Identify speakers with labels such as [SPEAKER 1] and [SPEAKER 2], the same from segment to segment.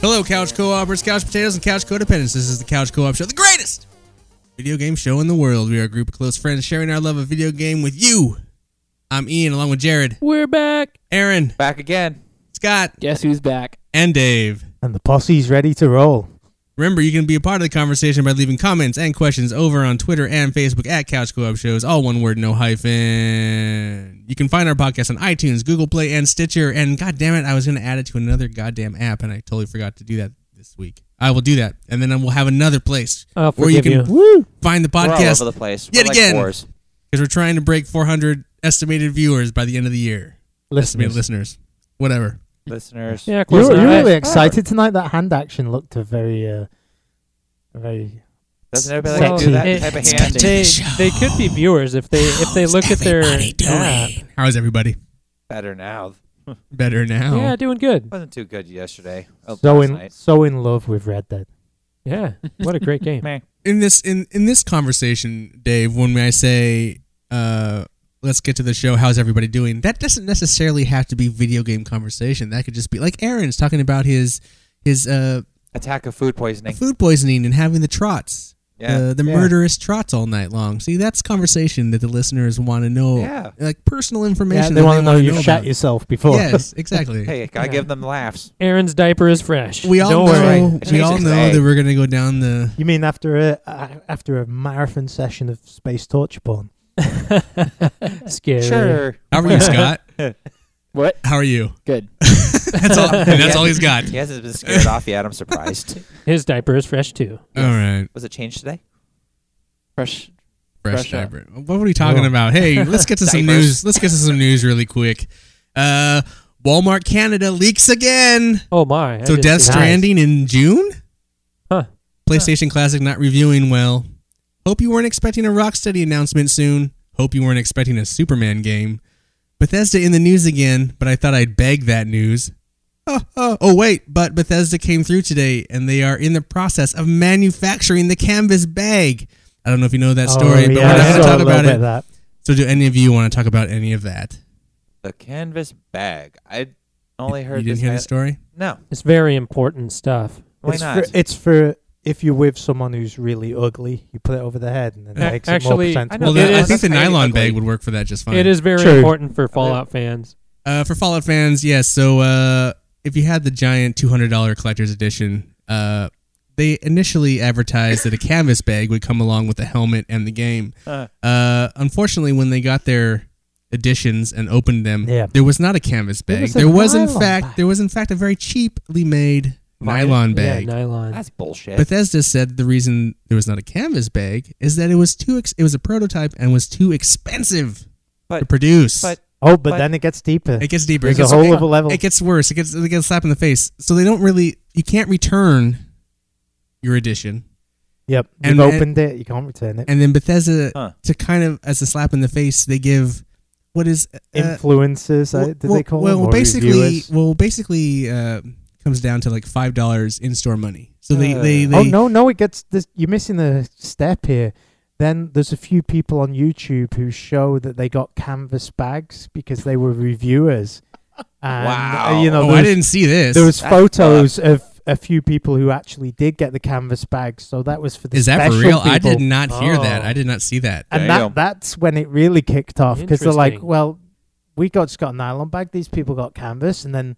[SPEAKER 1] Hello, Couch Co-opers, Couch Potatoes, and Couch Codependents. This is the Couch Co-op Show, the greatest video game show in the world. We are a group of close friends sharing our love of video game with you. I'm Ian, along with Jared,
[SPEAKER 2] We're back.
[SPEAKER 1] Aaron,
[SPEAKER 3] Back again.
[SPEAKER 1] Scott,
[SPEAKER 2] Guess who's back?
[SPEAKER 1] and Dave.
[SPEAKER 4] And the posse's ready to roll.
[SPEAKER 1] Remember, you can be a part of the conversation by leaving comments and questions over on Twitter and Facebook at Couch Co-op Shows, all one word, no hyphen. You can find our podcast on iTunes, Google Play, and Stitcher. And God damn it, I was going to add it to another goddamn app, and I totally forgot to do that this week. I will do that, and then we'll have another place
[SPEAKER 2] I'll
[SPEAKER 1] where you
[SPEAKER 2] forgive
[SPEAKER 1] can
[SPEAKER 2] you.
[SPEAKER 4] Woo!
[SPEAKER 1] find the
[SPEAKER 3] We're all
[SPEAKER 1] podcast
[SPEAKER 3] over the place.
[SPEAKER 1] Yet
[SPEAKER 3] We're like
[SPEAKER 1] again.
[SPEAKER 3] Wars.
[SPEAKER 1] because we're trying to break 400 estimated viewers by the end of the year. Estimated
[SPEAKER 4] Listeners.
[SPEAKER 1] listeners, whatever.
[SPEAKER 3] Listeners.
[SPEAKER 2] Yeah,
[SPEAKER 4] You're,
[SPEAKER 2] close
[SPEAKER 4] you're
[SPEAKER 2] enough.
[SPEAKER 4] really excited tonight. That hand action looked a very, uh, a very.
[SPEAKER 3] Doesn't everybody like
[SPEAKER 4] Sexy.
[SPEAKER 3] do that
[SPEAKER 2] It-
[SPEAKER 3] type of
[SPEAKER 1] It's
[SPEAKER 3] hand?
[SPEAKER 1] good.
[SPEAKER 2] they, they could be viewers if they if they look at their app.
[SPEAKER 1] How's everybody?
[SPEAKER 3] Better now.
[SPEAKER 1] Better now.
[SPEAKER 2] yeah doing good
[SPEAKER 3] Wasn't too good yesterday. Oh,
[SPEAKER 4] So
[SPEAKER 3] last
[SPEAKER 4] in,
[SPEAKER 3] night.
[SPEAKER 4] so in love with Red Dead.
[SPEAKER 2] yeah what a great game
[SPEAKER 3] Man.
[SPEAKER 1] in this in in this conversation, Dave, when I say uh let's get to the show, how's everybody doing? That doesn't necessarily have to be video game conversation. That could just be like Aaron's talking about his his uh
[SPEAKER 3] Attack of food poisoning.
[SPEAKER 1] food poisoning and having the trots. uh,
[SPEAKER 3] Yeah.
[SPEAKER 1] The, the
[SPEAKER 4] Yeah.
[SPEAKER 1] murderous trots all night long. See, that's conversation that the listeners want to know.
[SPEAKER 3] Yeah.
[SPEAKER 1] Like personal
[SPEAKER 4] Yeah,
[SPEAKER 1] information.
[SPEAKER 4] they
[SPEAKER 1] want to
[SPEAKER 4] know you've
[SPEAKER 1] about.
[SPEAKER 4] shat yourself before.
[SPEAKER 1] Yes, exactly.
[SPEAKER 3] Hey, gotta give them laughs.
[SPEAKER 2] Aaron's diaper is fresh
[SPEAKER 1] We all
[SPEAKER 2] Don't
[SPEAKER 1] know.
[SPEAKER 2] worry.
[SPEAKER 3] That's right.
[SPEAKER 1] We
[SPEAKER 3] It
[SPEAKER 1] all
[SPEAKER 3] changes
[SPEAKER 1] know
[SPEAKER 3] today.
[SPEAKER 1] that we're gonna go down the.
[SPEAKER 4] You mean after a a- after a marathon session of space torture porn?
[SPEAKER 2] scary
[SPEAKER 3] Sure.
[SPEAKER 1] How are you, Scott?
[SPEAKER 5] What?
[SPEAKER 1] How are you?
[SPEAKER 5] Good.
[SPEAKER 1] That's all. and that's all he's got.
[SPEAKER 3] He hasn't been scared off yet. I'm surprised.
[SPEAKER 2] his diaper is fresh too
[SPEAKER 1] All right.
[SPEAKER 3] Was it changed today?
[SPEAKER 5] Fresh.
[SPEAKER 1] Fresh
[SPEAKER 5] Fresh up.
[SPEAKER 1] diaper. What are we talking about? Hey, let's get to some
[SPEAKER 3] Diapers.
[SPEAKER 1] news. Let's get to some news really quick. Uh, Walmart Canada leaks again.
[SPEAKER 2] oh my I
[SPEAKER 1] so
[SPEAKER 2] didn't
[SPEAKER 1] Death
[SPEAKER 2] see that.
[SPEAKER 1] Stranding in June.
[SPEAKER 2] Huh.
[SPEAKER 1] PlayStation Classic not reviewing well. Hope you weren't expecting a Rocksteady announcement soon. Hope you weren't expecting a Superman game. Bethesda in the news again, but I thought I'd beg that news. Oh, oh, oh, wait, but Bethesda came through today and they are in the process of manufacturing the canvas bag. I don't know if you know that story,
[SPEAKER 4] Oh,
[SPEAKER 1] but
[SPEAKER 4] yeah,
[SPEAKER 1] we're
[SPEAKER 4] I
[SPEAKER 1] not going
[SPEAKER 4] saw
[SPEAKER 1] to
[SPEAKER 4] a
[SPEAKER 1] talk
[SPEAKER 4] little
[SPEAKER 1] about
[SPEAKER 4] bit of
[SPEAKER 1] it.
[SPEAKER 4] that.
[SPEAKER 1] So, do any of you want to talk about any of that?
[SPEAKER 3] The canvas bag. I only heard
[SPEAKER 1] you didn't
[SPEAKER 3] this.
[SPEAKER 1] hear
[SPEAKER 3] guy-
[SPEAKER 1] the story?
[SPEAKER 3] No.
[SPEAKER 2] it's very important stuff
[SPEAKER 3] Why
[SPEAKER 4] it's
[SPEAKER 3] not?
[SPEAKER 4] For, it's for if you're with someone who's really ugly, you put it over their head, and then it
[SPEAKER 2] A-
[SPEAKER 4] makes
[SPEAKER 2] actually,
[SPEAKER 4] it more presentable.
[SPEAKER 3] No,
[SPEAKER 1] Well,
[SPEAKER 2] it
[SPEAKER 1] the, I
[SPEAKER 2] is-
[SPEAKER 1] think the
[SPEAKER 3] I think
[SPEAKER 1] nylon
[SPEAKER 3] ugly.
[SPEAKER 1] bag would work for that just fine.
[SPEAKER 2] it is very
[SPEAKER 4] True.
[SPEAKER 2] important for Fallout fans
[SPEAKER 1] Uh, for Fallout fans, yes. so uh, if you had the giant two hundred dollar collector's edition, uh, they initially advertised that a canvas bag would come along with the helmet and the game.
[SPEAKER 3] Uh.
[SPEAKER 1] Uh, unfortunately, when they got their editions and opened them,
[SPEAKER 4] Yeah.
[SPEAKER 1] there was not a canvas bag.
[SPEAKER 4] was a
[SPEAKER 1] there was in
[SPEAKER 4] nylon
[SPEAKER 1] fact
[SPEAKER 4] bag.
[SPEAKER 1] there was in fact a very cheaply made nylon bag.
[SPEAKER 2] yeah nylon
[SPEAKER 3] That's bullshit.
[SPEAKER 1] Bethesda said the reason there was not a canvas bag is that it was too ex- it was a prototype and was too expensive to
[SPEAKER 3] But-
[SPEAKER 1] produce.
[SPEAKER 3] but
[SPEAKER 4] Oh, but,
[SPEAKER 3] But-
[SPEAKER 4] then it gets deeper.
[SPEAKER 1] it gets deeper. It gets
[SPEAKER 4] There's a whole other level.
[SPEAKER 1] it gets worse. It gets it gets a slap in the face. So they don't really. You can't return your edition.
[SPEAKER 4] Yep,
[SPEAKER 1] And-
[SPEAKER 4] you've
[SPEAKER 1] and-
[SPEAKER 4] opened it. You can't return it.
[SPEAKER 1] And then Bethesda,
[SPEAKER 3] Huh.
[SPEAKER 1] to kind of as a slap in the face, they give what is uh,
[SPEAKER 4] Influencers, uh,
[SPEAKER 1] well,
[SPEAKER 4] did they call
[SPEAKER 1] well,
[SPEAKER 4] them? Or
[SPEAKER 1] basically,
[SPEAKER 4] reviewers?
[SPEAKER 1] well, basically uh, comes down to like five dollars in store money. So they
[SPEAKER 3] Uh.
[SPEAKER 1] they, they
[SPEAKER 4] oh no, no, it gets. This, you're missing a step here. Then there's a few people on YouTube who show that they got canvas bags because they were reviewers. And, uh,
[SPEAKER 3] Wow.
[SPEAKER 4] you know,
[SPEAKER 1] Oh,
[SPEAKER 4] there
[SPEAKER 1] I
[SPEAKER 4] was,
[SPEAKER 1] didn't see this.
[SPEAKER 4] there was
[SPEAKER 3] That's
[SPEAKER 4] photos of a few people who actually did get the canvas bags. So that was for the
[SPEAKER 1] is that for
[SPEAKER 4] special
[SPEAKER 1] real? I
[SPEAKER 4] people.
[SPEAKER 1] did not hear that.
[SPEAKER 2] Oh.
[SPEAKER 1] I did not see that.
[SPEAKER 4] And
[SPEAKER 3] There you go.
[SPEAKER 4] that, that's when it really kicked off because they're like,
[SPEAKER 2] Interesting.
[SPEAKER 4] well, we got just got a nylon bag. These people got canvas, and then,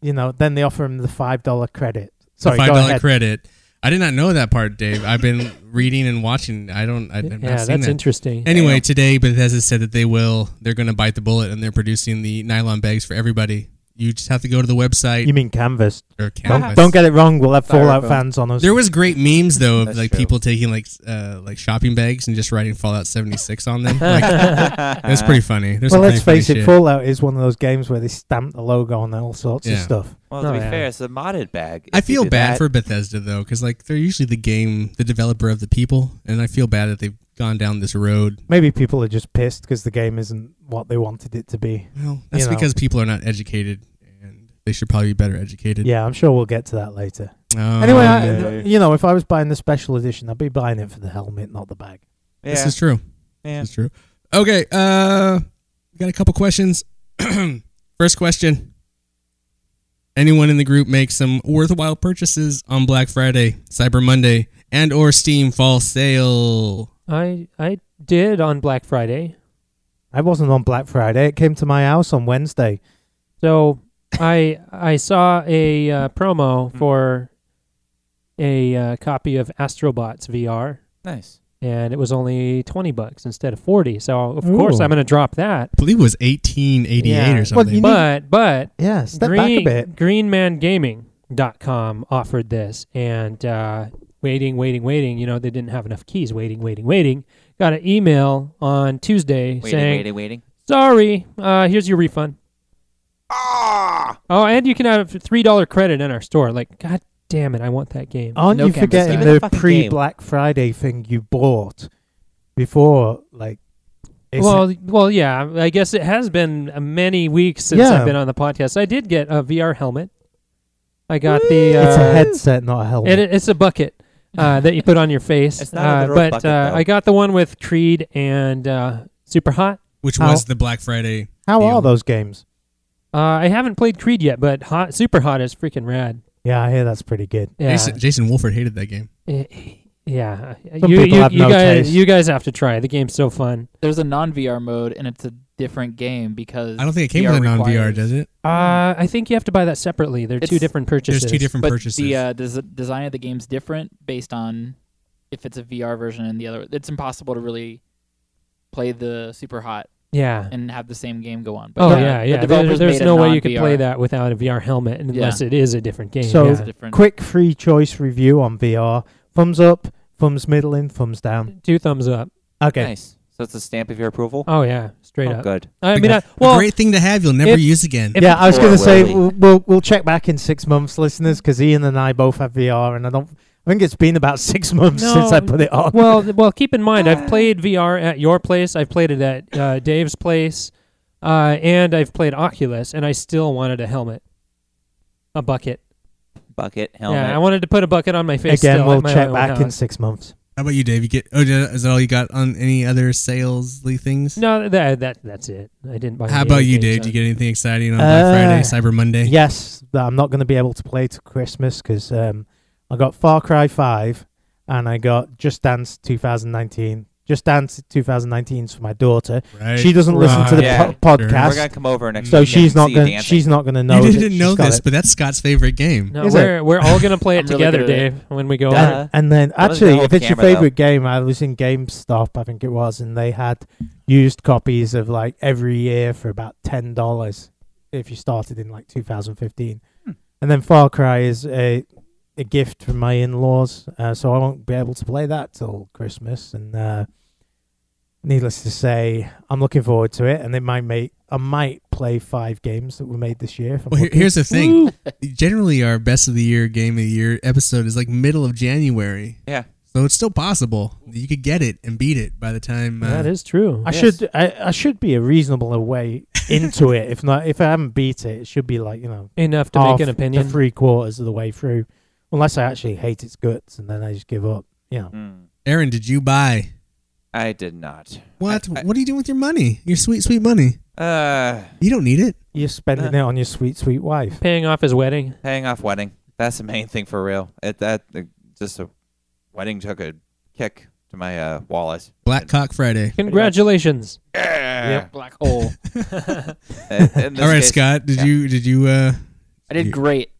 [SPEAKER 4] you know, then they offer them the five dollar credit.
[SPEAKER 1] The
[SPEAKER 4] Sorry,
[SPEAKER 1] five
[SPEAKER 4] go
[SPEAKER 1] dollar
[SPEAKER 4] ahead.
[SPEAKER 1] credit. I did not know that part, Dave. I've been reading and watching. I don't. I, I've not
[SPEAKER 2] yeah
[SPEAKER 1] seen
[SPEAKER 2] that's
[SPEAKER 1] that.
[SPEAKER 2] interesting
[SPEAKER 1] Anyway, today Bethesda said that they will. They're going to bite the bullet, and they're producing the nylon bags for everybody. You just have to go to the website
[SPEAKER 4] You mean canvas?
[SPEAKER 1] or
[SPEAKER 4] Don't,
[SPEAKER 1] canvas.
[SPEAKER 4] don't get it wrong. We'll have Fallout
[SPEAKER 3] Styrofoam.
[SPEAKER 4] fans on us.
[SPEAKER 1] There was great memes though of
[SPEAKER 3] That's
[SPEAKER 1] like
[SPEAKER 3] true.
[SPEAKER 1] people taking like s- uh, like shopping bags and just writing Fallout 76 on them. Like, that's pretty funny. There's
[SPEAKER 4] well,
[SPEAKER 1] some
[SPEAKER 4] let's
[SPEAKER 1] pretty
[SPEAKER 4] face it,
[SPEAKER 1] funny shit.
[SPEAKER 4] Fallout is one of those games where they stamp the logo on and all sorts of
[SPEAKER 1] Yeah.
[SPEAKER 4] stuff.
[SPEAKER 3] Well, to be
[SPEAKER 2] Oh, yeah.
[SPEAKER 3] fair, it's a modded bag.
[SPEAKER 1] I
[SPEAKER 3] If you
[SPEAKER 1] feel
[SPEAKER 3] do
[SPEAKER 1] bad
[SPEAKER 3] that-
[SPEAKER 1] for Bethesda though, because like they're usually the game, the developer of the people, and I feel bad that they've gone down this road.
[SPEAKER 4] Maybe people are just pissed because the game isn't what they wanted it to be.
[SPEAKER 1] Well, that's
[SPEAKER 4] You know.
[SPEAKER 1] because people are not educated, and they should probably be better educated.
[SPEAKER 4] Yeah, I'm sure we'll get to that later.
[SPEAKER 1] Um,
[SPEAKER 4] anyway,
[SPEAKER 3] yeah.
[SPEAKER 4] I, uh, you know, if I was buying the special edition, I'd be buying it for the helmet, not the bag.
[SPEAKER 3] Yeah.
[SPEAKER 1] this is true.
[SPEAKER 3] yeah.
[SPEAKER 1] That's true. Okay, uh, we got a couple questions. First question: Anyone in the group makes some worthwhile purchases on Black Friday, Cyber Monday, and or Steam Fall Sale.
[SPEAKER 2] I I did on Black Friday.
[SPEAKER 4] I wasn't on Black Friday. It came to my house on Wednesday.
[SPEAKER 2] So I I saw a uh, promo
[SPEAKER 4] Mm.
[SPEAKER 2] for a uh, copy of Astrobots VR,
[SPEAKER 3] Nice.
[SPEAKER 2] and it was only twenty bucks instead of forty. So of course
[SPEAKER 4] Ooh.
[SPEAKER 2] I'm going to drop that.
[SPEAKER 1] I believe it was 1888
[SPEAKER 2] Yeah.
[SPEAKER 1] or something.
[SPEAKER 4] Well, you need-
[SPEAKER 2] But but
[SPEAKER 4] Yeah, step
[SPEAKER 2] Green,
[SPEAKER 4] back a bit.
[SPEAKER 2] greenmangaming.com offered this and uh, waiting waiting waiting you know they didn't have enough keys waiting waiting waiting got an email on tuesday
[SPEAKER 3] Waiting,
[SPEAKER 2] saying
[SPEAKER 3] waiting, waiting.
[SPEAKER 2] sorry uh, here's your refund
[SPEAKER 3] Ah!
[SPEAKER 2] oh and you can have a three dollar credit in our store like god damn it i want that game
[SPEAKER 4] Aren't
[SPEAKER 5] No
[SPEAKER 4] you
[SPEAKER 5] canvas
[SPEAKER 4] forgetting
[SPEAKER 3] Give me
[SPEAKER 5] bag.
[SPEAKER 3] the
[SPEAKER 4] the,
[SPEAKER 3] fucking
[SPEAKER 4] pre
[SPEAKER 3] game.
[SPEAKER 4] Black Friday thing you bought before? Like, it's-
[SPEAKER 2] well well yeah i guess it has been uh, many weeks since
[SPEAKER 4] Yeah.
[SPEAKER 2] i've been on the podcast i did get a vr helmet i got the uh,
[SPEAKER 4] it's a headset, not a helmet.
[SPEAKER 2] It, it's a bucket uh, that you put on your face.
[SPEAKER 3] It's not a
[SPEAKER 2] uh,
[SPEAKER 3] literal
[SPEAKER 2] but
[SPEAKER 3] bucket,
[SPEAKER 2] uh,
[SPEAKER 3] though.
[SPEAKER 2] I got the one with Creed and uh, Super Hot.
[SPEAKER 1] which
[SPEAKER 4] How-
[SPEAKER 1] was the Black Friday.
[SPEAKER 4] How
[SPEAKER 1] deal.
[SPEAKER 4] are those games?
[SPEAKER 2] Uh, I haven't played Creed yet, but Hot Super Hot is freaking rad.
[SPEAKER 4] Yeah, I hear that's pretty good.
[SPEAKER 2] Yeah,
[SPEAKER 1] Jason, Jason Wolford hated that game.
[SPEAKER 2] Eh, eh, yeah.
[SPEAKER 4] Some
[SPEAKER 2] you
[SPEAKER 4] people
[SPEAKER 2] you,
[SPEAKER 4] have
[SPEAKER 2] you
[SPEAKER 4] no
[SPEAKER 2] guys
[SPEAKER 4] taste.
[SPEAKER 2] you guys have to try. it. The game's so fun.
[SPEAKER 5] There's a non VR mode, and it's a different game because
[SPEAKER 1] I don't think it came
[SPEAKER 5] VR
[SPEAKER 1] with a non-VR,
[SPEAKER 5] requires-
[SPEAKER 1] does it?
[SPEAKER 2] Uh, I think you have to buy that separately. They're two
[SPEAKER 5] It's-
[SPEAKER 2] different purchases.
[SPEAKER 1] There's two different
[SPEAKER 5] But
[SPEAKER 1] purchases.
[SPEAKER 5] the uh, des- design of the game's different based on if it's a VR version and the other. It's impossible to really play the super hot
[SPEAKER 2] Yeah.
[SPEAKER 5] and have the same game go on.
[SPEAKER 2] Oh
[SPEAKER 5] uh,
[SPEAKER 2] yeah,
[SPEAKER 5] the
[SPEAKER 2] yeah. There-
[SPEAKER 5] developers
[SPEAKER 2] there's
[SPEAKER 5] made a
[SPEAKER 2] no way you could
[SPEAKER 5] non-VR.
[SPEAKER 2] play that without a VR helmet unless it is a different game.
[SPEAKER 4] So-
[SPEAKER 5] It's
[SPEAKER 2] yeah.
[SPEAKER 5] different.
[SPEAKER 4] Quick free choice review on VR. Thumbs up, thumbs middling, thumbs down.
[SPEAKER 2] two thumbs up.
[SPEAKER 4] Okay.
[SPEAKER 3] Nice. So it's a stamp of your approval.
[SPEAKER 2] Oh yeah, straight
[SPEAKER 3] Oh,
[SPEAKER 2] up.
[SPEAKER 3] good.
[SPEAKER 2] I mean, I,
[SPEAKER 1] a
[SPEAKER 2] well,
[SPEAKER 1] great thing to have. You'll never
[SPEAKER 2] if-
[SPEAKER 1] use again.
[SPEAKER 2] if-
[SPEAKER 4] yeah, I was
[SPEAKER 3] Or
[SPEAKER 4] going to say
[SPEAKER 3] will we?
[SPEAKER 4] we'll, we'll we'll check back in six months, listeners, because Ian and I both have VR, and I don't. I think it's been about six months
[SPEAKER 2] No,
[SPEAKER 4] since I put it on.
[SPEAKER 2] well, th- well, keep in mind, I've played VR at your place. I've played it at uh, Dave's place, uh, and I've played Oculus, and I still wanted a helmet, a bucket.
[SPEAKER 3] Bucket, helmet.
[SPEAKER 2] Yeah, I wanted to put a bucket on my face.
[SPEAKER 4] Again,
[SPEAKER 2] still
[SPEAKER 4] we'll
[SPEAKER 2] at my
[SPEAKER 4] check
[SPEAKER 2] own
[SPEAKER 4] back in
[SPEAKER 2] house.
[SPEAKER 4] six months.
[SPEAKER 1] How about you, Dave? You get? Oh, did- is that all you got on any other salesly things?
[SPEAKER 2] No, that, that that's it. I didn't buy.
[SPEAKER 1] How
[SPEAKER 2] any
[SPEAKER 1] about
[SPEAKER 2] other
[SPEAKER 1] you,
[SPEAKER 2] games
[SPEAKER 1] Dave?
[SPEAKER 2] on-
[SPEAKER 1] Do you get anything exciting on
[SPEAKER 4] Uh,
[SPEAKER 1] Black Friday, Cyber Monday?
[SPEAKER 4] Yes, that I'm not going to be able to play to Christmas because um, I got Far Cry Five, and I got Just Dance 2019. Just Dance 2019 is for my daughter.
[SPEAKER 1] Right.
[SPEAKER 4] She doesn't listen to the
[SPEAKER 3] Right.
[SPEAKER 4] po-
[SPEAKER 1] Yeah.
[SPEAKER 4] podcast,
[SPEAKER 3] We're gonna come over next.
[SPEAKER 4] so
[SPEAKER 3] weekend
[SPEAKER 4] she's
[SPEAKER 3] and
[SPEAKER 4] not
[SPEAKER 3] see you
[SPEAKER 4] going.
[SPEAKER 3] dancing.
[SPEAKER 4] She's not going to know.
[SPEAKER 1] you
[SPEAKER 4] that
[SPEAKER 1] didn't
[SPEAKER 4] she's
[SPEAKER 1] know
[SPEAKER 4] got
[SPEAKER 1] this,
[SPEAKER 4] it.
[SPEAKER 1] but that's Scott's favorite game.
[SPEAKER 2] No,
[SPEAKER 4] Is it?
[SPEAKER 2] we're we're all gonna play it
[SPEAKER 5] I'm really
[SPEAKER 2] together,
[SPEAKER 5] good at it.
[SPEAKER 2] Dave. When we go,
[SPEAKER 3] Yeah.
[SPEAKER 2] over.
[SPEAKER 4] And, and then
[SPEAKER 3] That was the
[SPEAKER 4] actually,
[SPEAKER 3] whole
[SPEAKER 4] if it's your
[SPEAKER 3] camera, though.
[SPEAKER 4] favorite game, I was in GameStop, I think it was, and they had used copies of like every year for about ten dollars if you started in like 2015.
[SPEAKER 1] Hmm.
[SPEAKER 4] And then Far Cry is a a gift from my in-laws, uh, so I won't be able to play that till Christmas. And uh, needless to say, I'm looking forward to it, and it might make I might play five games that were made this year. if I'm
[SPEAKER 1] Well, here,
[SPEAKER 4] lucky.
[SPEAKER 1] here's the thing. Generally, our best of the year game of the year episode is like middle of January,
[SPEAKER 3] Yeah.
[SPEAKER 1] so it's still possible you could get it and beat it by the time. Uh,
[SPEAKER 2] that is true.
[SPEAKER 4] I
[SPEAKER 3] Yes.
[SPEAKER 4] should I, I should be a reasonable way into it. If not, if I haven't beat it, it should be like you know
[SPEAKER 2] Enough to
[SPEAKER 4] half
[SPEAKER 2] make an
[SPEAKER 4] to
[SPEAKER 2] opinion.
[SPEAKER 4] three quarters of the way through, unless I actually hate its guts and then I just give up. You know,
[SPEAKER 3] Mm.
[SPEAKER 1] Aaron, did you buy?
[SPEAKER 3] I did not.
[SPEAKER 1] What?
[SPEAKER 3] I-
[SPEAKER 1] what are you doing with your money? Your sweet, sweet money.
[SPEAKER 3] Uh,
[SPEAKER 1] You don't need it.
[SPEAKER 4] you're spending it on your sweet sweet wife.
[SPEAKER 2] Paying off his wedding.
[SPEAKER 3] paying off wedding. That's the main thing for real. It that uh, just a wedding took a kick to my uh, wallet.
[SPEAKER 1] Black Cock Friday.
[SPEAKER 2] Congratulations.
[SPEAKER 3] Yeah.
[SPEAKER 5] black hole.
[SPEAKER 1] All right, Scott. Did
[SPEAKER 3] yeah.
[SPEAKER 1] you? Did you? uh
[SPEAKER 5] I did
[SPEAKER 1] You-
[SPEAKER 5] great.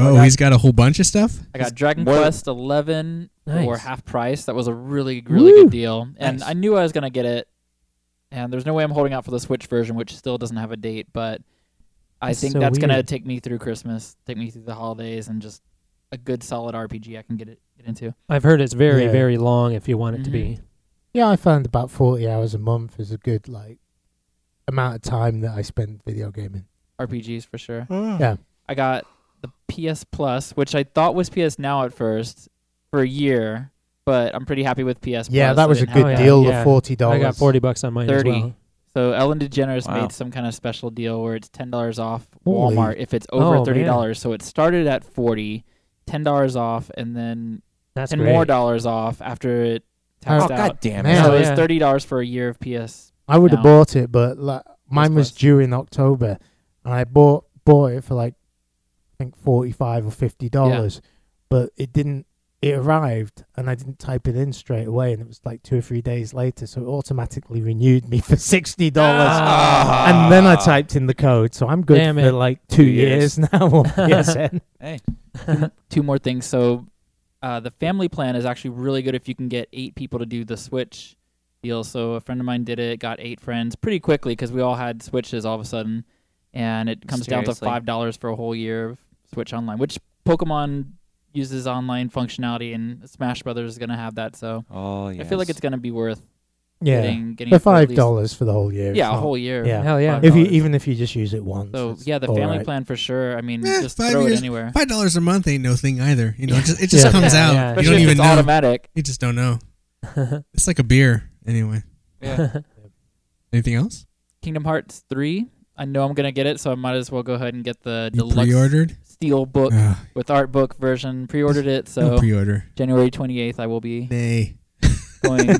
[SPEAKER 1] Oh,
[SPEAKER 5] got-
[SPEAKER 1] he's got a whole bunch of stuff.
[SPEAKER 5] I got Dragon
[SPEAKER 3] More-
[SPEAKER 5] Quest Eleven for
[SPEAKER 2] Nice.
[SPEAKER 5] half price. That was a really really
[SPEAKER 2] Woo!
[SPEAKER 5] good deal, and
[SPEAKER 2] Nice.
[SPEAKER 5] I knew I was gonna get it. And there's no way I'm holding out for the Switch version, which still doesn't have a date. But I
[SPEAKER 2] That's
[SPEAKER 5] think
[SPEAKER 2] so
[SPEAKER 5] that's gonna
[SPEAKER 2] weird.
[SPEAKER 5] take me through Christmas, take me through the holidays, and just a good solid RPG I can get it get into.
[SPEAKER 2] I've heard it's very
[SPEAKER 4] Yeah.
[SPEAKER 2] very long if you want it to
[SPEAKER 5] Mhm.
[SPEAKER 2] be.
[SPEAKER 4] Yeah, I found about forty hours a month is a good like amount of time that I spend video gaming.
[SPEAKER 5] RPGs for sure.
[SPEAKER 4] Yeah.
[SPEAKER 5] I got the PS Plus, which I thought was PS Now at first for a year, but I'm pretty happy with PS.
[SPEAKER 4] Yeah,
[SPEAKER 5] Plus. I
[SPEAKER 4] that was a
[SPEAKER 5] didn't
[SPEAKER 4] good
[SPEAKER 5] have that.
[SPEAKER 4] deal.
[SPEAKER 2] yeah.
[SPEAKER 4] The forty
[SPEAKER 2] I
[SPEAKER 4] dollars.
[SPEAKER 2] got forty bucks on mine
[SPEAKER 5] $30.
[SPEAKER 2] as well.
[SPEAKER 5] So Ellen DeGeneres
[SPEAKER 3] Wow.
[SPEAKER 5] made some kind of special deal where it's ten dollars off
[SPEAKER 4] Holy.
[SPEAKER 5] Walmart if it's over
[SPEAKER 2] Oh,
[SPEAKER 5] thirty dollars. So it started at forty, ten dollars off, and then
[SPEAKER 2] That's
[SPEAKER 5] ten
[SPEAKER 2] great.
[SPEAKER 5] more dollars off after it
[SPEAKER 3] Oh,
[SPEAKER 5] taxed out.
[SPEAKER 3] God damn it!
[SPEAKER 4] Man.
[SPEAKER 5] So
[SPEAKER 2] Oh,
[SPEAKER 5] it was
[SPEAKER 2] yeah.
[SPEAKER 5] thirty dollars for a year of PS.
[SPEAKER 4] I would
[SPEAKER 5] No.
[SPEAKER 4] have bought it, but like, mine was
[SPEAKER 5] Plus.
[SPEAKER 4] due in October, and I bought bought it for like think forty five or fifty dollars, but it didn't. It arrived and I didn't type it in straight away, and it was like two or three days later, so it automatically renewed me for sixty dollars.
[SPEAKER 3] Ah.
[SPEAKER 4] And then I typed in the code, so I'm good
[SPEAKER 2] Damn
[SPEAKER 4] for
[SPEAKER 2] it.
[SPEAKER 4] like two
[SPEAKER 3] Two
[SPEAKER 4] years, now on PSN.
[SPEAKER 3] Hey,
[SPEAKER 5] two more things. So, uh, the family plan is actually really good if you can get eight people to do the Switch deal. So, a friend of mine did it, got eight friends pretty quickly because we all had Switches all of a sudden, and it comes down to
[SPEAKER 3] Mysteriously.
[SPEAKER 5] five dollars for a whole year of Switch Online, which Pokemon uses online functionality, and Smash Brothers is gonna have that. So,
[SPEAKER 3] oh yes.
[SPEAKER 5] I feel like it's gonna be worth
[SPEAKER 4] Yeah,
[SPEAKER 5] getting getting
[SPEAKER 4] the
[SPEAKER 5] it for at
[SPEAKER 4] five
[SPEAKER 5] least-
[SPEAKER 4] dollars for the whole year.
[SPEAKER 5] Yeah,
[SPEAKER 4] it's
[SPEAKER 5] a
[SPEAKER 4] not-
[SPEAKER 5] whole year.
[SPEAKER 4] Yeah.
[SPEAKER 2] Hell yeah.
[SPEAKER 4] If you
[SPEAKER 5] $5.
[SPEAKER 4] even if you just use it once.
[SPEAKER 5] So
[SPEAKER 4] it's
[SPEAKER 5] yeah, the
[SPEAKER 4] all
[SPEAKER 5] family
[SPEAKER 4] right.
[SPEAKER 5] plan for sure. I mean,
[SPEAKER 1] Eh,
[SPEAKER 5] just
[SPEAKER 1] five
[SPEAKER 5] throw
[SPEAKER 1] years.
[SPEAKER 5] it anywhere.
[SPEAKER 1] Five dollars a month ain't no thing either. You know, it just, it just
[SPEAKER 4] Yeah.
[SPEAKER 1] comes
[SPEAKER 2] Yeah,
[SPEAKER 1] out.
[SPEAKER 2] yeah.
[SPEAKER 1] You
[SPEAKER 5] Especially
[SPEAKER 1] don't
[SPEAKER 5] if
[SPEAKER 1] even
[SPEAKER 5] it's
[SPEAKER 1] know.
[SPEAKER 5] automatic.
[SPEAKER 1] You just don't know. It's like a beer anyway.
[SPEAKER 3] Yeah.
[SPEAKER 1] Anything else?
[SPEAKER 5] Kingdom Hearts three. I know I'm gonna get it, so I might as well go ahead and get the
[SPEAKER 1] You
[SPEAKER 5] deluxe
[SPEAKER 1] pre-ordered?
[SPEAKER 5] steel book
[SPEAKER 1] Ugh,
[SPEAKER 5] with art book version. Pre-ordered it, so
[SPEAKER 1] No pre-order.
[SPEAKER 5] January 28th I will be
[SPEAKER 1] Nay.
[SPEAKER 5] going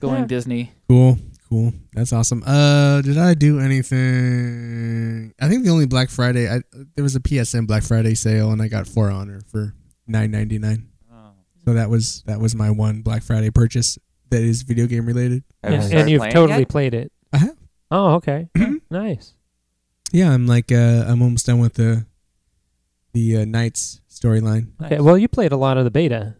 [SPEAKER 5] going Disney.
[SPEAKER 1] Cool, cool. That's awesome. Uh, did I do anything? I think the only Black Friday, I there was a PSN Black Friday sale, and I got For Honor for nine ninety nine.
[SPEAKER 3] Oh.
[SPEAKER 1] So that was that was my one Black Friday purchase that is video game related.
[SPEAKER 3] Have you
[SPEAKER 2] and,
[SPEAKER 3] started
[SPEAKER 2] and you've
[SPEAKER 3] playing
[SPEAKER 2] totally
[SPEAKER 3] yet?
[SPEAKER 2] played it.
[SPEAKER 1] I have.
[SPEAKER 2] Oh, okay. nice.
[SPEAKER 1] Yeah, I'm like uh, I'm almost done with the the uh, Knights storyline.
[SPEAKER 2] Okay. Well, you played a lot of the beta,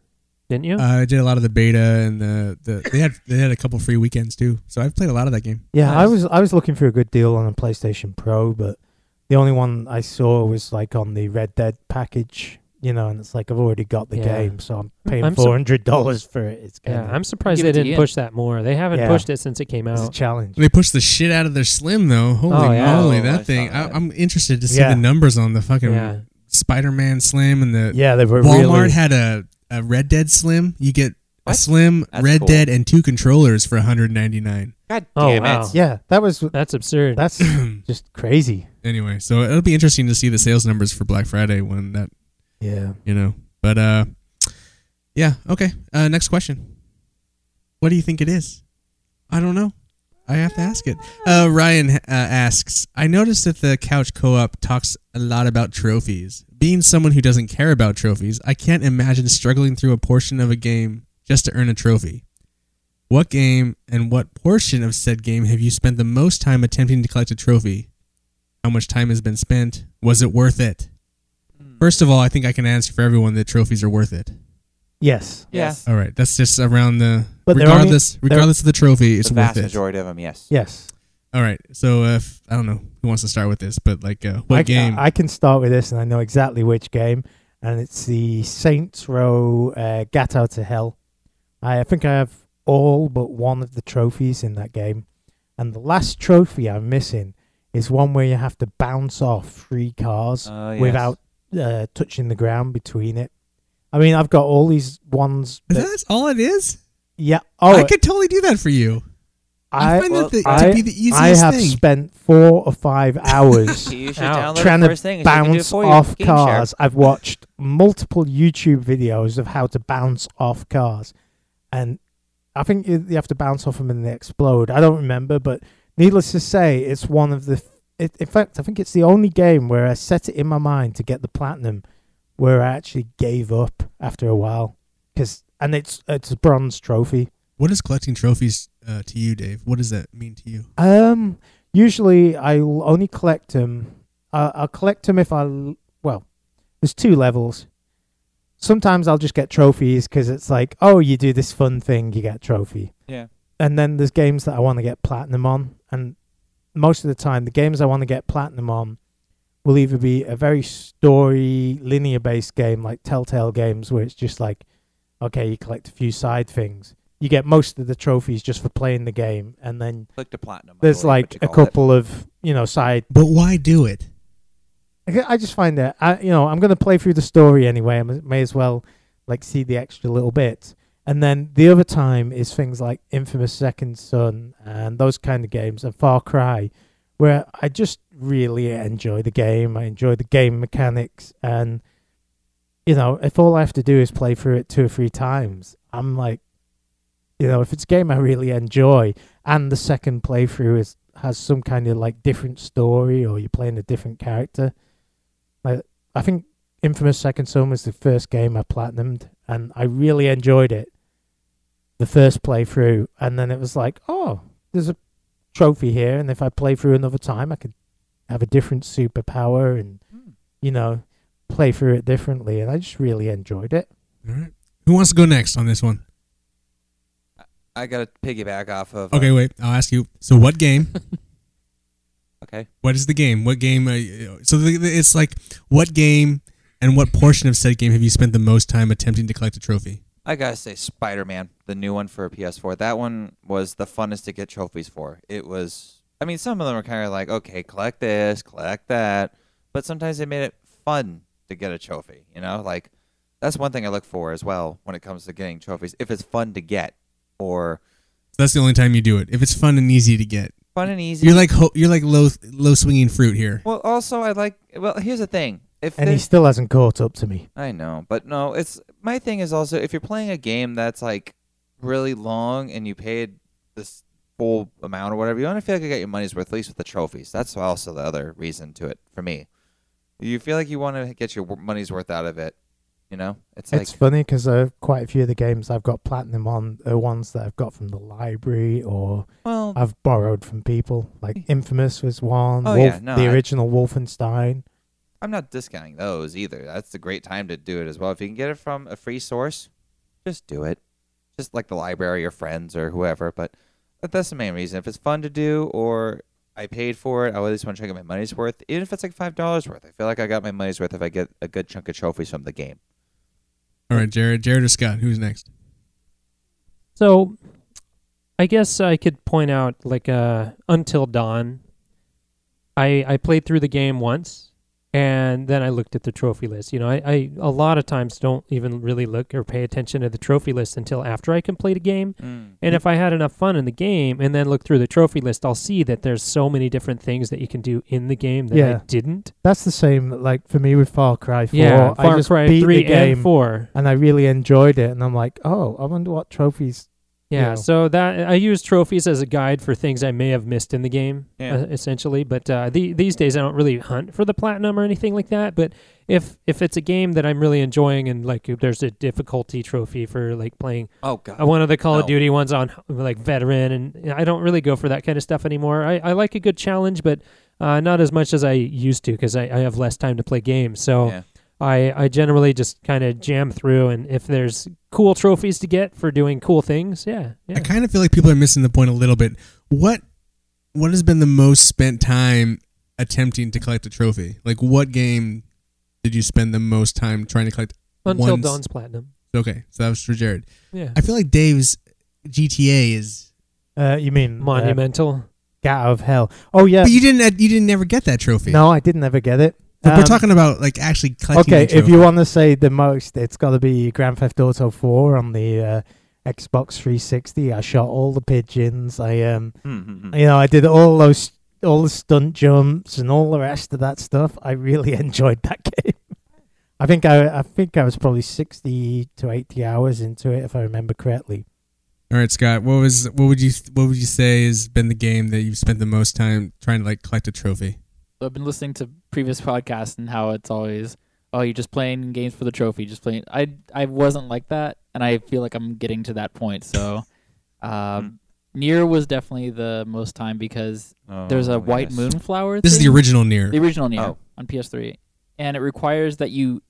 [SPEAKER 2] didn't you?
[SPEAKER 1] Uh, I did a lot of the beta and the, the they had they had a couple free weekends too. So I've played a lot of that game.
[SPEAKER 4] Yeah, I
[SPEAKER 2] Nice.
[SPEAKER 4] was I was looking for a good deal on a PlayStation Pro, but the only one I saw was like on the Red Dead package, you know, and it's like I've already got the
[SPEAKER 2] Yeah. Mm,
[SPEAKER 4] game, so I'm paying
[SPEAKER 2] I'm
[SPEAKER 4] four
[SPEAKER 2] sur-
[SPEAKER 4] hundred dollars for it. It's kind
[SPEAKER 2] yeah. I'm surprised
[SPEAKER 5] Give
[SPEAKER 2] they
[SPEAKER 5] it to
[SPEAKER 2] didn't
[SPEAKER 5] Ian.
[SPEAKER 2] push that more. They haven't
[SPEAKER 4] Yeah.
[SPEAKER 2] pushed it since it came
[SPEAKER 4] of, it's a
[SPEAKER 2] out.
[SPEAKER 4] challenge.
[SPEAKER 1] They pushed the shit out of their Slim though. Holy
[SPEAKER 2] Oh, yeah.
[SPEAKER 1] moly,
[SPEAKER 3] Oh, I
[SPEAKER 1] that
[SPEAKER 3] saw
[SPEAKER 1] thing!
[SPEAKER 3] that.
[SPEAKER 1] I, I'm interested to see
[SPEAKER 4] Yeah.
[SPEAKER 1] the numbers on the fucking
[SPEAKER 2] Yeah.
[SPEAKER 1] Spider-Man Slim and the
[SPEAKER 4] Yeah, they were
[SPEAKER 1] Walmart
[SPEAKER 4] really
[SPEAKER 1] had a, a Red Dead Slim. You get a
[SPEAKER 3] What?
[SPEAKER 1] Slim,
[SPEAKER 3] That's
[SPEAKER 1] Red
[SPEAKER 3] cool.
[SPEAKER 1] Dead, and two controllers for 199.
[SPEAKER 3] God
[SPEAKER 2] Oh,
[SPEAKER 3] damn
[SPEAKER 2] wow.
[SPEAKER 3] it!
[SPEAKER 4] Yeah, that was
[SPEAKER 2] That's absurd.
[SPEAKER 4] that's just crazy.
[SPEAKER 1] Anyway, so it'll be interesting to see the sales numbers for Black Friday when that
[SPEAKER 4] Yeah.
[SPEAKER 1] you know. But uh, yeah, okay. Uh, next question. What do you think it is? I don't know. I have to ask it. Uh, Ryan uh, asks. I noticed that the couch co-op talks a lot about trophies. Being someone who doesn't care about trophies, I can't imagine struggling through a portion of a game just to earn a trophy. What game and what portion of said game have you spent the most time attempting to collect a trophy? How much time has been spent? Was it worth it? First of all, I think I can answer for everyone that trophies are worth it.
[SPEAKER 4] Yes.
[SPEAKER 3] Yes.
[SPEAKER 1] All right, that's just around the
[SPEAKER 4] But they're
[SPEAKER 1] regardless
[SPEAKER 4] they're-
[SPEAKER 1] regardless of the trophy, it's
[SPEAKER 3] the
[SPEAKER 1] worth
[SPEAKER 3] vast
[SPEAKER 1] it.
[SPEAKER 3] majority of them, yes.
[SPEAKER 4] Yes.
[SPEAKER 1] All right, so uh, if I don't know who wants to start with this, but like uh, what
[SPEAKER 4] I,
[SPEAKER 1] game?
[SPEAKER 4] I, can start with this, and I know exactly which game, and it's the Saints Row uh, Gat Out of Hell. I think I have all but one of the trophies in that game, and the last trophy I'm missing is one where you have to bounce off three cars
[SPEAKER 1] Oh,
[SPEAKER 3] Uh, yes.
[SPEAKER 4] without uh, touching the ground between it. I mean, I've got all these ones.
[SPEAKER 1] Is
[SPEAKER 4] That,
[SPEAKER 1] that all it is?
[SPEAKER 4] yeah. Oh,
[SPEAKER 1] I could totally do that for you. I, find
[SPEAKER 3] well,
[SPEAKER 1] that the,
[SPEAKER 4] I-
[SPEAKER 1] to be the easiest
[SPEAKER 4] I have
[SPEAKER 1] thing.
[SPEAKER 4] spent four or five hours
[SPEAKER 3] You should
[SPEAKER 2] Ouch.
[SPEAKER 3] download
[SPEAKER 4] trying
[SPEAKER 3] the
[SPEAKER 4] to
[SPEAKER 3] first thing. so you can do it
[SPEAKER 4] bounce
[SPEAKER 3] for you.
[SPEAKER 4] off
[SPEAKER 3] Game share.
[SPEAKER 4] cars. I've watched multiple YouTube videos of how to bounce off cars, and I think you you have to bounce off them and they explode. I don't remember, but needless to say, it's one of the. It, in fact, I think it's the only game where I set it in my mind to get the platinum, where I actually gave up after a while, because and it's it's a bronze trophy.
[SPEAKER 1] What is collecting trophies uh, to you, Dave? What does that mean to you?
[SPEAKER 4] Um, usually I'll only collect them. I I'll collect them if I l- well. There's two levels. Sometimes I'll just get trophies because it's like, oh, you do this fun thing, you get a trophy.
[SPEAKER 3] Yeah.
[SPEAKER 4] And then there's games that I want to get platinum on, and most of the time, the games I want to get platinum on will either be a very story linear based game like Telltale games, where it's just like, okay, you collect a few side things. You get most of the trophies just for playing the game, and then
[SPEAKER 3] Click to platinum. I
[SPEAKER 4] there's
[SPEAKER 3] believe, what
[SPEAKER 4] like
[SPEAKER 3] you
[SPEAKER 4] a
[SPEAKER 3] call it.
[SPEAKER 4] couple of you know side.
[SPEAKER 1] But why do it?
[SPEAKER 4] I I just find that I you know I'm gonna play through the story anyway. I m- may as well like see the extra little bit. And then the other time is things like Infamous Second Son and those kind of games and Far Cry, where I just really enjoy the game. I enjoy the game mechanics and you know if all I have to do is play through it two or three times, I'm like, you know, if it's a game I really enjoy, and the second playthrough is has some kind of like different story or you're playing a different character. Like I think Infamous Second Son was the first game I platinumed, and I really enjoyed it the first playthrough. And then it was like, oh, there's a trophy here, and if I play through another time, I could have a different superpower and,
[SPEAKER 3] Hmm.
[SPEAKER 4] you know, play through it differently. And I just really enjoyed it.
[SPEAKER 1] All right. Who wants to go next on this one?
[SPEAKER 3] I gotta piggyback off of. uh,
[SPEAKER 1] Okay, wait. I'll ask you. So, what game?
[SPEAKER 3] okay.
[SPEAKER 1] What is the game? What game? Uh, so the, the- it's like what game and what portion of said game have you spent the most time attempting to collect a trophy?
[SPEAKER 3] I gotta say, Spider Man, the new one for PS4, that one was the funnest to get trophies for. It was, I mean, some of them were kind of like, okay, collect this, collect that, but sometimes they made it fun to get a trophy, you know? Like, that's one thing I look for as well when it comes to getting trophies. If it's fun to get or
[SPEAKER 1] So that's the only time you do it. If it's fun and easy to get,
[SPEAKER 3] fun and easy.
[SPEAKER 1] you're like ho- you're like low low swinging fruit here.
[SPEAKER 3] well, also, I like, well, here's the thing. If
[SPEAKER 4] And
[SPEAKER 3] they-
[SPEAKER 4] he still hasn't caught up to me.
[SPEAKER 3] I know, but no, it's my thing is also if you're playing a game that's like really long and you paid this full amount or whatever, you want to feel like you got your money's worth, at least with the trophies. That's also the other reason to it for me. You feel like you want to get your wo- money's worth out of it, you know? It's like
[SPEAKER 4] It's funny because uh, quite a few of the games I've got platinum on are ones that I've got from the library or
[SPEAKER 3] well,
[SPEAKER 4] I've borrowed from people. Like Infamous was one.
[SPEAKER 3] Mm. Oh,
[SPEAKER 4] Wolf-
[SPEAKER 3] yeah, no,
[SPEAKER 4] the
[SPEAKER 3] I-
[SPEAKER 4] original Wolfenstein.
[SPEAKER 3] I'm not discounting those either. That's a great time to do it as well. If you can get it from a free source, just do it. Just like the library or friends or whoever. But that- that's the main reason. If it's fun to do or I paid for it, I at least want to try to get my money's worth. Even if it's like five dollars worth, I feel like I got my money's worth if I get a good chunk of trophies from the game.
[SPEAKER 1] All right, Jared, Jared or Scott, who's next?
[SPEAKER 2] So, I guess I could point out like uh, Until Dawn. I I played through the game once, and then I looked at the trophy list. You know, I, I a lot of times don't even really look or pay attention to the trophy list until after I complete a game.
[SPEAKER 3] Hmm.
[SPEAKER 2] And if I had enough fun in the game and then look through the trophy list, I'll see that there's so many different things that you can do in the game that
[SPEAKER 4] Yeah.
[SPEAKER 2] I didn't.
[SPEAKER 4] That's the same, like, for me with Far Cry 4.
[SPEAKER 2] yeah,
[SPEAKER 4] I
[SPEAKER 2] Far
[SPEAKER 4] just
[SPEAKER 2] Cry
[SPEAKER 4] beat the
[SPEAKER 2] three
[SPEAKER 4] game
[SPEAKER 2] and four.
[SPEAKER 4] and I really enjoyed it. And I'm like, oh, I wonder what trophies.
[SPEAKER 2] Yeah,
[SPEAKER 4] Yeah.
[SPEAKER 2] so that I use trophies as a guide for things I may have missed in the game,
[SPEAKER 3] Yeah.
[SPEAKER 2] uh, essentially. But uh, the, these days, I don't really hunt for the platinum or anything like that. But if if it's a game that I'm really enjoying and like there's a difficulty trophy for like playing
[SPEAKER 3] Oh god.
[SPEAKER 2] uh, one of the Call of
[SPEAKER 3] No.
[SPEAKER 2] Duty ones on like veteran, and I don't really go for that kind of stuff anymore. I, I like a good challenge, but uh, not as much as I used to because I, I have less time to play games. So.
[SPEAKER 3] Yeah.
[SPEAKER 2] I, I generally just kind of jam through, and if there's cool trophies to get for doing cool things, yeah, yeah.
[SPEAKER 1] I kind of feel like people are missing the point a little bit. What what has been the most spent time attempting to collect a trophy? Like what game did you spend the most time trying to collect?
[SPEAKER 2] Until
[SPEAKER 1] once-
[SPEAKER 2] Dawn's Platinum.
[SPEAKER 1] Okay, so that was for Jared.
[SPEAKER 2] Yeah.
[SPEAKER 1] I feel like Dave's GTA is
[SPEAKER 4] Uh, you mean uh,
[SPEAKER 2] Monumental.
[SPEAKER 4] Get out of hell. Oh yeah.
[SPEAKER 1] But you didn't. uh, You didn't ever get that trophy.
[SPEAKER 4] No, I didn't ever get it.
[SPEAKER 1] Like, we're
[SPEAKER 4] Um,
[SPEAKER 1] talking about like actually collecting.
[SPEAKER 4] Okay,
[SPEAKER 1] the trophy.
[SPEAKER 4] if you want to say the most, it's got to be Grand Theft Auto 4 on the uh, Xbox 360. I shot all the pigeons. I um,
[SPEAKER 3] Mhm.
[SPEAKER 4] you know, I did all those all the stunt jumps and all the rest of that stuff. I really enjoyed that game. I think I I think I was probably 60 to 80 hours into it if I remember correctly.
[SPEAKER 1] All right, Scott. What was what would you what would you say has been the game that you've spent the most time trying to like collect a trophy?
[SPEAKER 5] So I've been listening to previous podcasts and how it's always, oh, you're just playing games for the trophy, just playing. I I wasn't like that, and I feel like I'm getting to that point. So, um,
[SPEAKER 1] Hmm.
[SPEAKER 5] Nier was definitely the most time because there's
[SPEAKER 3] Oh,
[SPEAKER 5] a white
[SPEAKER 3] yes.
[SPEAKER 5] moonflower.
[SPEAKER 1] This is the
[SPEAKER 5] thing.
[SPEAKER 1] original near.
[SPEAKER 5] The original Nier
[SPEAKER 3] Oh.
[SPEAKER 5] on PS3, and it requires that you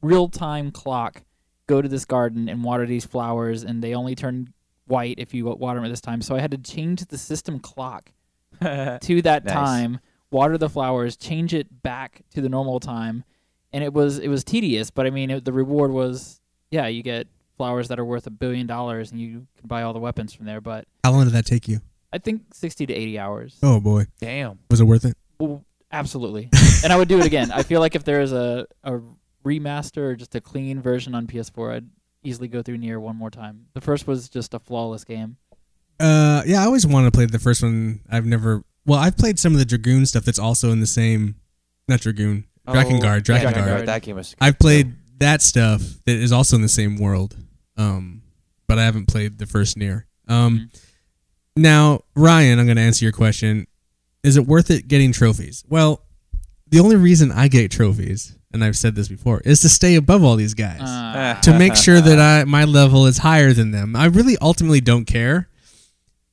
[SPEAKER 5] real time clock go to this garden and water these flowers, and they only turn white if you water them at this time. So I had to change the system clock to that
[SPEAKER 3] Nice.
[SPEAKER 5] time, water the flowers, change it back to the normal time, and it was it was tedious. But I mean, it, the reward was yeah, you get flowers that are worth a billion dollars, and you can buy all the weapons from there. But
[SPEAKER 1] How long did that take you?
[SPEAKER 5] I think sixty to eighty hours.
[SPEAKER 1] Oh boy,
[SPEAKER 3] Damn.
[SPEAKER 1] was it worth it?
[SPEAKER 5] Well, absolutely. and I would do it again. I feel like if there is a, a remaster or just a clean version on PS4, I'd easily go through Nier one more time. The first was just a flawless game.
[SPEAKER 1] Uh, yeah, I always wanted to play the first one. I've never. Well, I've played some of the dragoon stuff that's also in the same. Not dragoon, dragon
[SPEAKER 3] Oh,
[SPEAKER 1] guard,
[SPEAKER 3] yeah,
[SPEAKER 1] dragon
[SPEAKER 5] Drakengard.
[SPEAKER 1] guard.
[SPEAKER 5] Drakengard.
[SPEAKER 3] That game was.
[SPEAKER 1] I've played that stuff that is also in the same world, um, but I haven't played the first near. Um, Now, Ryan, I'm going to answer your question. Is it worth it getting trophies? Well, the only reason I get trophies and I've said this before, is to stay above all these guys
[SPEAKER 3] Ah.
[SPEAKER 5] Uh,
[SPEAKER 1] to make sure that I my level is higher than them. I really ultimately don't care.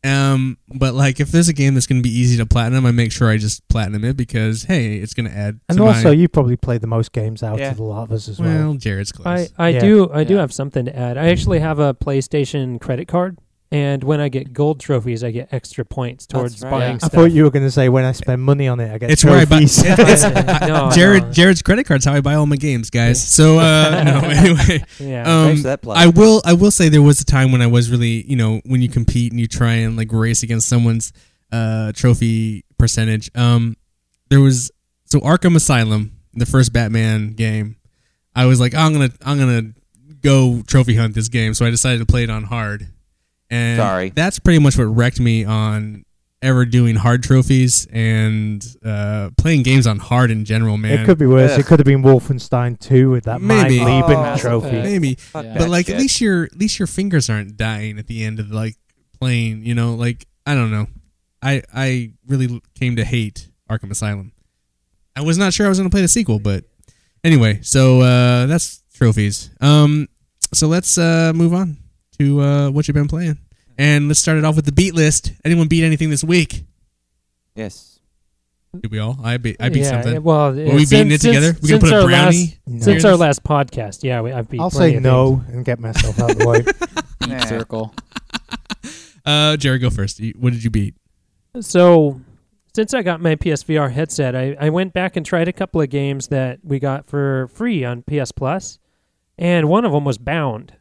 [SPEAKER 1] Um, but like if there's a game that's going to be easy to platinum, I make sure I just platinum it because hey, it's going to add.
[SPEAKER 4] And
[SPEAKER 1] to my-
[SPEAKER 4] also, you probably played the most games out
[SPEAKER 3] Yeah.
[SPEAKER 4] of the lot of us as well.
[SPEAKER 1] well, Jared's close.
[SPEAKER 2] I, I
[SPEAKER 4] Yeah.
[SPEAKER 2] do I do
[SPEAKER 5] Yeah.
[SPEAKER 2] have something to add. I actually have a PlayStation credit card, and when I get gold trophies, I get extra points towards
[SPEAKER 3] right.
[SPEAKER 2] buying
[SPEAKER 5] Yeah.
[SPEAKER 4] I
[SPEAKER 2] stuff.
[SPEAKER 4] thought you were going to say when I spend money on it, I get
[SPEAKER 1] it's where I buy.
[SPEAKER 4] trophies.
[SPEAKER 1] it's-
[SPEAKER 2] No,
[SPEAKER 1] Jared
[SPEAKER 2] no.
[SPEAKER 1] Jared's credit card's how I buy all my games, guys. So uh, no, anyway.
[SPEAKER 2] yeah.
[SPEAKER 1] Um,
[SPEAKER 3] Thanks for that plug.
[SPEAKER 1] I will. I will say there was a time when I was really, you know, when you compete and you try and like race against someone's uh, trophy percentage. Um, there was so Arkham Asylum, the first Batman game. I was like, I'm gonna, I'm gonna go trophy hunt this game. So I decided to play it on hard. And
[SPEAKER 3] Sorry.
[SPEAKER 1] that's pretty much what wrecked me on ever doing hard trophies and uh, playing games on hard in general, man.
[SPEAKER 4] It could be worse. It
[SPEAKER 3] Ugh.
[SPEAKER 4] could have been Wolfenstein 2 with that
[SPEAKER 1] Maybe.
[SPEAKER 4] Mein Lieben
[SPEAKER 3] Oh, Mass
[SPEAKER 4] trophy.
[SPEAKER 5] Effect.
[SPEAKER 1] Maybe.
[SPEAKER 3] Fuck
[SPEAKER 5] Yeah.
[SPEAKER 3] that
[SPEAKER 1] but like
[SPEAKER 3] shit.
[SPEAKER 1] at least your at least your fingers aren't dying at the end of like playing you know like i don't know i i really l- came to hate arkham asylum i was not sure i was going to play the sequel but anyway so uh that's trophies um so let's uh move on to uh what you've been playing and let's start it off with the beat list anyone beat anything this week
[SPEAKER 3] yes.
[SPEAKER 1] did we all i beat i beat
[SPEAKER 2] yeah,
[SPEAKER 1] something
[SPEAKER 2] yeah, Well, were
[SPEAKER 1] we beating it together? We gonna put a brownie
[SPEAKER 4] No.
[SPEAKER 2] since
[SPEAKER 1] here?
[SPEAKER 2] our last podcast, yeah, we, I've beat.
[SPEAKER 4] I'll
[SPEAKER 2] plenty
[SPEAKER 4] say
[SPEAKER 2] of
[SPEAKER 4] no and get myself out of the way.
[SPEAKER 5] deep
[SPEAKER 3] Nah.
[SPEAKER 5] circle.
[SPEAKER 1] uh jared go first You- what did you beat
[SPEAKER 2] things. So, since I got my PSVR headset, I, I went back and tried a couple of games that we got for free on PS Plus, and one of them was Bound.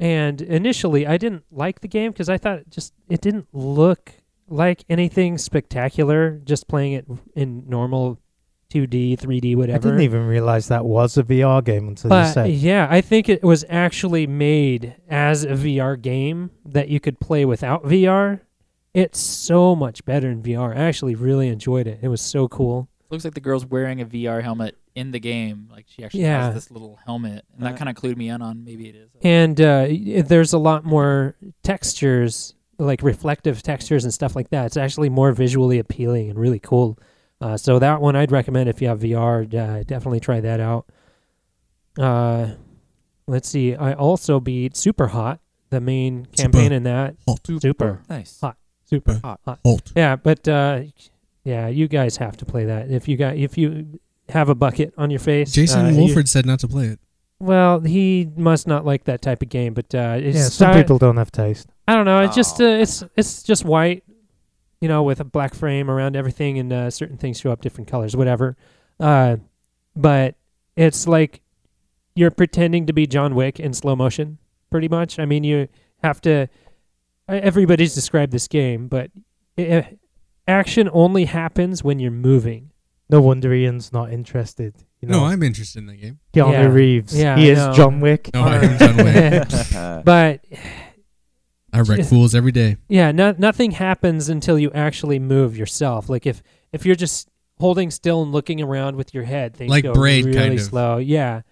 [SPEAKER 2] And initially, I didn't like the game because I thought it just it didn't look like anything spectacular. Just playing it in normal 2D, 3D, whatever.
[SPEAKER 4] I didn't even realize that was a VR game until you
[SPEAKER 2] But
[SPEAKER 4] said.
[SPEAKER 2] yeah, I think it was actually made as a VR game that you could play without VR. It's so much better in VR. I actually really enjoyed it. It was so cool.
[SPEAKER 5] Looks like the girl's wearing a VR helmet in the game. Like she actually
[SPEAKER 2] Yeah.
[SPEAKER 5] has this little helmet, and that
[SPEAKER 3] Uh,
[SPEAKER 5] kind of clued me in on maybe it is.
[SPEAKER 2] And uh, y- there's a lot more textures, like reflective textures and stuff like that. It's actually more visually appealing and really cool. Uh, so that one I'd recommend if you have VR, uh, definitely try that out. Uh, let's see. I also beat Super Hot, the main campaign in that.
[SPEAKER 1] halt
[SPEAKER 2] Super.
[SPEAKER 3] Nice.
[SPEAKER 2] Super
[SPEAKER 1] hot
[SPEAKER 2] hot.
[SPEAKER 1] halt
[SPEAKER 2] Uh, Yeah, but uh, yeah, you guys have to play that. If you got if you have a bucket on your face,
[SPEAKER 1] jason
[SPEAKER 2] uh, you-
[SPEAKER 1] wolford said not to play it
[SPEAKER 2] well, he must not like that type of game, but uh, it's
[SPEAKER 4] Yeah, some
[SPEAKER 2] I-
[SPEAKER 4] people don't have taste.
[SPEAKER 2] I don't know. It's just uh,
[SPEAKER 3] Aw.
[SPEAKER 2] it's it's just white, you know, with a black frame around everything, and uh, certain things show up different colors, whatever. Uh, but it's like you're pretending to be John Wick in slow motion, pretty much. I mean, you have to. e- Everybody's described this game, but i action only happens when you're moving.
[SPEAKER 4] No wonder Ian's not interested. You know,
[SPEAKER 1] no i'm interested in that game
[SPEAKER 4] Keanu
[SPEAKER 2] Yeah.
[SPEAKER 4] Reeves.
[SPEAKER 2] Yeah,
[SPEAKER 4] he
[SPEAKER 2] I
[SPEAKER 4] is
[SPEAKER 2] know.
[SPEAKER 4] John Wick.
[SPEAKER 1] No, I am John Wick.
[SPEAKER 2] but
[SPEAKER 1] I wreck fools every day.
[SPEAKER 2] Yeah, no, nothing happens until you actually move yourself. Like if if you're just holding still and looking around with your head, things
[SPEAKER 1] Like
[SPEAKER 2] go
[SPEAKER 1] Braid,
[SPEAKER 2] really
[SPEAKER 1] kind of.
[SPEAKER 2] slow. Yeah,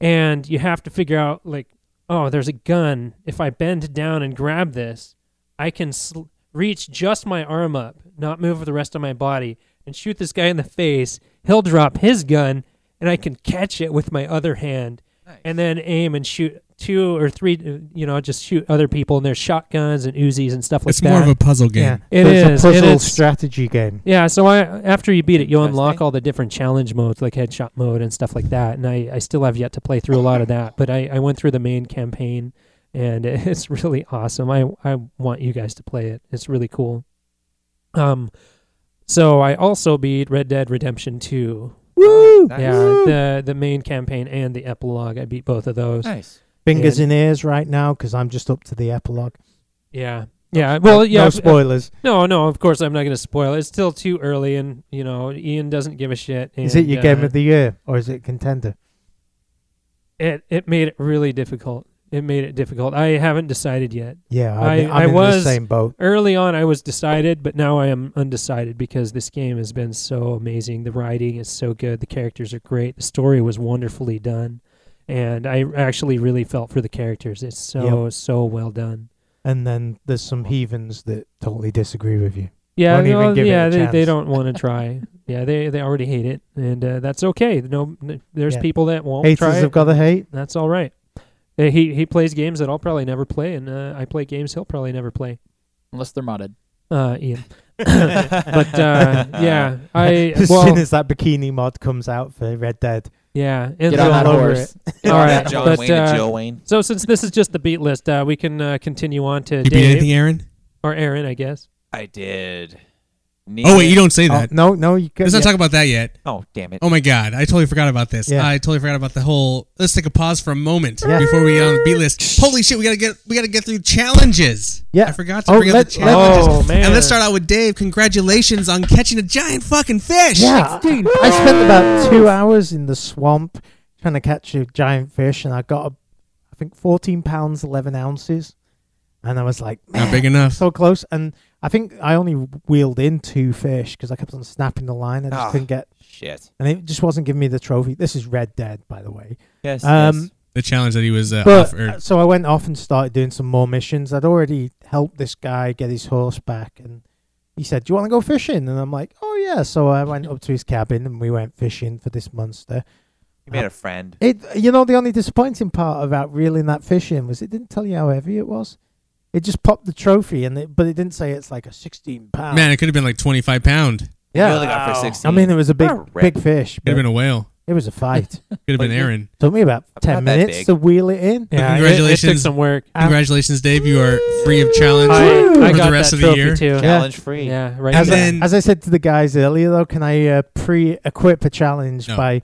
[SPEAKER 2] and you have to figure out like, oh, there's a gun. If I bend down and grab this, I can sl- reach just my arm up, not move the rest of my body, and shoot this guy in the face. He'll drop his gun, and I can catch it with my other hand and then aim and shoot two or three, uh, you know, just shoot other people and there's shotguns and Uzis and stuff like
[SPEAKER 1] it's
[SPEAKER 2] that.
[SPEAKER 1] more of a puzzle game.
[SPEAKER 4] Yeah,
[SPEAKER 2] It
[SPEAKER 4] so
[SPEAKER 2] is,
[SPEAKER 4] It's
[SPEAKER 2] it
[SPEAKER 4] a puzzle
[SPEAKER 2] is.
[SPEAKER 4] strategy game.
[SPEAKER 2] yeah, so I after you beat it, you unlock
[SPEAKER 3] Interesting.
[SPEAKER 2] all the different challenge modes like headshot mode and stuff like that. And I, I still have yet to play through a lot of that, but I, I went through the main campaign and it's really awesome. I, I want you guys to play it. It's really cool. Um, so I also beat Red Dead Redemption 2.
[SPEAKER 3] Woo! Nice.
[SPEAKER 2] Yeah, the the main campaign and the epilogue. I beat both of those.
[SPEAKER 3] Nice.
[SPEAKER 4] Fingers
[SPEAKER 2] And-
[SPEAKER 4] in ears right now because I'm just up to the epilogue.
[SPEAKER 2] Yeah. Yeah. Well, yeah.
[SPEAKER 4] no
[SPEAKER 2] if-
[SPEAKER 4] spoilers.
[SPEAKER 2] No, no, of course I'm not going to spoil. it. It's still too early, and you know Ian doesn't give a shit. And,
[SPEAKER 4] is it your
[SPEAKER 2] uh,
[SPEAKER 4] game of the year or is it contender?
[SPEAKER 2] It it made it really difficult. It made it difficult. I haven't decided yet.
[SPEAKER 4] Yeah, I'm,
[SPEAKER 2] I-
[SPEAKER 4] I'm
[SPEAKER 2] I
[SPEAKER 4] in
[SPEAKER 2] was-
[SPEAKER 4] the same boat.
[SPEAKER 2] Early on, I was decided, but now I am undecided because this game has been so amazing. The writing is so good. The characters are great. The story was wonderfully done, and I actually really felt for the characters. It's so so well done.
[SPEAKER 4] And then there's some heathens that totally disagree with you.
[SPEAKER 2] Yeah,
[SPEAKER 4] Won't even
[SPEAKER 2] well,
[SPEAKER 4] give it
[SPEAKER 2] yeah,
[SPEAKER 4] a
[SPEAKER 2] they, they
[SPEAKER 4] chance.
[SPEAKER 2] don't want to try. Yeah, they they already hate it, and uh, that's okay. No, n- there's
[SPEAKER 4] Yeah.
[SPEAKER 2] people that won't
[SPEAKER 4] Haters
[SPEAKER 2] try.
[SPEAKER 4] have
[SPEAKER 2] It.
[SPEAKER 4] got to hate.
[SPEAKER 2] that's all right. Uh, He he plays games that I'll probably never play, and uh, I play games he'll probably never play.
[SPEAKER 5] unless they're modded.
[SPEAKER 2] Uh, Ian. but uh, yeah, I
[SPEAKER 4] As soon
[SPEAKER 2] well
[SPEAKER 4] as that bikini mod comes out for Red Dead,
[SPEAKER 2] yeah, and
[SPEAKER 5] Get
[SPEAKER 2] so,
[SPEAKER 5] on that
[SPEAKER 4] all over
[SPEAKER 5] horse.
[SPEAKER 2] All
[SPEAKER 3] Get off
[SPEAKER 2] right,
[SPEAKER 3] that John
[SPEAKER 2] but,
[SPEAKER 3] Wayne and
[SPEAKER 2] uh,
[SPEAKER 3] Jill Wayne.
[SPEAKER 2] so since this is just the beat list, uh, we can uh, continue on to
[SPEAKER 1] You beat
[SPEAKER 2] Dave
[SPEAKER 1] anything, Aaron?
[SPEAKER 2] or Aaron, I guess.
[SPEAKER 3] I did.
[SPEAKER 1] Oh wait, you don't say
[SPEAKER 4] oh,
[SPEAKER 1] that.
[SPEAKER 4] no, no, you could.
[SPEAKER 1] Let's
[SPEAKER 4] Yeah.
[SPEAKER 1] not talk about that yet.
[SPEAKER 3] Oh damn it!
[SPEAKER 1] Oh my god, I totally forgot about this.
[SPEAKER 4] Yeah.
[SPEAKER 1] I totally forgot about the whole. Let's take a pause for a moment
[SPEAKER 4] Yeah.
[SPEAKER 1] before we get on the beat list. Holy shit, we gotta get we gotta get through challenges.
[SPEAKER 4] Yeah.
[SPEAKER 1] I forgot to
[SPEAKER 4] Oh,
[SPEAKER 1] bring up
[SPEAKER 4] let-
[SPEAKER 1] the
[SPEAKER 4] let-
[SPEAKER 1] challenges.
[SPEAKER 2] Oh, man.
[SPEAKER 1] And let's start out with Dave. Congratulations on catching a giant fucking fish.
[SPEAKER 4] Yeah, I spent about two hours in the swamp trying to catch a giant fish, and I got, a, I think, fourteen pounds eleven ounces, and I was like, man,
[SPEAKER 1] Not big enough.
[SPEAKER 4] so close. And I think I only wheeled in two fish because I kept on snapping the line. I just
[SPEAKER 3] Ah.
[SPEAKER 4] couldn't get,
[SPEAKER 3] Shit.
[SPEAKER 4] and it just wasn't giving me the trophy. This is Red Dead, by the way.
[SPEAKER 3] Yes.
[SPEAKER 4] Um,
[SPEAKER 1] The challenge that he was uh,
[SPEAKER 4] But
[SPEAKER 1] offered.
[SPEAKER 4] so I went off and started doing some more missions. I'd already helped this guy get his horse back, and he said, "Do you want to go fishing?" And I'm like, "Oh yeah." So I went up to his cabin and we went fishing for this monster.
[SPEAKER 3] you made a friend.
[SPEAKER 4] It, you know, the only disappointing part about reeling that fish in was it didn't tell you how heavy it was. It just popped the trophy, and it, but it didn't say it's like a 16 pound.
[SPEAKER 1] Man, it could have been like twenty five pound.
[SPEAKER 3] You
[SPEAKER 4] yeah.
[SPEAKER 3] only got for
[SPEAKER 2] Wow.
[SPEAKER 3] 16.
[SPEAKER 4] I mean, it was a big,
[SPEAKER 3] What a rip.
[SPEAKER 4] big fish.
[SPEAKER 1] Could
[SPEAKER 4] but
[SPEAKER 1] have been a whale.
[SPEAKER 4] it was a fight.
[SPEAKER 1] Could have
[SPEAKER 3] But
[SPEAKER 1] been
[SPEAKER 3] you-
[SPEAKER 1] Aaron.
[SPEAKER 4] Took me about
[SPEAKER 3] Not
[SPEAKER 4] 10
[SPEAKER 3] that
[SPEAKER 4] minutes
[SPEAKER 3] big.
[SPEAKER 4] to wheel it in.
[SPEAKER 2] Yeah, it- It, took
[SPEAKER 1] congratulations.
[SPEAKER 2] some work.
[SPEAKER 4] Um,
[SPEAKER 1] Congratulations, Dave. You are free of challenge
[SPEAKER 2] I,
[SPEAKER 4] Woo!
[SPEAKER 1] for
[SPEAKER 2] I
[SPEAKER 1] the
[SPEAKER 2] got
[SPEAKER 1] rest
[SPEAKER 2] that
[SPEAKER 1] of the
[SPEAKER 2] trophy
[SPEAKER 1] year.
[SPEAKER 2] too.
[SPEAKER 3] Challenge free.
[SPEAKER 2] Yeah, right.
[SPEAKER 1] And
[SPEAKER 4] As,
[SPEAKER 2] there.
[SPEAKER 1] then-
[SPEAKER 4] I, as I said to the guys earlier, though, can I uh, pre-equip a challenge
[SPEAKER 1] No.
[SPEAKER 4] by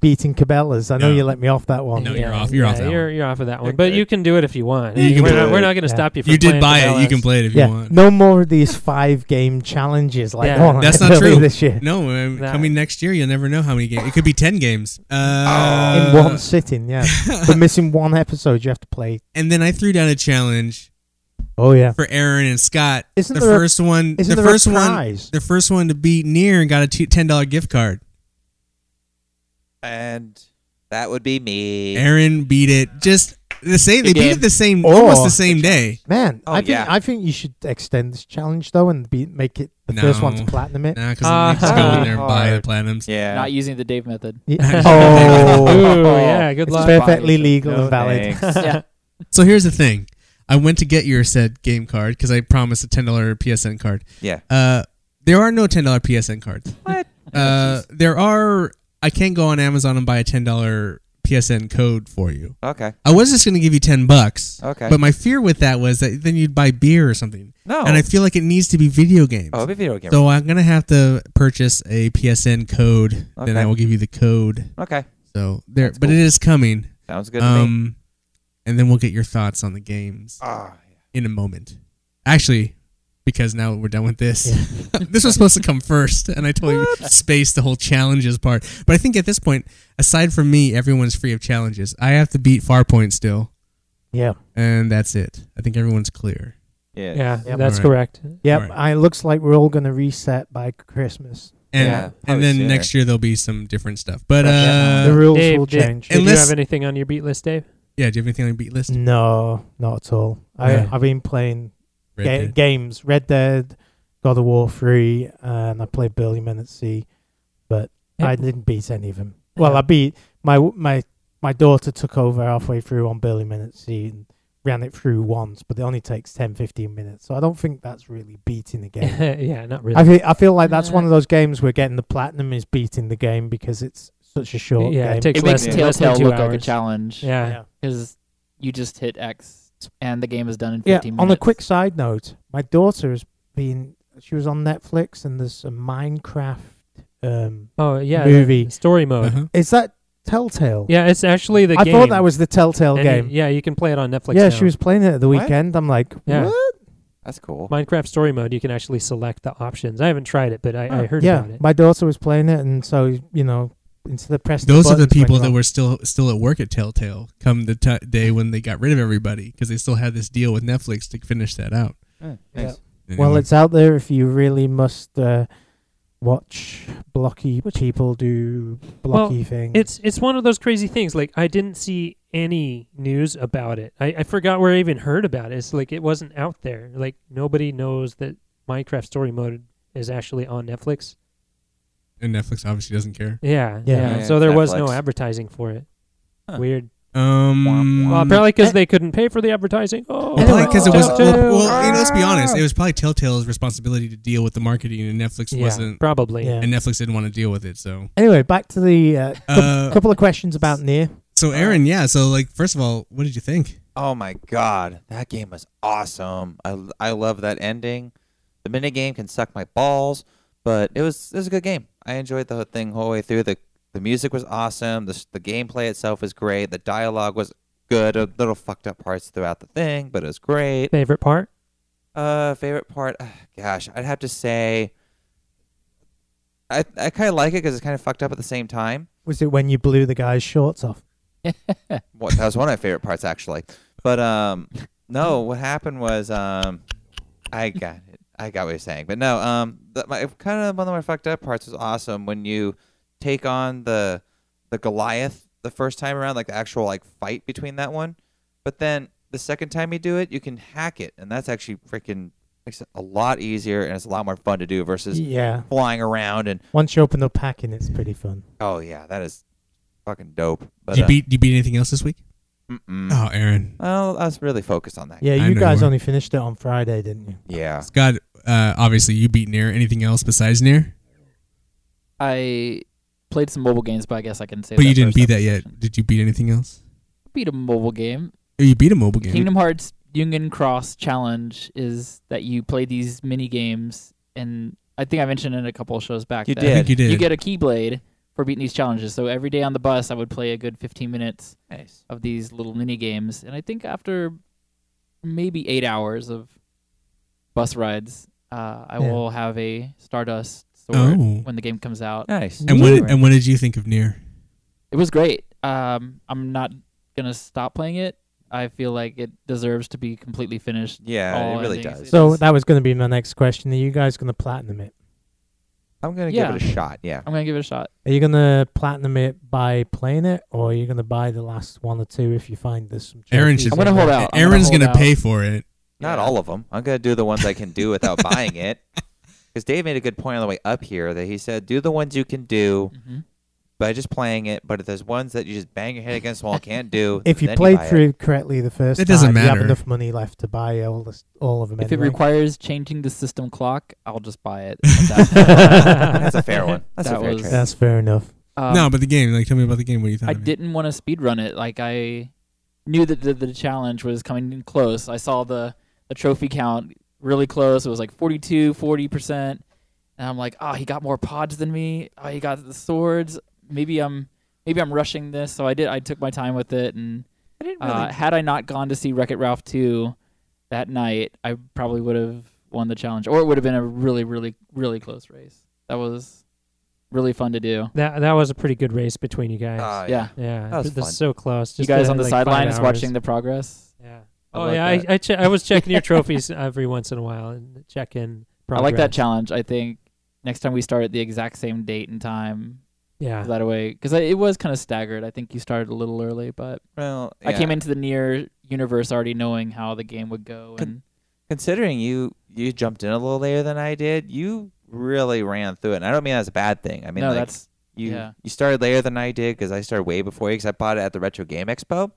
[SPEAKER 4] beating Cabela's? I know
[SPEAKER 1] No.
[SPEAKER 4] you let me off that one.
[SPEAKER 1] No, you're off- you're
[SPEAKER 2] yeah,
[SPEAKER 1] off that
[SPEAKER 2] you're, you're off of that one.
[SPEAKER 3] You're
[SPEAKER 2] But
[SPEAKER 3] good.
[SPEAKER 2] you can do it if you want.
[SPEAKER 1] Yeah, you can
[SPEAKER 2] we're,
[SPEAKER 1] do
[SPEAKER 2] not,
[SPEAKER 1] it.
[SPEAKER 2] we're not going to
[SPEAKER 4] Yeah.
[SPEAKER 2] stop you from
[SPEAKER 1] You did
[SPEAKER 2] playing
[SPEAKER 1] buy it. You
[SPEAKER 2] Cabela's.
[SPEAKER 1] can play it if
[SPEAKER 4] yeah,
[SPEAKER 1] you want.
[SPEAKER 4] no more of these five-game challenges like
[SPEAKER 2] Yeah.
[SPEAKER 4] the one I
[SPEAKER 1] That's
[SPEAKER 4] had
[SPEAKER 1] not
[SPEAKER 4] earlier
[SPEAKER 1] true.
[SPEAKER 4] this year
[SPEAKER 1] No, uh,
[SPEAKER 2] Nah.
[SPEAKER 1] coming next year, you'll never know how many games. It could be ten games.
[SPEAKER 4] in
[SPEAKER 1] Uh,
[SPEAKER 4] one sitting. Yeah, but missing one episode, you have to play.
[SPEAKER 1] And then I threw down a challenge
[SPEAKER 4] Oh yeah,
[SPEAKER 1] for Aaron and Scott.
[SPEAKER 4] Isn't
[SPEAKER 1] the
[SPEAKER 4] there a-
[SPEAKER 1] first one?
[SPEAKER 4] isn't
[SPEAKER 1] the
[SPEAKER 4] there a
[SPEAKER 1] first one?
[SPEAKER 4] prize?
[SPEAKER 1] The first one to beat near and got a two- ten dollar gift card.
[SPEAKER 3] And that would be me.
[SPEAKER 1] Aaron beat it. Just the same. They beat
[SPEAKER 5] Good game.
[SPEAKER 1] it the same,
[SPEAKER 4] Or-
[SPEAKER 1] almost the same day.
[SPEAKER 4] man.
[SPEAKER 3] Oh,
[SPEAKER 4] I think
[SPEAKER 3] yeah.
[SPEAKER 4] I think you should extend this challenge though and be, make it the first one to
[SPEAKER 1] No.
[SPEAKER 4] platinum it.
[SPEAKER 1] Nah, because uh, just go in there and buy the platinums.
[SPEAKER 3] Yeah.
[SPEAKER 5] Not using the Dave method.
[SPEAKER 4] Ye-
[SPEAKER 3] Oh.
[SPEAKER 4] oh,
[SPEAKER 2] Ooh, yeah, good
[SPEAKER 4] it's
[SPEAKER 2] luck.
[SPEAKER 4] perfectly legal
[SPEAKER 2] No,
[SPEAKER 4] and valid.
[SPEAKER 3] Thanks.
[SPEAKER 5] yeah.
[SPEAKER 1] So here's the thing. I went to get your said game card because I promised a ten dollar PSN card.
[SPEAKER 3] Yeah.
[SPEAKER 1] Uh, there are no ten dollar PSN cards. What? Uh, there are. I can't go on Amazon and buy a ten dollar PSN code for you.
[SPEAKER 3] Okay.
[SPEAKER 1] I was just going to give you ten bucks.
[SPEAKER 3] Okay.
[SPEAKER 1] But my fear with that was that then you'd buy beer or something,
[SPEAKER 3] No.
[SPEAKER 1] and I feel like it needs to be video games.
[SPEAKER 3] oh, it'd be video game.
[SPEAKER 1] so I'm gonna have to purchase a PSN code. Then
[SPEAKER 3] Okay.
[SPEAKER 1] I will give you the code.
[SPEAKER 3] okay.
[SPEAKER 1] So there, but
[SPEAKER 3] cool.
[SPEAKER 1] it is coming.
[SPEAKER 3] Sounds good to me.
[SPEAKER 1] um, and then we'll get your thoughts on the games
[SPEAKER 3] Ah, yeah.
[SPEAKER 1] in a moment. Actually, because now we're done with this. this was supposed to come first, and I totally spaced the whole challenges part. But I think at this point, aside from me, everyone's free of challenges. I have to beat Farpoint still,
[SPEAKER 4] Yeah,
[SPEAKER 1] and that's it. I think everyone's clear.
[SPEAKER 3] Yeah.
[SPEAKER 2] Yeah,
[SPEAKER 4] Yep.
[SPEAKER 2] that's
[SPEAKER 1] Alright.
[SPEAKER 2] correct.
[SPEAKER 4] yep.
[SPEAKER 1] Right.
[SPEAKER 4] I- It looks like we're all gonna reset by Christmas.
[SPEAKER 1] And
[SPEAKER 3] Yeah,
[SPEAKER 1] and
[SPEAKER 3] probably
[SPEAKER 1] then
[SPEAKER 3] sooner.
[SPEAKER 1] next year there'll be some different stuff. But
[SPEAKER 4] the
[SPEAKER 1] uh,
[SPEAKER 4] rules
[SPEAKER 2] Dave,
[SPEAKER 4] will
[SPEAKER 2] Dave,
[SPEAKER 4] change.
[SPEAKER 2] Did you
[SPEAKER 1] Unless-
[SPEAKER 2] have anything on your beat list, Dave?
[SPEAKER 1] yeah, do you have anything on your beat list?
[SPEAKER 4] No, not at all. I,
[SPEAKER 1] Yeah.
[SPEAKER 4] I've been playing
[SPEAKER 1] Red
[SPEAKER 4] ga-
[SPEAKER 1] Dead.
[SPEAKER 4] games, Red Dead, God of War 3, and I played Billion at Sea, but
[SPEAKER 2] Yeah.
[SPEAKER 4] I didn't beat any of them. Well, I beat my my my daughter took over halfway through on Billion at Sea and ran it through once, but it only takes 10, 15 minutes. So I don't think that's really beating the game.
[SPEAKER 2] yeah, not really.
[SPEAKER 4] I feel, I feel like that's one
[SPEAKER 5] Uh,
[SPEAKER 4] of those games where getting the platinum is beating the game because it's such a short
[SPEAKER 2] Yeah, it
[SPEAKER 4] game.
[SPEAKER 2] takes
[SPEAKER 5] It
[SPEAKER 2] less,
[SPEAKER 5] makes
[SPEAKER 2] than- less than
[SPEAKER 5] Telltale
[SPEAKER 2] two
[SPEAKER 5] look
[SPEAKER 2] hours.
[SPEAKER 5] like a challenge.
[SPEAKER 2] Yeah.
[SPEAKER 4] Yeah.
[SPEAKER 5] Because you just hit X and the game is done in 15
[SPEAKER 4] Yeah.
[SPEAKER 5] minutes.
[SPEAKER 4] On a quick side note, my daughter has been. She was on Netflix, and there's a Minecraft. Um,
[SPEAKER 2] Oh yeah, the-
[SPEAKER 4] Movie.
[SPEAKER 2] the story
[SPEAKER 4] Oh.
[SPEAKER 2] mode.
[SPEAKER 1] Uh-huh.
[SPEAKER 4] is that Telltale?
[SPEAKER 2] Yeah, it's actually the
[SPEAKER 4] I
[SPEAKER 2] game.
[SPEAKER 4] thought that was the Telltale
[SPEAKER 2] And you-
[SPEAKER 4] game.
[SPEAKER 2] yeah, you can play it on Netflix.
[SPEAKER 4] yeah,
[SPEAKER 2] now.
[SPEAKER 4] she was playing it at the
[SPEAKER 3] What?
[SPEAKER 4] weekend. I'm like,
[SPEAKER 2] Yeah.
[SPEAKER 4] what?
[SPEAKER 3] That's cool.
[SPEAKER 2] Minecraft story mode. You can actually select the options. I haven't tried it, but I, I heard
[SPEAKER 4] yeah,
[SPEAKER 2] about it.
[SPEAKER 4] my daughter was playing it, and so you know, instead of pressing,
[SPEAKER 1] Those
[SPEAKER 4] the
[SPEAKER 1] are the
[SPEAKER 4] buttons when
[SPEAKER 1] people
[SPEAKER 4] you're
[SPEAKER 1] that
[SPEAKER 4] on-
[SPEAKER 1] were still still at work at Telltale come the t- day when they got rid of everybody because they still had this deal with Netflix to finish that out.
[SPEAKER 3] Yeah,
[SPEAKER 4] Yeah.
[SPEAKER 3] Oh, nice.
[SPEAKER 1] Anyway.
[SPEAKER 4] Well, it's out there if you really must uh, watch blocky people do blocky things.
[SPEAKER 2] It's it's one of those crazy things. Like I didn't see any news about it. I, I forgot where I even heard about it. It's like it wasn't out there. Like nobody knows that Minecraft story mode is actually on Netflix.
[SPEAKER 1] and Netflix obviously doesn't care.
[SPEAKER 2] Yeah, yeah.
[SPEAKER 4] Yeah.
[SPEAKER 2] so there was no
[SPEAKER 3] Netflix.
[SPEAKER 2] advertising for it.
[SPEAKER 3] Huh.
[SPEAKER 2] Weird.
[SPEAKER 1] Um,
[SPEAKER 2] Well, apparently because they couldn't pay for the advertising. Oh,
[SPEAKER 1] Well, probably because it was well,
[SPEAKER 2] Telltale. Ah!
[SPEAKER 1] well, you know, let's be honest, it was probably Telltale's responsibility to deal with the marketing, and Netflix
[SPEAKER 2] yeah,
[SPEAKER 1] wasn't,
[SPEAKER 2] probably.
[SPEAKER 4] Yeah.
[SPEAKER 1] and Netflix didn't want to deal with it. So,
[SPEAKER 4] Anyway, back to the uh, cou-
[SPEAKER 1] Uh,
[SPEAKER 4] couple of questions about near.
[SPEAKER 1] so
[SPEAKER 2] uh,
[SPEAKER 1] Aaron, yeah, so like, first of all, what did you think?
[SPEAKER 3] Oh my god, that game was awesome. I, I love that ending. The minigame can suck my balls, but it was it was a good game. I enjoyed the whole thing whole way through. the The music was awesome. The s- the gameplay itself was great. The dialogue was good. A little fucked up parts throughout the thing, but it was great.
[SPEAKER 2] Favorite part?
[SPEAKER 3] Uh, favorite part? ah, Gosh, I'd have to say. I I kind of like it because it's kind of fucked up at the same time.
[SPEAKER 4] Was it when you blew the guy's shorts off?
[SPEAKER 3] What that was one of my favorite parts actually. But um, no, what happened was um, I got it. I got what you're saying. But no, um, that my kind of one of my fucked up parts was awesome when you take on the the Goliath the first time around, like the actual like fight between that one. But then the second time you do it, you can hack it, and that's actually freaking makes it a lot easier and it's a lot more fun to do versus
[SPEAKER 4] Yeah.
[SPEAKER 3] flying around and
[SPEAKER 4] Once you open up hacking, it's pretty fun.
[SPEAKER 3] oh yeah, that is fucking dope. But
[SPEAKER 1] Did you
[SPEAKER 3] uh, Hmm.
[SPEAKER 1] beat? Did you beat anything else this week?
[SPEAKER 3] mm-mm.
[SPEAKER 1] Oh, Aaron,
[SPEAKER 3] Well, I was really focused on that.
[SPEAKER 4] Yeah,
[SPEAKER 1] I
[SPEAKER 4] you
[SPEAKER 1] know
[SPEAKER 4] guys
[SPEAKER 1] where-
[SPEAKER 4] only finished it on Friday, didn't you?
[SPEAKER 3] Yeah.
[SPEAKER 1] Scott, uh, obviously you beat near. Anything else besides near?
[SPEAKER 5] I played some mobile games, but I guess I can say.
[SPEAKER 1] But
[SPEAKER 5] that
[SPEAKER 1] you didn't
[SPEAKER 5] first
[SPEAKER 1] beat that
[SPEAKER 5] episode.
[SPEAKER 1] yet. Did you beat anything else?
[SPEAKER 5] Beat a mobile game.
[SPEAKER 1] Oh, You beat a mobile game.
[SPEAKER 5] Kingdom Hearts Union Cross challenge is that you play these mini games, and I think I mentioned it a couple of shows back.
[SPEAKER 3] You
[SPEAKER 5] that
[SPEAKER 1] I think
[SPEAKER 3] did.
[SPEAKER 1] you did.
[SPEAKER 5] You get a keyblade for beating these challenges. So every day on the bus, I would play a good 15 minutes
[SPEAKER 3] Nice.
[SPEAKER 5] of these little mini games. And I think after maybe eight hours of bus rides, uh, I
[SPEAKER 4] Yeah.
[SPEAKER 5] will have a Stardust sword
[SPEAKER 1] oh,
[SPEAKER 5] when the game comes out.
[SPEAKER 3] Nice.
[SPEAKER 1] and what?
[SPEAKER 5] Near.
[SPEAKER 1] And what did you think of near?
[SPEAKER 5] It was great. Um, I'm not gonna stop playing it. I feel like it deserves to be completely finished.
[SPEAKER 3] Yeah,
[SPEAKER 5] all
[SPEAKER 3] it really
[SPEAKER 5] endings.
[SPEAKER 3] does.
[SPEAKER 5] It
[SPEAKER 4] So
[SPEAKER 5] is-
[SPEAKER 4] that was going to be my next question. Are you guys going to platinum it?
[SPEAKER 3] I'm gonna
[SPEAKER 5] Yeah.
[SPEAKER 3] give it a shot. Yeah.
[SPEAKER 5] I'm gonna give it a shot.
[SPEAKER 4] Are you going to platinum it by playing it, or are you going to buy the last one or two if you find there's some?
[SPEAKER 1] Aaron
[SPEAKER 4] trophies
[SPEAKER 1] should-
[SPEAKER 5] I'm
[SPEAKER 4] in
[SPEAKER 5] gonna
[SPEAKER 4] there?
[SPEAKER 5] hold out. I'm
[SPEAKER 1] Aaron's
[SPEAKER 5] hold
[SPEAKER 1] gonna
[SPEAKER 5] out.
[SPEAKER 1] pay for it.
[SPEAKER 3] Not
[SPEAKER 5] Yeah.
[SPEAKER 3] all of them. I'm gonna do the ones I can do without buying it. Because Dave made a good point on the way up here that he said do the ones you can do
[SPEAKER 5] Mhm.
[SPEAKER 3] by just playing it, but if there's ones that you just bang your head against the wall and can't do,
[SPEAKER 4] If you
[SPEAKER 3] then
[SPEAKER 4] played
[SPEAKER 3] buy it.
[SPEAKER 4] through correctly the first
[SPEAKER 1] It doesn't
[SPEAKER 4] time, you
[SPEAKER 1] matter.
[SPEAKER 4] have enough money left to buy all this, all of them.
[SPEAKER 5] If it
[SPEAKER 4] anyway.
[SPEAKER 5] requires changing the system clock, I'll just buy it. at that point.
[SPEAKER 3] that's a fair one. That's
[SPEAKER 5] That
[SPEAKER 3] a fair
[SPEAKER 5] was-
[SPEAKER 3] trade.
[SPEAKER 4] That's fair enough.
[SPEAKER 5] Um,
[SPEAKER 1] no, but the game. Like, tell me about the game. What you thought?
[SPEAKER 5] I
[SPEAKER 1] of it?
[SPEAKER 5] didn't want to speedrun it. Like I knew that the, the challenge was coming in close. I saw the, the trophy count really close. It was like 42, 40%. And I'm like, "Oh, he got more pods than me. Oh, he got the swords. Maybe I'm maybe I'm rushing this." So I did I took my time with it and
[SPEAKER 3] I didn't really.
[SPEAKER 5] uh, had I not gone to see Wreck-It Ralph 2 that night, I probably would have won the challenge or it would have been a really really really close race. That was really fun to do.
[SPEAKER 2] That that was a pretty good race between you guys.
[SPEAKER 3] Ah,
[SPEAKER 5] yeah.
[SPEAKER 2] yeah,
[SPEAKER 3] that was
[SPEAKER 2] they're
[SPEAKER 3] fun.
[SPEAKER 2] so close.
[SPEAKER 5] You
[SPEAKER 2] Just
[SPEAKER 5] guys
[SPEAKER 2] uh,
[SPEAKER 5] on the
[SPEAKER 2] like five
[SPEAKER 5] sidelines watching
[SPEAKER 2] hours.
[SPEAKER 5] the progress?
[SPEAKER 2] Yeah.
[SPEAKER 5] I
[SPEAKER 2] Oh
[SPEAKER 5] like
[SPEAKER 2] yeah,
[SPEAKER 5] that.
[SPEAKER 2] I I, che- I was checking your trophies every once in a while and check in. Progress.
[SPEAKER 5] I like that challenge. I think next time we start at the exact same date and time
[SPEAKER 2] Yeah.
[SPEAKER 5] that way because it was kind of staggered. I think you started a little early, but
[SPEAKER 3] Well,
[SPEAKER 5] I came
[SPEAKER 3] yeah.
[SPEAKER 5] into the near universe already knowing how the game would go,
[SPEAKER 3] Con-
[SPEAKER 5] and
[SPEAKER 3] considering you you jumped in a little later than I did. You really ran through it, and I don't mean that's a bad thing. I mean
[SPEAKER 5] no,
[SPEAKER 3] like
[SPEAKER 5] that's
[SPEAKER 3] You
[SPEAKER 5] Yeah.
[SPEAKER 3] you started later than I did because I started way before you because I bought it at the Retro Game Expo,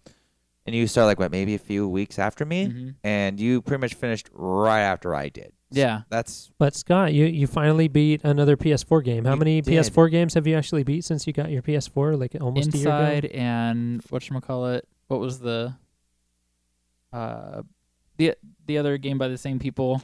[SPEAKER 3] and you started like what maybe a few weeks after me,
[SPEAKER 5] mhm.
[SPEAKER 3] and you pretty much finished right after I did. So
[SPEAKER 5] yeah.
[SPEAKER 3] that's
[SPEAKER 2] But Scott, you, you finally beat another PS4 game. How
[SPEAKER 3] You
[SPEAKER 2] many
[SPEAKER 3] did.
[SPEAKER 2] PS4 games have you actually beat since you got your PS4? Like almost a year
[SPEAKER 5] Inside
[SPEAKER 2] ago.
[SPEAKER 5] and what call it? What was the uh the the other game by the same people?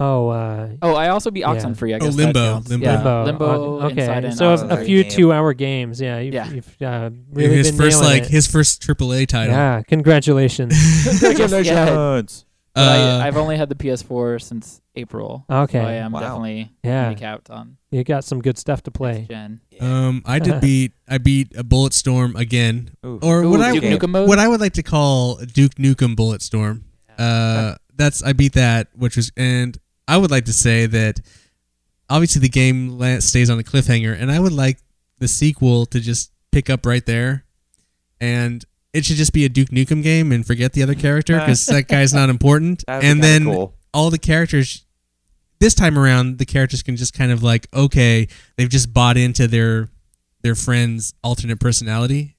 [SPEAKER 2] Oh, uh,
[SPEAKER 5] Oh, I also beat
[SPEAKER 2] Yeah.
[SPEAKER 5] Oxenfree. I
[SPEAKER 1] Oh,
[SPEAKER 5] guess that
[SPEAKER 1] Limbo,
[SPEAKER 5] counts.
[SPEAKER 1] Limbo.
[SPEAKER 5] Yeah.
[SPEAKER 2] Limbo.
[SPEAKER 5] Limbo.
[SPEAKER 2] Uh,
[SPEAKER 5] Inside
[SPEAKER 2] okay,
[SPEAKER 5] and
[SPEAKER 2] so a,
[SPEAKER 5] Outside.
[SPEAKER 2] a few
[SPEAKER 3] Game.
[SPEAKER 2] two-hour games. Yeah, you've,
[SPEAKER 5] Yeah.
[SPEAKER 2] you've uh, really
[SPEAKER 1] his
[SPEAKER 2] been
[SPEAKER 1] first
[SPEAKER 2] nailing
[SPEAKER 1] like
[SPEAKER 2] it.
[SPEAKER 1] his first AAA title.
[SPEAKER 2] Yeah, congratulations.
[SPEAKER 5] Yeah. But
[SPEAKER 1] Uh,
[SPEAKER 5] I, I've only had the PS4 since April.
[SPEAKER 4] Oh,
[SPEAKER 2] Okay.
[SPEAKER 5] So I am
[SPEAKER 3] Wow.
[SPEAKER 5] definitely
[SPEAKER 2] Yeah.
[SPEAKER 5] handicapped on
[SPEAKER 2] you got some good stuff to play.
[SPEAKER 5] play. gen.
[SPEAKER 1] um, I did beat I beat a Bulletstorm again,
[SPEAKER 3] Ooh.
[SPEAKER 1] or what
[SPEAKER 5] Ooh,
[SPEAKER 1] I
[SPEAKER 5] Duke Nukem mode?
[SPEAKER 1] what I would like to call Duke Nukem Bulletstorm. Uh, that's I beat that, which was and I would like to say that obviously the game la- stays on a cliffhanger, and I would like the sequel to just pick up right there, and it should just be a Duke Nukem game and forget the other character because that guy's not important.
[SPEAKER 3] That'd be
[SPEAKER 1] and
[SPEAKER 3] kinda
[SPEAKER 1] then
[SPEAKER 3] cool.
[SPEAKER 1] all the characters this time around, the characters can just kind of like, okay, they've just bought into their their friend's alternate personality,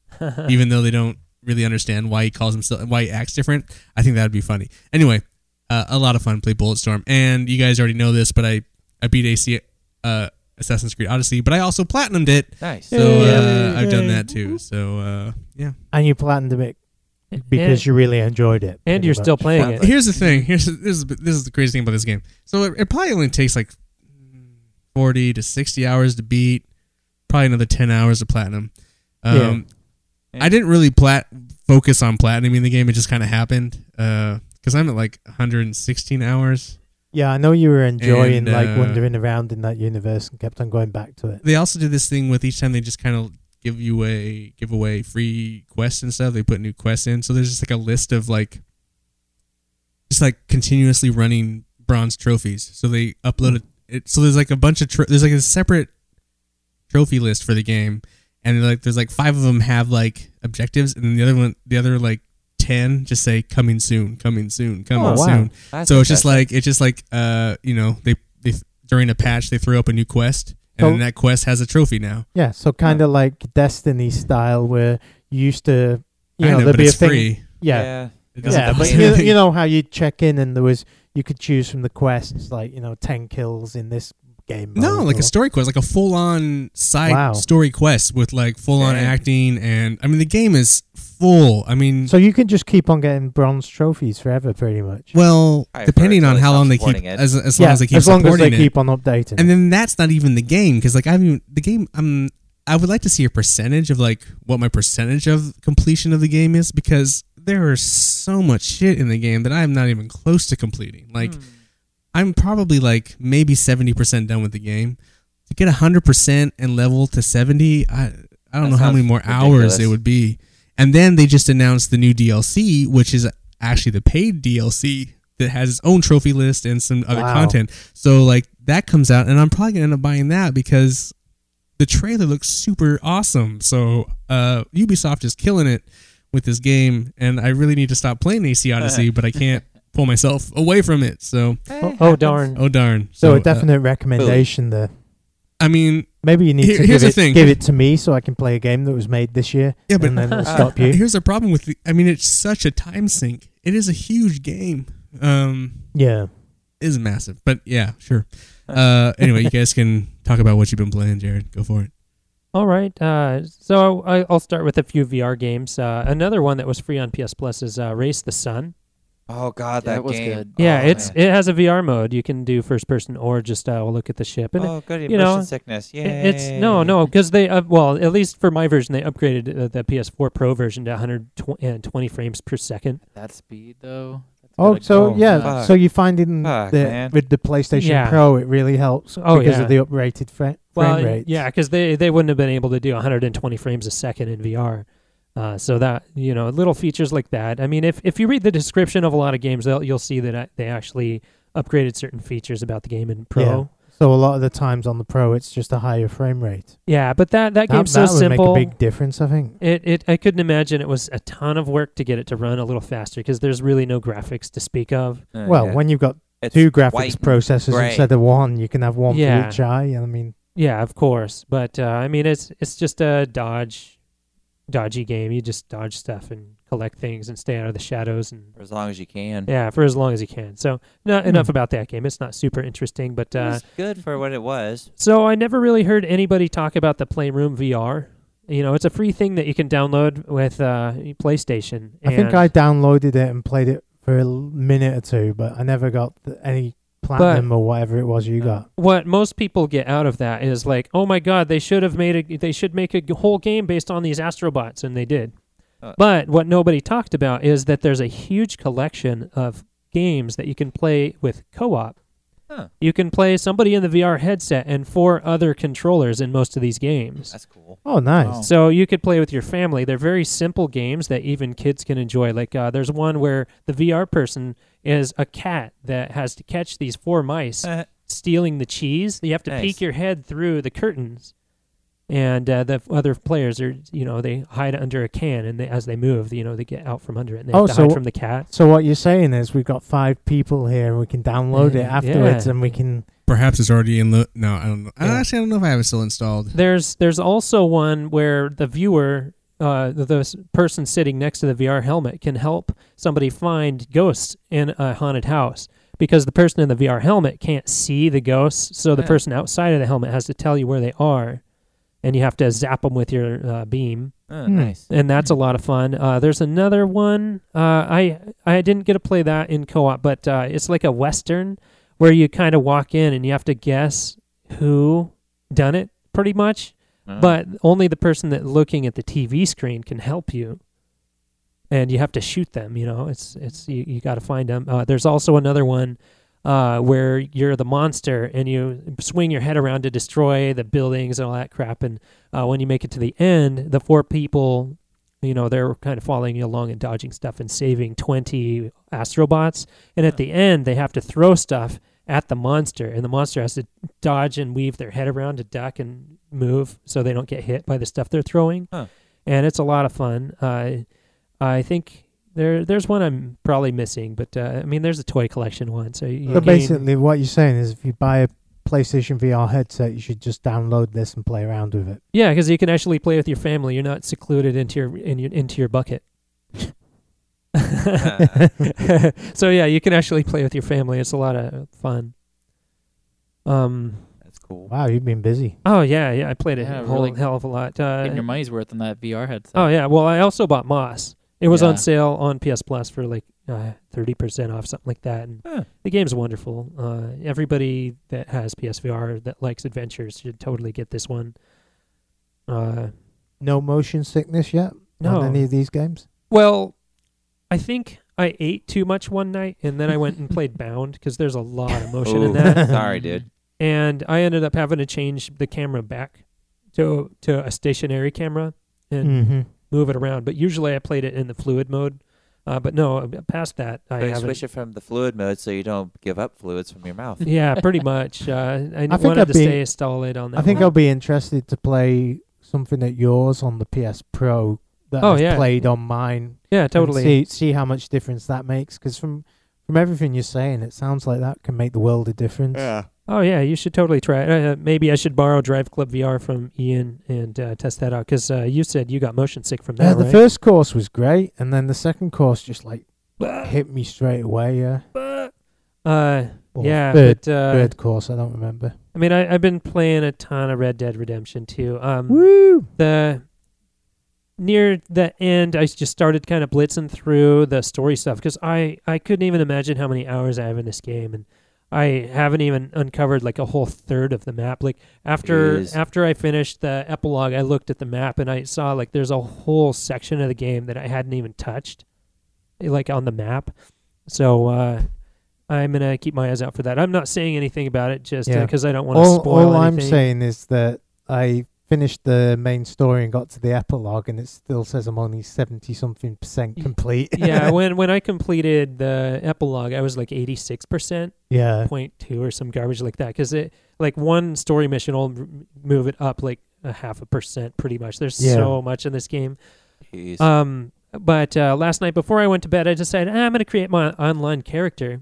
[SPEAKER 1] even though they don't really understand why he calls himself, why he acts different. I think that would be funny. Anyway, uh, a lot of fun. Play Bulletstorm, and you guys already know this, but I I beat AC uh, Assassin's Creed Odyssey, but I also platinumed it,
[SPEAKER 3] Nice.
[SPEAKER 1] so uh, I've done that too. So uh, yeah.
[SPEAKER 4] and you platinumed it because
[SPEAKER 2] and,
[SPEAKER 4] you really enjoyed it.
[SPEAKER 2] and
[SPEAKER 4] pretty
[SPEAKER 2] you're
[SPEAKER 4] much.
[SPEAKER 2] still playing it.
[SPEAKER 1] Here's the thing. Here's this is this is the crazy thing about this game. So it, it probably only takes like forty to sixty hours to beat. Probably another ten hours of platinum. Um,
[SPEAKER 3] Yeah.
[SPEAKER 1] I didn't really plat focus on platinum in the game. It just kind of happened. Because I'm at like 116 hours.
[SPEAKER 4] Yeah, I know you were enjoying
[SPEAKER 1] And, uh,
[SPEAKER 4] like wandering around in that universe and kept on going back to it.
[SPEAKER 1] They also do this thing with each time they just kind of give you a give away free quests and stuff. They put new quests in. So there's just like a list of like just like continuously running bronze trophies. So they uploaded it. So there's like a bunch of tro- there's like a separate trophy list for the game, and like there's like five of them have like objectives, and then the other one, the other like ten, just say coming soon, coming soon, coming
[SPEAKER 4] Oh, wow.
[SPEAKER 1] soon.
[SPEAKER 3] That's
[SPEAKER 1] so it's just
[SPEAKER 3] interesting.
[SPEAKER 1] like it's just like uh you know they they during a patch they throw up a new quest, and
[SPEAKER 4] So-
[SPEAKER 1] then that quest has a trophy now.
[SPEAKER 4] Yeah, so kind of like Destiny style, where you used to, you
[SPEAKER 1] I
[SPEAKER 4] know,
[SPEAKER 1] know,
[SPEAKER 4] there'd
[SPEAKER 1] but
[SPEAKER 4] be a
[SPEAKER 1] it's
[SPEAKER 4] thing.
[SPEAKER 1] free.
[SPEAKER 4] Yeah,
[SPEAKER 1] It doesn't
[SPEAKER 4] yeah, but
[SPEAKER 1] cost
[SPEAKER 4] you,
[SPEAKER 1] anything.
[SPEAKER 4] you know how you check in and there was you could choose from the quests like you know ten kills in this game.
[SPEAKER 1] No,
[SPEAKER 4] mode
[SPEAKER 1] like
[SPEAKER 4] or-
[SPEAKER 1] a story quest, like a full on side
[SPEAKER 4] Wow.
[SPEAKER 1] story quest with like full on
[SPEAKER 3] Dang.
[SPEAKER 1] acting and I mean the game is full. I mean
[SPEAKER 4] So you can just keep on getting bronze trophies forever, pretty much.
[SPEAKER 1] well,
[SPEAKER 3] I've heard
[SPEAKER 1] depending
[SPEAKER 3] it's
[SPEAKER 1] on
[SPEAKER 3] really
[SPEAKER 1] how
[SPEAKER 3] tough
[SPEAKER 1] long they keep
[SPEAKER 3] supporting it.
[SPEAKER 1] as, as
[SPEAKER 4] yeah,
[SPEAKER 1] long as they keep
[SPEAKER 4] as long as
[SPEAKER 1] supporting
[SPEAKER 4] they
[SPEAKER 1] it.
[SPEAKER 4] keep on updating.
[SPEAKER 1] and
[SPEAKER 4] it.
[SPEAKER 1] then that's not even the game cuz like I haven't the game I'm I would like to see a percentage of like what my percentage of completion of the game is because there is so much shit in the game that I'm not even close to completing. Like
[SPEAKER 3] Hmm.
[SPEAKER 1] I'm probably like maybe 70% done with the game. To get 100% and level to 70, I I don't
[SPEAKER 3] That
[SPEAKER 1] know how
[SPEAKER 3] sounds
[SPEAKER 1] many more hours
[SPEAKER 3] ridiculous.
[SPEAKER 1] it would be. And then they just announced the new DLC, which is actually the paid DLC that has its own trophy list and some other
[SPEAKER 4] Wow.
[SPEAKER 1] content. So like that comes out and I'm probably going to end up buying that because the trailer looks super awesome. So uh Ubisoft is killing it with this game and I really need to stop playing AC Odyssey, but I can't pull myself away from it. So
[SPEAKER 2] Oh, oh darn!
[SPEAKER 1] Oh darn!
[SPEAKER 4] so, a
[SPEAKER 1] uh,
[SPEAKER 4] definite recommendation there.
[SPEAKER 1] I mean,
[SPEAKER 4] Maybe you need
[SPEAKER 1] Here-
[SPEAKER 4] to
[SPEAKER 1] here's
[SPEAKER 4] give
[SPEAKER 1] the
[SPEAKER 4] it,
[SPEAKER 1] thing.
[SPEAKER 4] give it to me so I can play a game that was made this year.
[SPEAKER 1] Yeah, but-
[SPEAKER 4] and then it'll
[SPEAKER 3] Ah.
[SPEAKER 4] stop you.
[SPEAKER 1] here's the problem with. The, I mean, it's such a time sink. It is a huge game. Um,
[SPEAKER 4] Yeah.
[SPEAKER 1] it is massive. But yeah, sure. Uh, anyway, you guys can talk about what you've been playing, Jared. Go for it.
[SPEAKER 2] All right, uh, so I, I'll start with a few VR games. Uh, another one that was free on PS Plus is uh, Race the Sun.
[SPEAKER 3] Oh God,
[SPEAKER 5] Yeah,
[SPEAKER 3] that,
[SPEAKER 5] that was
[SPEAKER 3] game.
[SPEAKER 5] good.
[SPEAKER 2] Yeah,
[SPEAKER 3] Oh,
[SPEAKER 2] it's
[SPEAKER 3] man.
[SPEAKER 2] it has a VR mode. You can do first person or just uh, look at the ship, and
[SPEAKER 3] oh good. Immersion
[SPEAKER 2] you know,
[SPEAKER 3] sickness.
[SPEAKER 2] it-
[SPEAKER 3] Yeah.
[SPEAKER 2] it's no, no, because they uh, well, at least for my version, they upgraded uh, the PS4 Pro version to 120 uh, frames per second.
[SPEAKER 5] At that speed though. That's
[SPEAKER 4] Oh,
[SPEAKER 5] gotta
[SPEAKER 4] so
[SPEAKER 5] go
[SPEAKER 4] yeah.
[SPEAKER 5] nuts.
[SPEAKER 3] Fuck.
[SPEAKER 4] So you find in
[SPEAKER 3] Fuck,
[SPEAKER 4] the,
[SPEAKER 3] man.
[SPEAKER 4] with the PlayStation
[SPEAKER 2] Yeah.
[SPEAKER 4] Pro, it really helps
[SPEAKER 2] Oh,
[SPEAKER 4] because
[SPEAKER 2] yeah.
[SPEAKER 4] of the uprated fra- frame
[SPEAKER 2] Well,
[SPEAKER 4] rate.
[SPEAKER 2] yeah, because they they wouldn't have been able to do 120 frames a second in VR. Uh, so that you know, little features like that. I mean, if if you read the description of a lot of games, they'll- you'll see that uh, they actually upgraded certain features about the game in Pro.
[SPEAKER 4] Yeah. So a lot of the times on the Pro, it's just a higher frame rate.
[SPEAKER 2] Yeah, but that that
[SPEAKER 4] That,
[SPEAKER 2] game's
[SPEAKER 4] that
[SPEAKER 2] so
[SPEAKER 4] would
[SPEAKER 2] simple.
[SPEAKER 4] make a big difference, I think.
[SPEAKER 2] It, it I couldn't imagine it was a ton of work to get it to run a little faster because there's really no graphics to speak of.
[SPEAKER 3] Uh,
[SPEAKER 4] well,
[SPEAKER 3] yeah.
[SPEAKER 4] when you've got
[SPEAKER 3] It's
[SPEAKER 4] two graphics
[SPEAKER 3] white and
[SPEAKER 4] processors
[SPEAKER 3] grey.
[SPEAKER 4] instead of one, you can have one
[SPEAKER 2] Yeah.
[SPEAKER 4] for each eye. and I mean,
[SPEAKER 2] Yeah, of course, but uh, I mean it's it's just a dodge, dodgy game. You just dodge stuff and collect things and stay out of the shadows and
[SPEAKER 3] for as long as you can.
[SPEAKER 2] yeah for as long as you can. So no,
[SPEAKER 4] Hmm.
[SPEAKER 2] enough about that game. It's not super interesting, but
[SPEAKER 3] It
[SPEAKER 2] uh,
[SPEAKER 3] was good for what it was.
[SPEAKER 2] So I never really heard anybody talk about the Playroom VR. You know, it's a free thing that you can download with uh, PlayStation.
[SPEAKER 4] I think
[SPEAKER 2] and-
[SPEAKER 4] I downloaded it and played it for a l- minute or two, but I never got th- any platinum or whatever it was you
[SPEAKER 3] Uh,
[SPEAKER 4] got.
[SPEAKER 2] what most people get out of that is like, oh my god, they should have made a they should make a g- whole game based on these astrobots, and they did.
[SPEAKER 3] Uh.
[SPEAKER 2] but what nobody talked about is that there's a huge collection of games that you can play with co-op.
[SPEAKER 3] Huh.
[SPEAKER 2] You can play somebody in the VR headset and four other controllers in most of these games.
[SPEAKER 3] That's cool.
[SPEAKER 4] Oh, nice.
[SPEAKER 5] Wow.
[SPEAKER 2] So you could play with your family. They're very simple games that even kids can enjoy. Like uh, there's one where the VR person is a cat that has to catch these four mice
[SPEAKER 3] Uh,
[SPEAKER 2] stealing the cheese. You have to
[SPEAKER 3] Nice.
[SPEAKER 2] peek your head through the curtains and uh, the other players are you know they hide under a can, and they, as they move, you know they get out from under it, and they
[SPEAKER 4] Oh,
[SPEAKER 2] have to
[SPEAKER 4] so-
[SPEAKER 2] hide from the cat.
[SPEAKER 4] So what you're saying is we've got five people here, and we can download it
[SPEAKER 2] Yeah.
[SPEAKER 4] afterwards,
[SPEAKER 2] Yeah.
[SPEAKER 4] and we can.
[SPEAKER 1] Perhaps it's already in the. No, I don't know. I
[SPEAKER 4] Yeah.
[SPEAKER 1] Actually, I don't know if I have it still installed.
[SPEAKER 2] There's there's also one where the viewer, uh, the, the s- person sitting next to the VR helmet, can help somebody find ghosts in a haunted house because the person in the VR helmet can't see the ghosts, so the
[SPEAKER 3] Yeah.
[SPEAKER 2] person outside of the helmet has to tell you where they are, and you have to zap them with your uh, beam.
[SPEAKER 3] Oh,
[SPEAKER 4] Hmm.
[SPEAKER 3] nice.
[SPEAKER 2] and that's a lot of fun. Uh, there's another one. Uh, I I didn't get to play that in co-op, but uh, it's like a western where you kind of walk in and you have to guess who done it, pretty much.
[SPEAKER 3] Oh.
[SPEAKER 2] But only the person that looking at the TV screen can help you, and you have to shoot them. You know, it's it's you, you got to find them. Uh, there's also another one. Uh, where you're the monster and you swing your head around to destroy the buildings and all that crap, and uh, when you make it to the end, the four people, you know, they're kind of following you along and dodging stuff and saving 20 astrobots. And at the end, they have to throw stuff at the monster, and the monster has to dodge and weave their head around to duck and move so they don't get hit by the stuff they're throwing.
[SPEAKER 3] Huh.
[SPEAKER 2] And it's a lot of fun. Uh, I think. There, there's one I'm probably missing, but uh, I mean, there's a toy collection one. So you
[SPEAKER 4] So
[SPEAKER 2] gain-
[SPEAKER 4] basically, what you're saying is, if you buy a PlayStation VR headset, you should just download this and play around with it.
[SPEAKER 2] Yeah, because you can actually play with your family. You're not secluded into your, in your into your bucket. so yeah, you can actually play with your family. It's a lot of fun. Um.
[SPEAKER 3] That's cool.
[SPEAKER 4] Wow, you've been busy.
[SPEAKER 2] Oh yeah, yeah. I played a
[SPEAKER 5] Yeah,
[SPEAKER 2] whole
[SPEAKER 5] really
[SPEAKER 2] hell of a lot.
[SPEAKER 5] Getting your
[SPEAKER 2] Uh,
[SPEAKER 5] money's worth on that VR headset.
[SPEAKER 2] oh yeah. Well, I also bought Moss. It was
[SPEAKER 5] Yeah.
[SPEAKER 2] on sale on PS Plus for like uh, thirty percent off, something like that. And
[SPEAKER 3] Huh.
[SPEAKER 2] the game's wonderful. Uh, everybody that has PSVR that likes adventures should totally get this one. Uh,
[SPEAKER 4] No motion sickness yet
[SPEAKER 2] No.
[SPEAKER 4] on any of these games.
[SPEAKER 2] Well, I think I ate too much one night, and then I went and played Bound because there's a lot of motion in
[SPEAKER 3] Ooh.
[SPEAKER 2] that,
[SPEAKER 3] Sorry, dude.
[SPEAKER 2] and I ended up having to change the camera back to to a stationary camera and
[SPEAKER 4] Mm-hmm.
[SPEAKER 2] move it around. But usually I played it in the fluid mode. Uh, but no, uh, past that I
[SPEAKER 3] But you
[SPEAKER 2] haven't.
[SPEAKER 3] switch it from the fluid mode so you don't give up fluids from your mouth.
[SPEAKER 2] Yeah, pretty much. Uh, I,
[SPEAKER 4] think
[SPEAKER 2] wanted
[SPEAKER 4] I'd
[SPEAKER 2] to
[SPEAKER 4] be-
[SPEAKER 2] stay solid on that.
[SPEAKER 4] I think I'll
[SPEAKER 2] one.
[SPEAKER 4] be interested to play something at yours on the PS Pro that
[SPEAKER 2] Oh,
[SPEAKER 4] I've
[SPEAKER 2] yeah.
[SPEAKER 4] played on mine.
[SPEAKER 2] yeah,
[SPEAKER 4] and
[SPEAKER 2] totally.
[SPEAKER 4] See see how much difference that makes because from from everything you're saying, it sounds like that can make the world a difference.
[SPEAKER 2] Oh yeah, you should totally try it. Uh, maybe I should borrow Drive Club VR from Ian and uh, test that out because uh, you said you got motion sick from that,
[SPEAKER 4] Yeah, the
[SPEAKER 2] right?
[SPEAKER 4] first course was great, and then the second course just like hit me straight away. Yeah,
[SPEAKER 2] Uh,
[SPEAKER 4] Or
[SPEAKER 2] yeah,
[SPEAKER 4] third,
[SPEAKER 2] but uh,
[SPEAKER 4] third course, I don't remember.
[SPEAKER 2] I mean, I, I've been playing a ton of Red Dead Redemption too. Um,
[SPEAKER 4] Woo!
[SPEAKER 2] the near the end, I just started kind of blitzing through the story stuff because I I couldn't even imagine how many hours I have in this game, and I haven't even uncovered like a whole third of the map. Like after
[SPEAKER 3] Jeez.
[SPEAKER 2] after I finished the epilogue, I looked at the map and I saw like there's a whole section of the game that I hadn't even touched, like on the map. So. uh I'm gonna keep my eyes out for that. I'm not saying anything about it just
[SPEAKER 4] Yeah.
[SPEAKER 2] because I don't want to
[SPEAKER 4] All,
[SPEAKER 2] spoil
[SPEAKER 4] all I'm
[SPEAKER 2] anything.
[SPEAKER 4] saying is that I finished the main story and got to the epilogue, and it still says I'm only seventy something percent
[SPEAKER 2] Y-
[SPEAKER 4] complete.
[SPEAKER 2] yeah, when when I completed the epilogue, I was like 86%,
[SPEAKER 4] yeah.
[SPEAKER 2] 0.2 or some garbage like that cuz it like one story mission will m- move it up like a half a percent pretty much. There's
[SPEAKER 4] Yeah.
[SPEAKER 2] so much in this game.
[SPEAKER 3] Jeez.
[SPEAKER 2] Um but uh, last night before I went to bed, I decided ah, I'm going to create my online character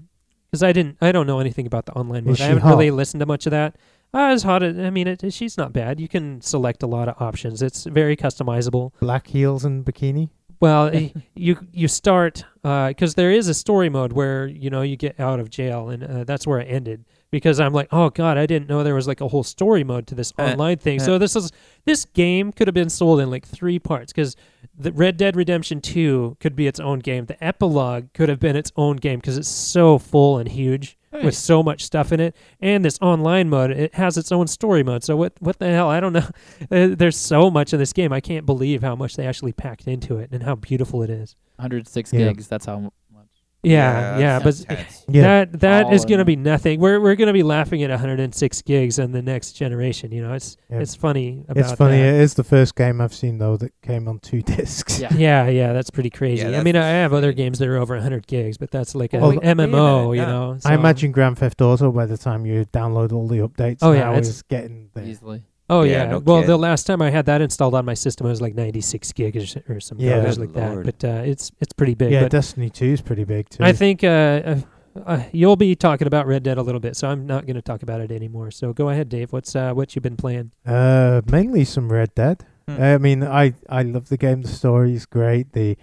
[SPEAKER 2] cuz I didn't I don't know anything about the online mode.
[SPEAKER 4] Is
[SPEAKER 2] I
[SPEAKER 4] she
[SPEAKER 2] haven't
[SPEAKER 4] hot?
[SPEAKER 2] really listened to much of that. Uh, it's hot. I mean, it, she's not bad. You can select a lot of options. It's very customizable.
[SPEAKER 4] Black heels and bikini.
[SPEAKER 2] Well, y- you you start because there is a story mode where you know you get out of jail, and uh, that's where it ended. Because I'm like, oh god, I didn't know there was like a whole story mode to this
[SPEAKER 3] Uh,
[SPEAKER 2] online thing.
[SPEAKER 3] uh.
[SPEAKER 2] So this is this game could have been sold in like three parts because the Red Dead Redemption Two could be its own game. The epilogue could have been its own game because it's so full and huge with
[SPEAKER 3] Nice.
[SPEAKER 2] so much stuff in it. And this online mode, it has its own story mode. So what what the hell? I don't know. Uh, There's so much in this game. I can't believe how much they actually packed into it and how beautiful it is.
[SPEAKER 5] 106
[SPEAKER 4] Yeah.
[SPEAKER 5] gigs. That's how much.
[SPEAKER 2] Yeah, yeah, but
[SPEAKER 3] that's intense.
[SPEAKER 2] that that
[SPEAKER 5] All
[SPEAKER 2] is going to
[SPEAKER 5] in.
[SPEAKER 2] be nothing. We're we're going to be laughing at 106 gigs in the next generation. You know, it's
[SPEAKER 4] Yeah.
[SPEAKER 2] it's funny about
[SPEAKER 4] it's funny. eh?
[SPEAKER 2] that.
[SPEAKER 4] It is the first game I've seen though that came on two discs.
[SPEAKER 5] Yeah.
[SPEAKER 2] Yeah, yeah, that's pretty crazy. I
[SPEAKER 3] that's
[SPEAKER 2] mean, I have other
[SPEAKER 3] insane.
[SPEAKER 2] games that are over 100 gigs, but that's like a
[SPEAKER 4] Well,
[SPEAKER 2] like
[SPEAKER 4] wait
[SPEAKER 3] a minute,
[SPEAKER 2] MMO, you
[SPEAKER 3] yeah.
[SPEAKER 2] know.
[SPEAKER 4] I
[SPEAKER 2] so- um,
[SPEAKER 4] imagine Grand Theft Auto by the time you download all the updates
[SPEAKER 2] Oh,
[SPEAKER 4] oh,
[SPEAKER 2] yeah,
[SPEAKER 4] now
[SPEAKER 2] it's-
[SPEAKER 4] is getting there.
[SPEAKER 5] Easily.
[SPEAKER 2] Oh
[SPEAKER 3] Yeah,
[SPEAKER 2] yeah.
[SPEAKER 3] no
[SPEAKER 2] well, the
[SPEAKER 3] kid.
[SPEAKER 2] last time I had that installed on my system, it was like 96 gig or, s- or some
[SPEAKER 4] Yeah.
[SPEAKER 2] garbage
[SPEAKER 3] Good
[SPEAKER 2] like
[SPEAKER 3] lord.
[SPEAKER 2] that. But uh, it's it's pretty big.
[SPEAKER 4] yeah,
[SPEAKER 2] but
[SPEAKER 4] Destiny Two is pretty big too.
[SPEAKER 2] I think uh, uh, uh, you'll be talking about Red Dead a little bit, so I'm not going to talk about it anymore. So go ahead, Dave. What's uh, what you've been playing?
[SPEAKER 4] Uh, mainly some Red Dead.
[SPEAKER 3] Hmm.
[SPEAKER 4] I mean, I I love the game. The story's great. The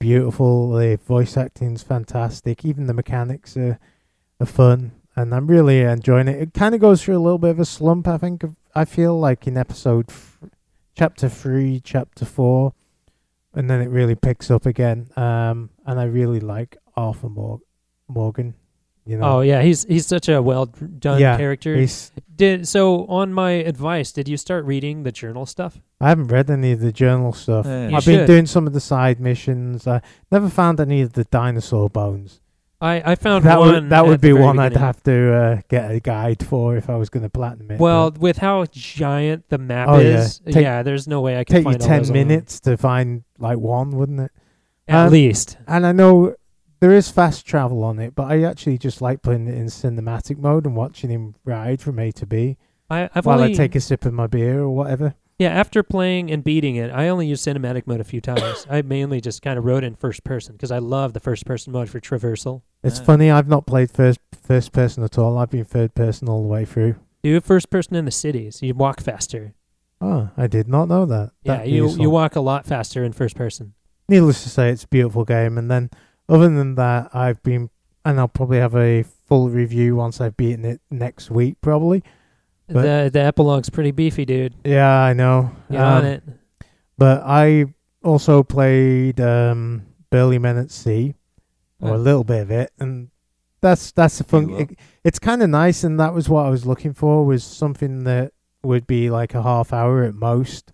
[SPEAKER 4] beautiful. The voice acting's fantastic. Even the mechanics are, are fun, and I'm really enjoying it. It kind of goes through a little bit of a slump. I think. I feel like in episode, f- chapter three, chapter four, and then it really picks up again. Um, and I really like Arthur Mor- Morgan. You know,
[SPEAKER 2] Oh yeah, he's he's such a well d- done
[SPEAKER 4] Yeah,
[SPEAKER 2] character.
[SPEAKER 4] he's
[SPEAKER 2] Did so on my advice, did you start reading the journal stuff?
[SPEAKER 4] I haven't read any of the journal stuff.
[SPEAKER 3] Yeah.
[SPEAKER 2] You
[SPEAKER 4] I've
[SPEAKER 2] should.
[SPEAKER 4] been doing some of the side missions. I never found any of the dinosaur bones.
[SPEAKER 2] I, I found
[SPEAKER 4] That
[SPEAKER 2] one
[SPEAKER 4] would that
[SPEAKER 2] at
[SPEAKER 4] would
[SPEAKER 2] the
[SPEAKER 4] be
[SPEAKER 2] very
[SPEAKER 4] one I'd
[SPEAKER 2] beginning.
[SPEAKER 4] have to uh, get a guide for if I was going to platinum it.
[SPEAKER 2] Well,
[SPEAKER 4] but
[SPEAKER 2] with how giant the map
[SPEAKER 4] Oh, yeah.
[SPEAKER 2] is,
[SPEAKER 4] Take-
[SPEAKER 2] yeah, there's no way I can
[SPEAKER 4] take you
[SPEAKER 2] find all those
[SPEAKER 4] ten
[SPEAKER 2] online.
[SPEAKER 4] minutes to find like one, wouldn't it?
[SPEAKER 2] at
[SPEAKER 4] Um,
[SPEAKER 2] least.
[SPEAKER 4] And I know there is fast travel on it, but I actually just like playing it in cinematic mode and watching him ride from A to B
[SPEAKER 2] I, I've
[SPEAKER 4] while
[SPEAKER 2] only
[SPEAKER 4] I take a sip of my beer or whatever.
[SPEAKER 2] yeah after playing and beating it, I only used cinematic mode a few times. I mainly just kind of rode in first person because I love the first person mode for traversal.
[SPEAKER 4] It's
[SPEAKER 5] Ah.
[SPEAKER 4] funny I've not played first first person at all. I've been third person all the way through.
[SPEAKER 2] Do first person in the cities, you walk faster.
[SPEAKER 4] Oh, I did not know that.
[SPEAKER 2] Yeah,
[SPEAKER 4] That'd be
[SPEAKER 2] you
[SPEAKER 4] useful.
[SPEAKER 2] you walk a lot faster in first person.
[SPEAKER 4] needless to say, it's a beautiful game. And then, other than that, I've been, and I'll probably have a full review once I've beaten it next week, probably. But-
[SPEAKER 2] the the epilogue's pretty beefy, dude.
[SPEAKER 4] Yeah, I know.
[SPEAKER 2] Get on
[SPEAKER 4] Um,
[SPEAKER 2] it.
[SPEAKER 4] But I also played um, Burly Men at Sea, or a
[SPEAKER 5] Yeah.
[SPEAKER 4] little bit of it, and that's that's a fun.
[SPEAKER 3] will.
[SPEAKER 4] It, it's kind of nice, and that was what I was looking for was something that would be like a half hour at most,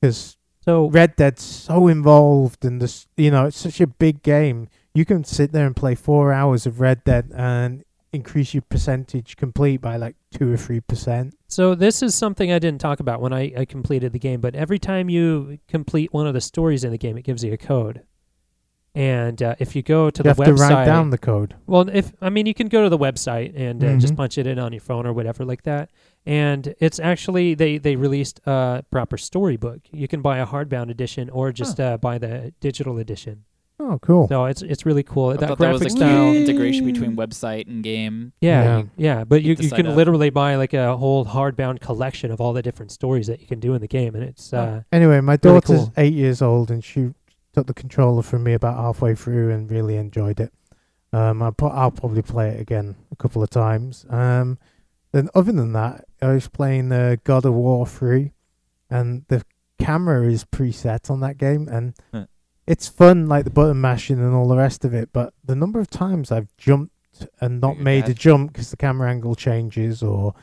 [SPEAKER 4] because
[SPEAKER 2] So
[SPEAKER 4] Red Dead's so involved, and this, you know, it's such a big game. You can sit there and play four hours of Red Dead and increase your percentage complete by like two or three percent.
[SPEAKER 2] So this is something I didn't talk about when I, I completed the game, but every time you complete one of the stories in the game, it gives you a code. And uh, if you go to
[SPEAKER 4] You have
[SPEAKER 2] the
[SPEAKER 4] to
[SPEAKER 2] website,
[SPEAKER 4] write down the code.
[SPEAKER 2] well, if I mean, you can go to the website and uh, just
[SPEAKER 4] Mhm.
[SPEAKER 2] punch it in on your phone or whatever like that. And it's actually they they released a proper storybook. You can buy a hardbound edition or just uh, buy the digital edition.
[SPEAKER 4] Oh, cool.
[SPEAKER 2] So it's it's really cool.
[SPEAKER 5] I
[SPEAKER 2] that
[SPEAKER 5] thought
[SPEAKER 2] graphic
[SPEAKER 5] that was a
[SPEAKER 2] style.
[SPEAKER 5] cool integration between website and game.
[SPEAKER 2] Yeah,
[SPEAKER 4] Yeah.
[SPEAKER 2] you- yeah, but you,
[SPEAKER 5] the
[SPEAKER 2] you
[SPEAKER 5] site
[SPEAKER 2] can
[SPEAKER 5] up.
[SPEAKER 2] literally buy like a whole hardbound collection of all the different stories that you can do in the game, and it's uh,
[SPEAKER 4] Anyway, my
[SPEAKER 2] Really
[SPEAKER 4] daughter's
[SPEAKER 2] cool.
[SPEAKER 4] eight years old, and she took the controller from me about halfway through and really enjoyed it. Um, I pro- I'll probably play it again a couple of times. Um, then other than that, I was playing uh, God of War three, and the camera is preset on that game, and
[SPEAKER 3] Huh.
[SPEAKER 4] it's fun, like the button mashing and all the rest of it. But the number of times I've jumped and not
[SPEAKER 3] Figured
[SPEAKER 4] made a
[SPEAKER 3] that.
[SPEAKER 4] jump because the camera angle changes, or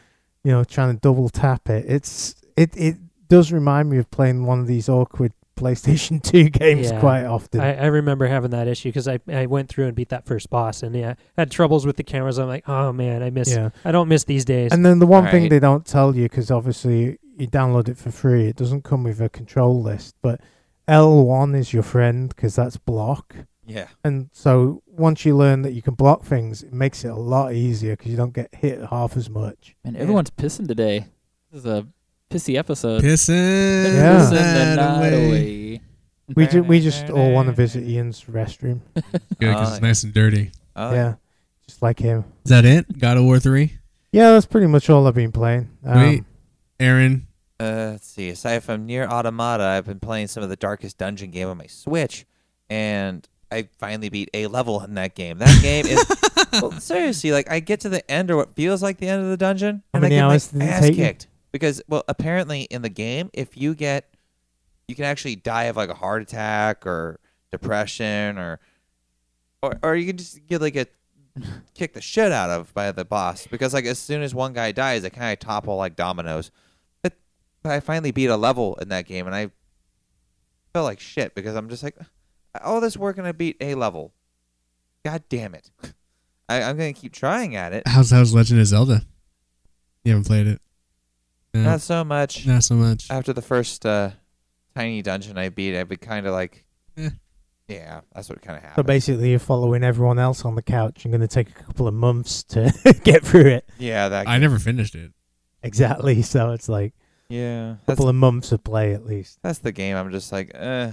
[SPEAKER 4] you know, trying to double tap it, it's it it does remind me of playing one of these awkward PlayStation 2 games
[SPEAKER 2] Yeah.
[SPEAKER 4] quite often.
[SPEAKER 2] I, I remember having that issue because I, I went through and beat that first boss, and yeah, had troubles with the cameras. I'm like, oh man, I miss.
[SPEAKER 4] yeah.
[SPEAKER 2] I don't miss these days.
[SPEAKER 4] And then the one thing
[SPEAKER 3] Alright.
[SPEAKER 4] they don't tell you, because obviously you download it for free, it doesn't come with a control list, but L1 is your friend because that's block.
[SPEAKER 3] Yeah.
[SPEAKER 4] And so once you learn that you can block things, it makes it a lot easier because you don't get hit half as much.
[SPEAKER 5] Man, everyone's pissing today. This is a pissy episode.
[SPEAKER 1] Pissing
[SPEAKER 4] Yeah.
[SPEAKER 5] Pissing the
[SPEAKER 1] that
[SPEAKER 5] night
[SPEAKER 1] away.
[SPEAKER 5] away.
[SPEAKER 4] We, ju- we just all want to visit Ian's restroom.
[SPEAKER 1] Good, 'cause it's nice and dirty.
[SPEAKER 3] Oh,
[SPEAKER 4] yeah. Just like him.
[SPEAKER 1] Is that it? God of War 3?
[SPEAKER 4] Yeah, that's pretty much all I've been playing. Um,
[SPEAKER 1] Wait. Aaron,
[SPEAKER 3] Uh, let's see. Aside from Near Automata, I've been playing some of the darkest dungeon game on my Switch, and I finally beat a level in that game. That game is well, seriously like I get to the end or what feels like the end of the dungeon,
[SPEAKER 4] How
[SPEAKER 3] and
[SPEAKER 4] many
[SPEAKER 3] I get
[SPEAKER 4] hours
[SPEAKER 3] my
[SPEAKER 4] did it
[SPEAKER 3] ass
[SPEAKER 4] take you?
[SPEAKER 3] kicked because well, apparently in the game, if you get, you can actually die of like a heart attack or depression or, or or you can just get like a kicked the shit out of by the boss because like as soon as one guy dies, they kind of topple like dominoes. But, but I finally beat a level in that game, and I felt like shit because I'm just like, "Uh, all this work and I beat a level. God damn it! I, I'm gonna keep trying at it.
[SPEAKER 1] how's, how's Legend of Zelda? You haven't played it? No,
[SPEAKER 3] Not so much.
[SPEAKER 1] not so much.
[SPEAKER 3] After the first uh, tiny dungeon I beat, I'd be kind of like,
[SPEAKER 1] Eh.
[SPEAKER 3] yeah, that's what kind of
[SPEAKER 4] So
[SPEAKER 3] happened.
[SPEAKER 4] basically, you're following everyone else on the couch. You're going to take a couple of months to get through it.
[SPEAKER 3] yeah, that.
[SPEAKER 1] I never finished it.
[SPEAKER 4] Exactly. So it's like,
[SPEAKER 3] Yeah. That's,
[SPEAKER 4] couple of months of play at least.
[SPEAKER 3] that's the game. I'm just like, eh.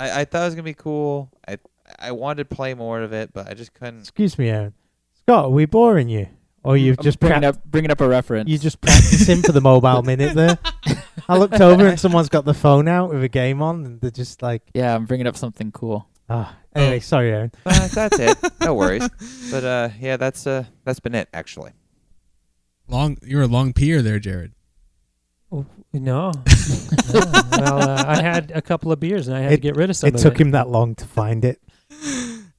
[SPEAKER 3] I, I thought it was gonna be cool. I I wanted to play more of it, but I just couldn't.
[SPEAKER 4] Excuse me, Aaron. Scott, are we boring you, or you've
[SPEAKER 5] I'm
[SPEAKER 4] just
[SPEAKER 5] bringing
[SPEAKER 4] prac-
[SPEAKER 5] up bringing up a reference.
[SPEAKER 4] you just practicing for the mobile minute there? I looked over and someone's got the phone out with a game on, and they're just like,
[SPEAKER 5] yeah, I'm bringing up something cool.
[SPEAKER 4] ah.
[SPEAKER 5] Oh.
[SPEAKER 4] Anyway, sorry, Aaron.
[SPEAKER 3] But that's it. No worries. But uh, yeah, that's uh, that's been it actually.
[SPEAKER 1] Long, you're a long peer there, Jared.
[SPEAKER 2] No. No. Well, uh, I had a couple of beers and I had to
[SPEAKER 4] It-
[SPEAKER 2] get rid of some.
[SPEAKER 4] It
[SPEAKER 2] of
[SPEAKER 4] took him that long to find it.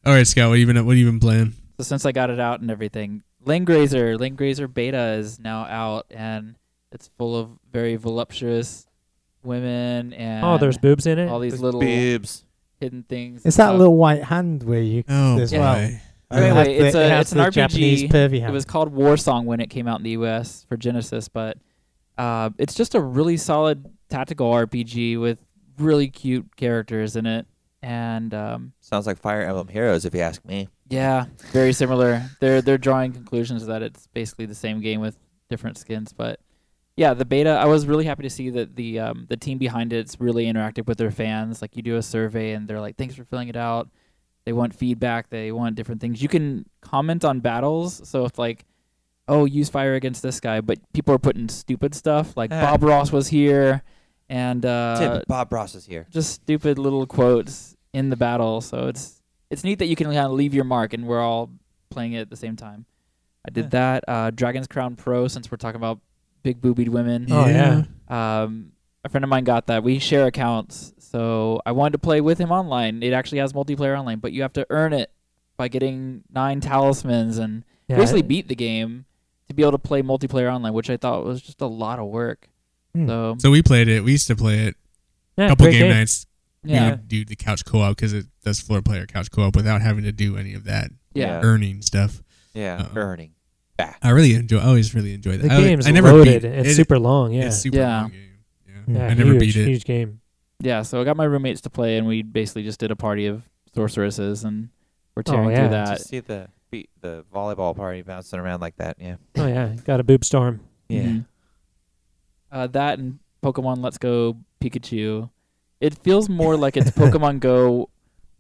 [SPEAKER 1] All right, Scott, what have you been what have you been playing?
[SPEAKER 5] So since I got it out and everything, Lingrazer, Lingrazer Beta is now out and it's full of very voluptuous women and
[SPEAKER 2] Oh, there's boobs in it.
[SPEAKER 5] all these little
[SPEAKER 3] Boobs.
[SPEAKER 5] hidden things.
[SPEAKER 4] It's
[SPEAKER 5] and
[SPEAKER 4] that
[SPEAKER 5] stuff.
[SPEAKER 4] little white hand where you.
[SPEAKER 1] Oh
[SPEAKER 4] There's
[SPEAKER 1] boy.
[SPEAKER 4] one.
[SPEAKER 5] Uh, Anyway,
[SPEAKER 4] it has
[SPEAKER 5] it's
[SPEAKER 4] the-
[SPEAKER 5] a-
[SPEAKER 4] it has
[SPEAKER 5] it's an
[SPEAKER 4] the
[SPEAKER 5] RPG.
[SPEAKER 4] Japanese pervy
[SPEAKER 5] It
[SPEAKER 4] hand.
[SPEAKER 5] was called War Song when it came out in the U.S. for Genesis, but uh, it's just a really solid tactical RPG with really cute characters in it, and um,
[SPEAKER 3] Sounds like Fire Emblem Heroes, if you ask me.
[SPEAKER 5] yeah, very similar. They're they're drawing conclusions that it's basically the same game with different skins, but yeah, the beta. I was really happy to see that the um, the team behind it's really interactive with their fans. Like you do a survey, and they're like, "Thanks for filling it out." They want feedback. They want different things. You can comment on battles. So if like, oh, use fire against this guy, but people are putting stupid stuff like
[SPEAKER 3] Eh.
[SPEAKER 5] Bob Ross was here, and uh,
[SPEAKER 3] Tim, Bob Ross is here.
[SPEAKER 5] just stupid little quotes in the battle. So it's it's neat that you can kind of leave your mark, and we're all playing it at the same time. I did
[SPEAKER 3] Yeah.
[SPEAKER 5] that. Uh, Dragon's Crown Pro, since we're talking about big boobied women.
[SPEAKER 2] Oh, yeah.
[SPEAKER 5] Um, a friend of mine got that. We share accounts, so I wanted to play with him online. It actually has multiplayer online, but you have to earn it by getting nine talismans and
[SPEAKER 2] Yeah,
[SPEAKER 5] basically
[SPEAKER 2] it-
[SPEAKER 5] beat the game to be able to play multiplayer online, which I thought was just a lot of work.
[SPEAKER 4] Hmm.
[SPEAKER 5] So
[SPEAKER 1] So we played it. We used to play it
[SPEAKER 2] yeah,
[SPEAKER 1] a couple
[SPEAKER 2] great
[SPEAKER 1] game,
[SPEAKER 2] game.
[SPEAKER 1] nights.
[SPEAKER 5] yeah,
[SPEAKER 1] We would do the couch co-op because it does floor player couch co-op without having to do any of that
[SPEAKER 5] yeah.
[SPEAKER 3] Yeah.
[SPEAKER 1] earning stuff.
[SPEAKER 3] Yeah,
[SPEAKER 1] Uh-oh.
[SPEAKER 3] earning.
[SPEAKER 1] I really enjoy. I always really enjoy that.
[SPEAKER 2] The
[SPEAKER 1] I, would-
[SPEAKER 2] game's
[SPEAKER 1] I never
[SPEAKER 2] loaded.
[SPEAKER 1] beat it.
[SPEAKER 2] It's
[SPEAKER 1] It-
[SPEAKER 2] super long. Yeah. Mm.
[SPEAKER 1] It's super
[SPEAKER 5] Yeah.
[SPEAKER 1] long game. Yeah.
[SPEAKER 2] Yeah,
[SPEAKER 1] I never
[SPEAKER 2] huge,
[SPEAKER 1] beat it.
[SPEAKER 2] Huge game.
[SPEAKER 5] Yeah, so I got my roommates to play, and we basically just did a party of sorceresses, and we're
[SPEAKER 2] Oh,
[SPEAKER 5] tearing
[SPEAKER 2] yeah.
[SPEAKER 5] through that.
[SPEAKER 3] Just see the beat the volleyball party bouncing around like that. Yeah.
[SPEAKER 2] Oh yeah, got a boob storm.
[SPEAKER 3] Yeah.
[SPEAKER 5] Mhm. Uh, that and Pokemon Let's Go Pikachu. It feels more like it's Pokemon Go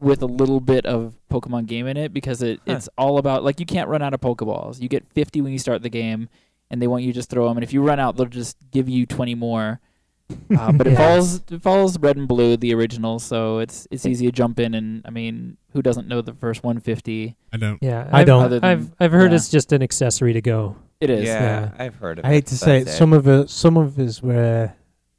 [SPEAKER 5] with a little bit of Pokemon game in it because it,
[SPEAKER 3] Huh.
[SPEAKER 5] it's all about like you can't run out of Pokeballs. You get 50 when you start the game, and they want you to just throw them. And if you run out, they'll just give you 20 more. Uh, but it
[SPEAKER 2] Yeah.
[SPEAKER 5] follows it follows Red and Blue, the original, so it's it's easy to jump in. And I mean, who doesn't know the first 150?
[SPEAKER 1] I don't.
[SPEAKER 2] Yeah,
[SPEAKER 4] I
[SPEAKER 2] I've-
[SPEAKER 4] don't-
[SPEAKER 5] Other than-
[SPEAKER 2] I've I've heard
[SPEAKER 5] yeah.
[SPEAKER 2] it's just an accessory to go.
[SPEAKER 5] It is.
[SPEAKER 2] yeah.
[SPEAKER 3] yeah, I've heard of
[SPEAKER 4] I
[SPEAKER 3] it.
[SPEAKER 4] hate to
[SPEAKER 3] but
[SPEAKER 4] say it,
[SPEAKER 3] that's
[SPEAKER 4] some of us, some of us were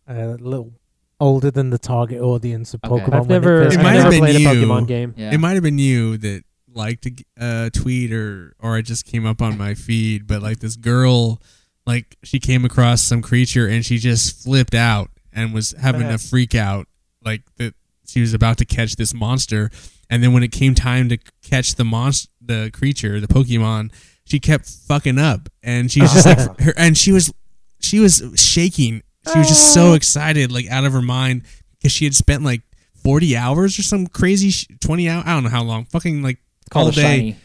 [SPEAKER 4] uh, a little older than the target audience of
[SPEAKER 5] Okay.
[SPEAKER 4] Pokemon.
[SPEAKER 2] I've
[SPEAKER 4] when it
[SPEAKER 2] never,
[SPEAKER 4] first
[SPEAKER 1] It
[SPEAKER 2] I've
[SPEAKER 1] might
[SPEAKER 4] came
[SPEAKER 1] have
[SPEAKER 2] never
[SPEAKER 4] out.
[SPEAKER 1] been
[SPEAKER 2] played
[SPEAKER 1] you.
[SPEAKER 2] a Pokemon game.
[SPEAKER 5] Yeah.
[SPEAKER 1] It might have been you that liked to uh, tweet or or it just came up on my feed. But like this girl, like she came across some creature and she just flipped out and was having a freak out, like that she was about to catch this monster. And then when it came time to catch the monster, the creature, the Pokemon, she kept fucking up, and she was just like, her, and she was, she was shaking. She was just so excited, like out of her mind, because she had spent like forty hours or some crazy sh- twenty hours. I don't know how long, fucking like
[SPEAKER 5] Call
[SPEAKER 1] all
[SPEAKER 5] it
[SPEAKER 1] day.
[SPEAKER 5] shiny.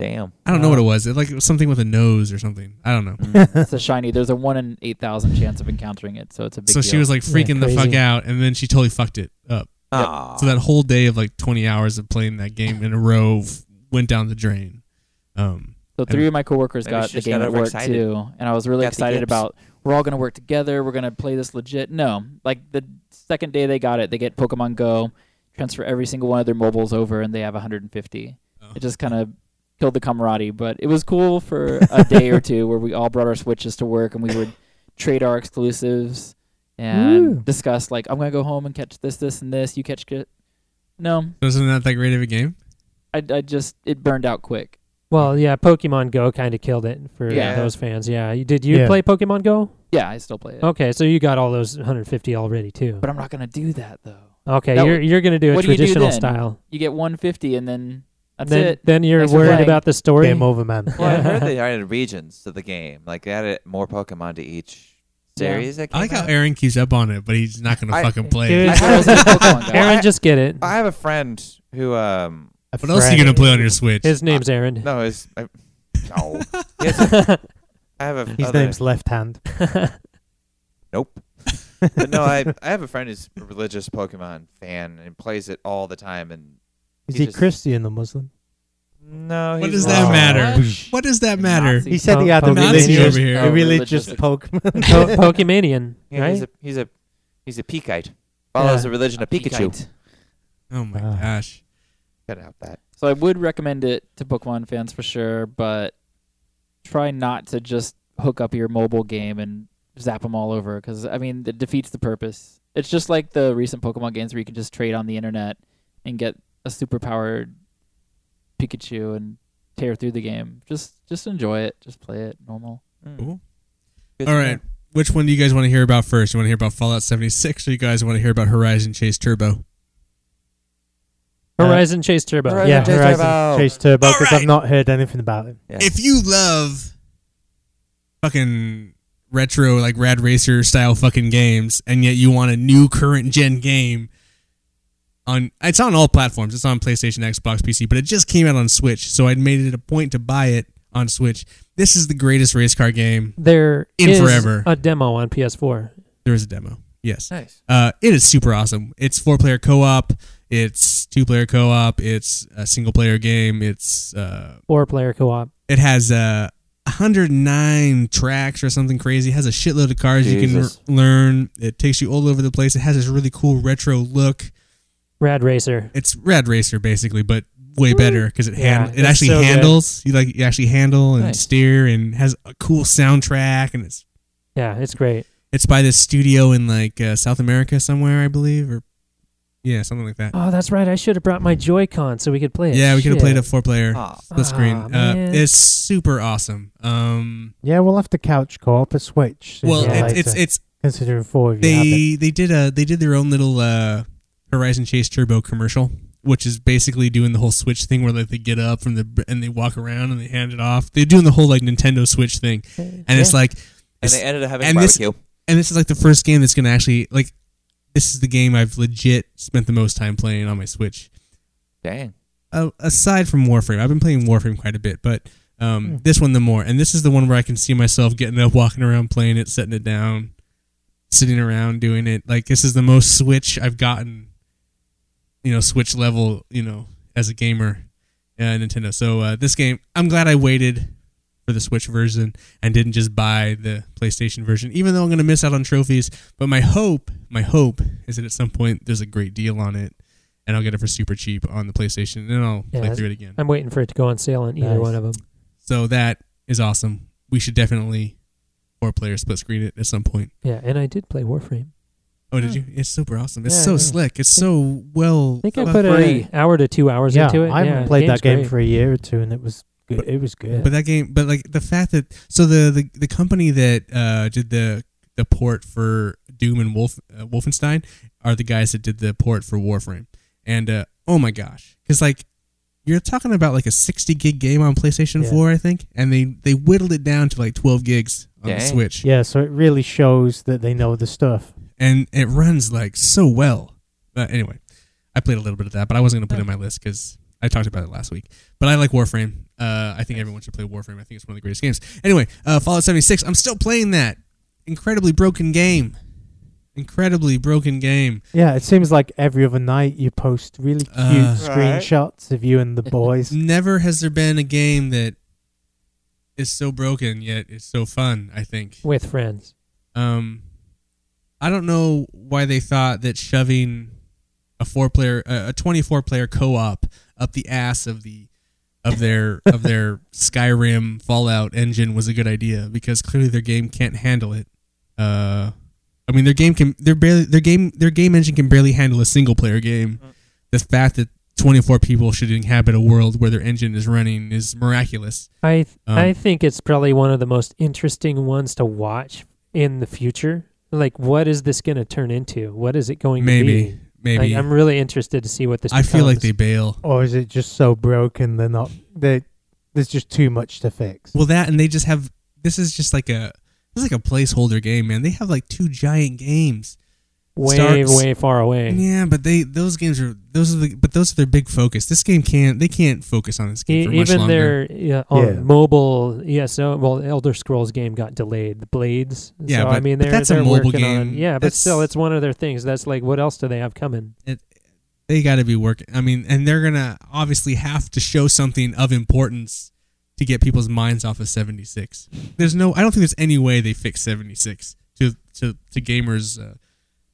[SPEAKER 3] Damn.
[SPEAKER 1] I don't know what it was. It like it was something with a nose or something. I don't know.
[SPEAKER 5] It's a shiny. There's a one in eight thousand chance of encountering it, so it's a big
[SPEAKER 1] So
[SPEAKER 5] deal.
[SPEAKER 1] she was like
[SPEAKER 2] Yeah,
[SPEAKER 1] freaking the fuck
[SPEAKER 2] crazy.
[SPEAKER 1] out, and then she totally fucked it up.
[SPEAKER 3] Aw.
[SPEAKER 1] So that whole day of like twenty hours of playing that game in a row f- went down the drain. Um,
[SPEAKER 5] so three of my coworkers
[SPEAKER 3] Maybe
[SPEAKER 5] got
[SPEAKER 3] she
[SPEAKER 5] the
[SPEAKER 3] just
[SPEAKER 5] game
[SPEAKER 3] got
[SPEAKER 5] at work
[SPEAKER 3] overexcited.
[SPEAKER 5] too, and I was really
[SPEAKER 3] Got the
[SPEAKER 5] excited
[SPEAKER 3] yips.
[SPEAKER 5] about. We're all gonna work together. We're gonna play this legit. No, like the second day they got it, they get Pokemon Go, transfer every single one of their mobiles over, and they have 150.
[SPEAKER 1] oh.
[SPEAKER 5] It just kind of killed the camaraderie, but it was cool for a day or two where we all brought our switches to work and we would trade our exclusives and
[SPEAKER 4] Woo.
[SPEAKER 5] discuss like I'm gonna go home and catch this, this, and this. You catch it. No,
[SPEAKER 1] wasn't that that great of a game?
[SPEAKER 5] I, I just it burned out quick.
[SPEAKER 2] Well, yeah, Pokemon Go kind of killed it for uh,
[SPEAKER 5] Yeah.
[SPEAKER 2] those fans. Yeah, you, did you
[SPEAKER 4] Yeah.
[SPEAKER 2] play Pokemon Go?
[SPEAKER 5] Yeah, I still play it.
[SPEAKER 2] Okay, so you got all those 150 already too.
[SPEAKER 5] But I'm not gonna do that though.
[SPEAKER 2] Okay,
[SPEAKER 5] That
[SPEAKER 2] you're
[SPEAKER 5] w-
[SPEAKER 2] you're gonna do a
[SPEAKER 5] what do you do
[SPEAKER 2] traditional
[SPEAKER 5] then?
[SPEAKER 2] style.
[SPEAKER 5] You get 150 and then that's
[SPEAKER 2] then
[SPEAKER 5] it.
[SPEAKER 2] then you're
[SPEAKER 5] Thanks for
[SPEAKER 2] worried
[SPEAKER 5] playing.
[SPEAKER 2] about the story.
[SPEAKER 4] Game over, man.
[SPEAKER 3] Well, I heard they added regions to the game. Like they added more Pokemon to each
[SPEAKER 5] Yeah.
[SPEAKER 3] series. That
[SPEAKER 1] I
[SPEAKER 3] came
[SPEAKER 1] like how
[SPEAKER 3] out.
[SPEAKER 1] Aaron keeps up on it, but he's not gonna
[SPEAKER 3] I-
[SPEAKER 1] fucking play.
[SPEAKER 2] Dude.
[SPEAKER 1] it.
[SPEAKER 5] That's what I was like, Pokemon guy.
[SPEAKER 2] Aaron,
[SPEAKER 3] I-
[SPEAKER 2] just get it.
[SPEAKER 3] I have a friend who um
[SPEAKER 4] A
[SPEAKER 1] What else are you
[SPEAKER 4] friend.
[SPEAKER 1] gonna play on your Switch?
[SPEAKER 2] His name's Aaron.
[SPEAKER 3] no is I, no. He has a- I have a
[SPEAKER 4] His
[SPEAKER 3] other-
[SPEAKER 4] name's Left Hand.
[SPEAKER 3] nope. But no, I I have a friend who's a religious Pokemon fan and plays it all the time. And
[SPEAKER 4] Is
[SPEAKER 3] He
[SPEAKER 4] he
[SPEAKER 3] just-
[SPEAKER 4] Christian or Muslim?
[SPEAKER 3] no,
[SPEAKER 1] What
[SPEAKER 3] he's
[SPEAKER 1] does
[SPEAKER 3] not.
[SPEAKER 1] that
[SPEAKER 4] Oh.
[SPEAKER 1] matter?
[SPEAKER 5] What?
[SPEAKER 1] What does that matter?
[SPEAKER 4] He said he had a
[SPEAKER 2] Pokemon. Nazi
[SPEAKER 4] religious,
[SPEAKER 1] over here.
[SPEAKER 5] Oh,
[SPEAKER 4] a religious
[SPEAKER 5] religious.
[SPEAKER 4] Pokemon.
[SPEAKER 2] Po- Pokemanian,
[SPEAKER 3] Yeah,
[SPEAKER 2] right?
[SPEAKER 3] he's a he's a he's a Peakite. Follows
[SPEAKER 4] Yeah.
[SPEAKER 3] the religion of Pikachu.
[SPEAKER 1] Oh my
[SPEAKER 4] Ah.
[SPEAKER 1] gosh.
[SPEAKER 3] Cut out that.
[SPEAKER 5] So I would recommend it to Pokemon fans for sure, but try not to just hook up your mobile game and zap them all over because I mean it defeats the purpose. It's just like the recent Pokemon games where you can just trade on the internet and get a superpowered Pikachu and tear through the game. Just just enjoy it. Just play it normal.
[SPEAKER 3] Mm.
[SPEAKER 1] Cool.
[SPEAKER 3] Good
[SPEAKER 1] All
[SPEAKER 3] to
[SPEAKER 1] right. Which one do you guys want to hear about first? You want to hear about Fallout 76 or you guys want to hear about Horizon Chase Turbo?
[SPEAKER 4] Uh,
[SPEAKER 2] Horizon Chase Turbo.
[SPEAKER 3] Horizon
[SPEAKER 4] yeah,
[SPEAKER 3] Chase
[SPEAKER 4] Horizon
[SPEAKER 3] Turbo.
[SPEAKER 4] Chase Turbo because
[SPEAKER 1] Alright.
[SPEAKER 4] I've not heard anything about it.
[SPEAKER 3] know. Yeah.
[SPEAKER 1] If you love fucking retro like rad racer style fucking games and yet you want a new current gen game on it's on all platforms. It's on PlayStation, Xbox, PC, but it just came out on Switch, so I'd made it a point to buy it on Switch. This is the greatest race car game.
[SPEAKER 2] There
[SPEAKER 1] In
[SPEAKER 2] is
[SPEAKER 1] forever.
[SPEAKER 2] a demo on PS4.
[SPEAKER 1] There is a demo. Yes.
[SPEAKER 3] nice.
[SPEAKER 1] Uh, it is super awesome. It's four player co op. It's two player co op. It's a single player game. It's uh,
[SPEAKER 2] Four player co op.
[SPEAKER 1] it has uh, 109 tracks or something crazy. It has a shitload of cars
[SPEAKER 3] Jesus.
[SPEAKER 1] you can r- learn. It takes you all over the place. It has this really cool retro look.
[SPEAKER 2] Rad Racer.
[SPEAKER 1] It's Rad Racer basically, but way better because it
[SPEAKER 2] Yeah,
[SPEAKER 1] hand- it
[SPEAKER 2] it's
[SPEAKER 1] actually
[SPEAKER 2] so good.
[SPEAKER 1] handles. You like you actually handle and
[SPEAKER 5] Nice.
[SPEAKER 1] steer and has a cool soundtrack and it's
[SPEAKER 2] Yeah, it's great.
[SPEAKER 1] it's by this studio in like uh, South America somewhere I believe or yeah something like that.
[SPEAKER 2] Oh, that's right. I should have brought my Joy-Con so we could play it.
[SPEAKER 1] Yeah, we could have
[SPEAKER 2] Shit.
[SPEAKER 1] played a four player
[SPEAKER 3] Ah.
[SPEAKER 1] split screen.
[SPEAKER 2] Aw,
[SPEAKER 1] uh,
[SPEAKER 2] man.
[SPEAKER 1] it's super awesome. Um,
[SPEAKER 4] Yeah, we'll have to couch co-op a Switch. sooner
[SPEAKER 1] well,
[SPEAKER 4] or
[SPEAKER 2] Yeah.
[SPEAKER 1] it's, it's
[SPEAKER 4] later,
[SPEAKER 1] it's
[SPEAKER 4] considering four of you have it.
[SPEAKER 1] they they did a they did their own little uh, Horizon Chase Turbo commercial, which is basically doing the whole Switch thing where like they get up from the br- and they walk around and they hand it off. They're doing the whole like Nintendo Switch thing, and it's like
[SPEAKER 3] And
[SPEAKER 1] it's-
[SPEAKER 3] they ended up having
[SPEAKER 1] and this-
[SPEAKER 3] barbecue.
[SPEAKER 1] and this is like the first game that's gonna actually like this is the game I've legit spent the most time playing on my Switch.
[SPEAKER 3] Dang.
[SPEAKER 1] uh, aside from Warframe, I've been playing Warframe quite a bit, but um,
[SPEAKER 4] Hmm.
[SPEAKER 1] this one the more. And this is the one where I can see myself getting up, walking around, playing it, setting it down, sitting around, doing it. Like this is the most Switch I've gotten, you know, Switch level, you know, as a gamer, uh, Nintendo. So uh, this game, I'm glad I waited for the Switch version and didn't just buy the PlayStation version, even though I'm going to miss out on trophies. But my hope, my hope is that at some point there's a great deal on it and I'll get it for super cheap on the PlayStation and then I'll play
[SPEAKER 2] Yeah, that's-
[SPEAKER 1] through it again.
[SPEAKER 2] I'm waiting for it to go on sale on either
[SPEAKER 4] Nice.
[SPEAKER 2] one of them.
[SPEAKER 1] So that is awesome. We should definitely four player split screen it at some point.
[SPEAKER 2] Yeah, and I did play Warframe.
[SPEAKER 1] Oh, did you? It's super awesome. It's
[SPEAKER 2] Yeah,
[SPEAKER 1] so
[SPEAKER 2] yeah.
[SPEAKER 1] slick. It's so well.
[SPEAKER 2] I think I
[SPEAKER 1] thought
[SPEAKER 2] put
[SPEAKER 1] through.
[SPEAKER 2] an hour to two hours
[SPEAKER 4] yeah,
[SPEAKER 2] into it.
[SPEAKER 4] I haven't
[SPEAKER 2] yeah,
[SPEAKER 4] played that game
[SPEAKER 2] game's
[SPEAKER 4] for a year or two, and it was good. it was good.
[SPEAKER 1] But that game, but like the fact that so the the, the company that uh, did the the port for Doom and Wolf uh, Wolfenstein are the guys that did the port for Warframe, and uh, oh my gosh, because like you're talking about like a 60 gig game on PlayStation
[SPEAKER 4] Yeah.
[SPEAKER 1] 4, I think, and they they whittled it down to like 12 gigs on the
[SPEAKER 3] Dang.
[SPEAKER 1] Switch,
[SPEAKER 4] yeah, so it really shows that they know the stuff.
[SPEAKER 1] and it runs like so well. But anyway, I played a little bit of that, but I wasn't gonna put it in my list because I talked about it last week. But I like Warframe. Uh, I think everyone should play Warframe. I think it's one of the greatest games. Anyway, uh, Fallout 76. I'm still playing that. Incredibly broken game. Incredibly broken game.
[SPEAKER 4] Yeah, it seems like every other night you post really cute
[SPEAKER 1] Uh,
[SPEAKER 4] screenshots of you and the boys.
[SPEAKER 1] Never has there been a game that is so broken yet is so fun. I think.
[SPEAKER 2] With friends.
[SPEAKER 1] Um, I don't know why they thought that shoving a four player, uh, a twenty four player co op up the ass of the of their of their Skyrim Fallout engine was a good idea because clearly their game can't handle it. Uh, I mean their game can their barely their game their game engine can barely handle a single player game. The fact that twenty four people should inhabit a world where their engine is running is miraculous.
[SPEAKER 2] I th-
[SPEAKER 1] Um,
[SPEAKER 2] I think it's probably one of the most interesting ones to watch in the future. Like, what is this going to turn into? What is it going to
[SPEAKER 1] Maybe
[SPEAKER 2] be?
[SPEAKER 1] maybe
[SPEAKER 2] Like, I'm really interested to see what this.
[SPEAKER 1] I feel like they
[SPEAKER 2] becomes.
[SPEAKER 1] bail.
[SPEAKER 4] Or is it just so broken they're not they there's just too much to fix.
[SPEAKER 1] Well, that and they just have this is just like a this is like a placeholder game, man. They have like two giant games
[SPEAKER 2] way
[SPEAKER 1] Starts-
[SPEAKER 2] way far away.
[SPEAKER 1] Yeah, but they those games are those are the but those are their big focus. This game can't they can't focus on this game
[SPEAKER 2] E-
[SPEAKER 1] for much
[SPEAKER 2] even
[SPEAKER 1] longer.
[SPEAKER 2] their yeah, on
[SPEAKER 4] Yeah.
[SPEAKER 2] mobile ESO well Elder Scrolls game got delayed. The Blades.
[SPEAKER 1] Yeah,
[SPEAKER 2] so, I
[SPEAKER 1] but-
[SPEAKER 2] mean
[SPEAKER 1] but
[SPEAKER 2] they're,
[SPEAKER 1] that's a
[SPEAKER 2] they're
[SPEAKER 1] mobile
[SPEAKER 2] working
[SPEAKER 1] game.
[SPEAKER 2] on yeah, but
[SPEAKER 1] That's-
[SPEAKER 2] still it's one of their things. That's like what else do they have coming?
[SPEAKER 1] they got to be working. I mean, and they're gonna obviously have to show something of importance to get people's minds off of 76. There's no, I don't think there's any way they fix 76 to to to gamers. Uh,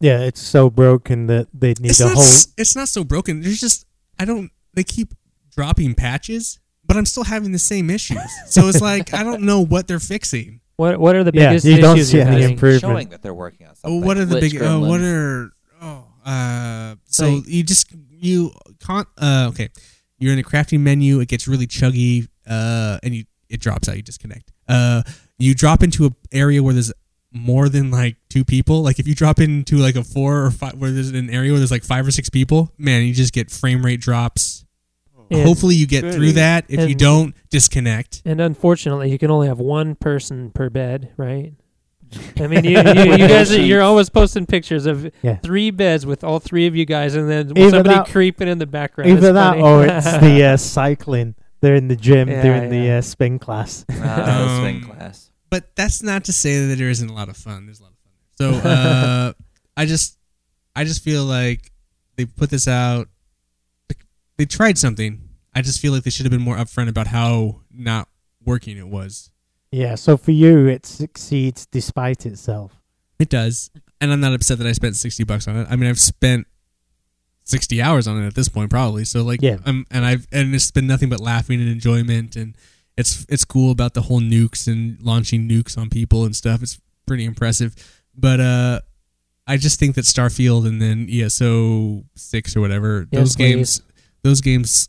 [SPEAKER 4] Yeah, it's so broken that they need
[SPEAKER 1] it's
[SPEAKER 4] a
[SPEAKER 1] not
[SPEAKER 4] whole.
[SPEAKER 1] s- it's not so broken. There's just I don't. They keep dropping patches, but I'm still having the same issues. so it's like I don't know what they're fixing.
[SPEAKER 2] What what are the
[SPEAKER 4] yeah,
[SPEAKER 2] biggest
[SPEAKER 4] you don't
[SPEAKER 2] issues
[SPEAKER 4] see
[SPEAKER 2] you're
[SPEAKER 4] any
[SPEAKER 2] having?
[SPEAKER 3] showing
[SPEAKER 4] improvement.
[SPEAKER 3] that they're working on
[SPEAKER 1] Oh,
[SPEAKER 3] something.
[SPEAKER 1] what are the
[SPEAKER 5] Glitch
[SPEAKER 1] big? Uh, what
[SPEAKER 5] gremlins.
[SPEAKER 1] are oh uh so
[SPEAKER 5] Like-
[SPEAKER 1] you just you con uh okay you're in a crafting menu it gets really chuggy uh and you it drops out you disconnect uh you drop into a area where there's more than like two people like if you drop into like a four or five where there's an area where there's like five or six people man you just get frame rate drops
[SPEAKER 2] And-
[SPEAKER 1] hopefully you get through
[SPEAKER 3] goody.
[SPEAKER 1] that if you
[SPEAKER 2] And-
[SPEAKER 1] don't disconnect
[SPEAKER 2] And unfortunately, you can only have one person per bed, right? I mean, you, you, you guys, are, you're always posting pictures of
[SPEAKER 4] Yeah.
[SPEAKER 2] three beds with all three of you guys, and then
[SPEAKER 4] Either
[SPEAKER 2] somebody
[SPEAKER 4] that-
[SPEAKER 2] creeping in the background.
[SPEAKER 4] Either
[SPEAKER 2] It's
[SPEAKER 4] that
[SPEAKER 2] funny.
[SPEAKER 4] or it's the uh, cycling. They're in the gym
[SPEAKER 2] Yeah,
[SPEAKER 4] doing the
[SPEAKER 2] yeah.
[SPEAKER 4] uh, spin class.
[SPEAKER 3] Ah,
[SPEAKER 1] Um,
[SPEAKER 3] swing class.
[SPEAKER 1] but that's not to say that there isn't a lot of fun. There's a lot of fun. So uh, I just, I just feel like they put this out. They tried something. I just feel like they should have been more upfront about how not working it was.
[SPEAKER 4] Yeah, so for you, it succeeds despite itself.
[SPEAKER 1] It does, and I'm not upset that I spent sixty bucks on it. I mean, I've spent sixty hours on it at this point, probably. So like,
[SPEAKER 4] Yeah.
[SPEAKER 1] um, and I've and it's been nothing but laughing and enjoyment, and it's it's cool about the whole nukes and launching nukes on people and stuff. It's pretty impressive, but uh, I just think that Starfield and then ESO six or whatever
[SPEAKER 2] Yes,
[SPEAKER 1] those
[SPEAKER 2] please.
[SPEAKER 1] games, those games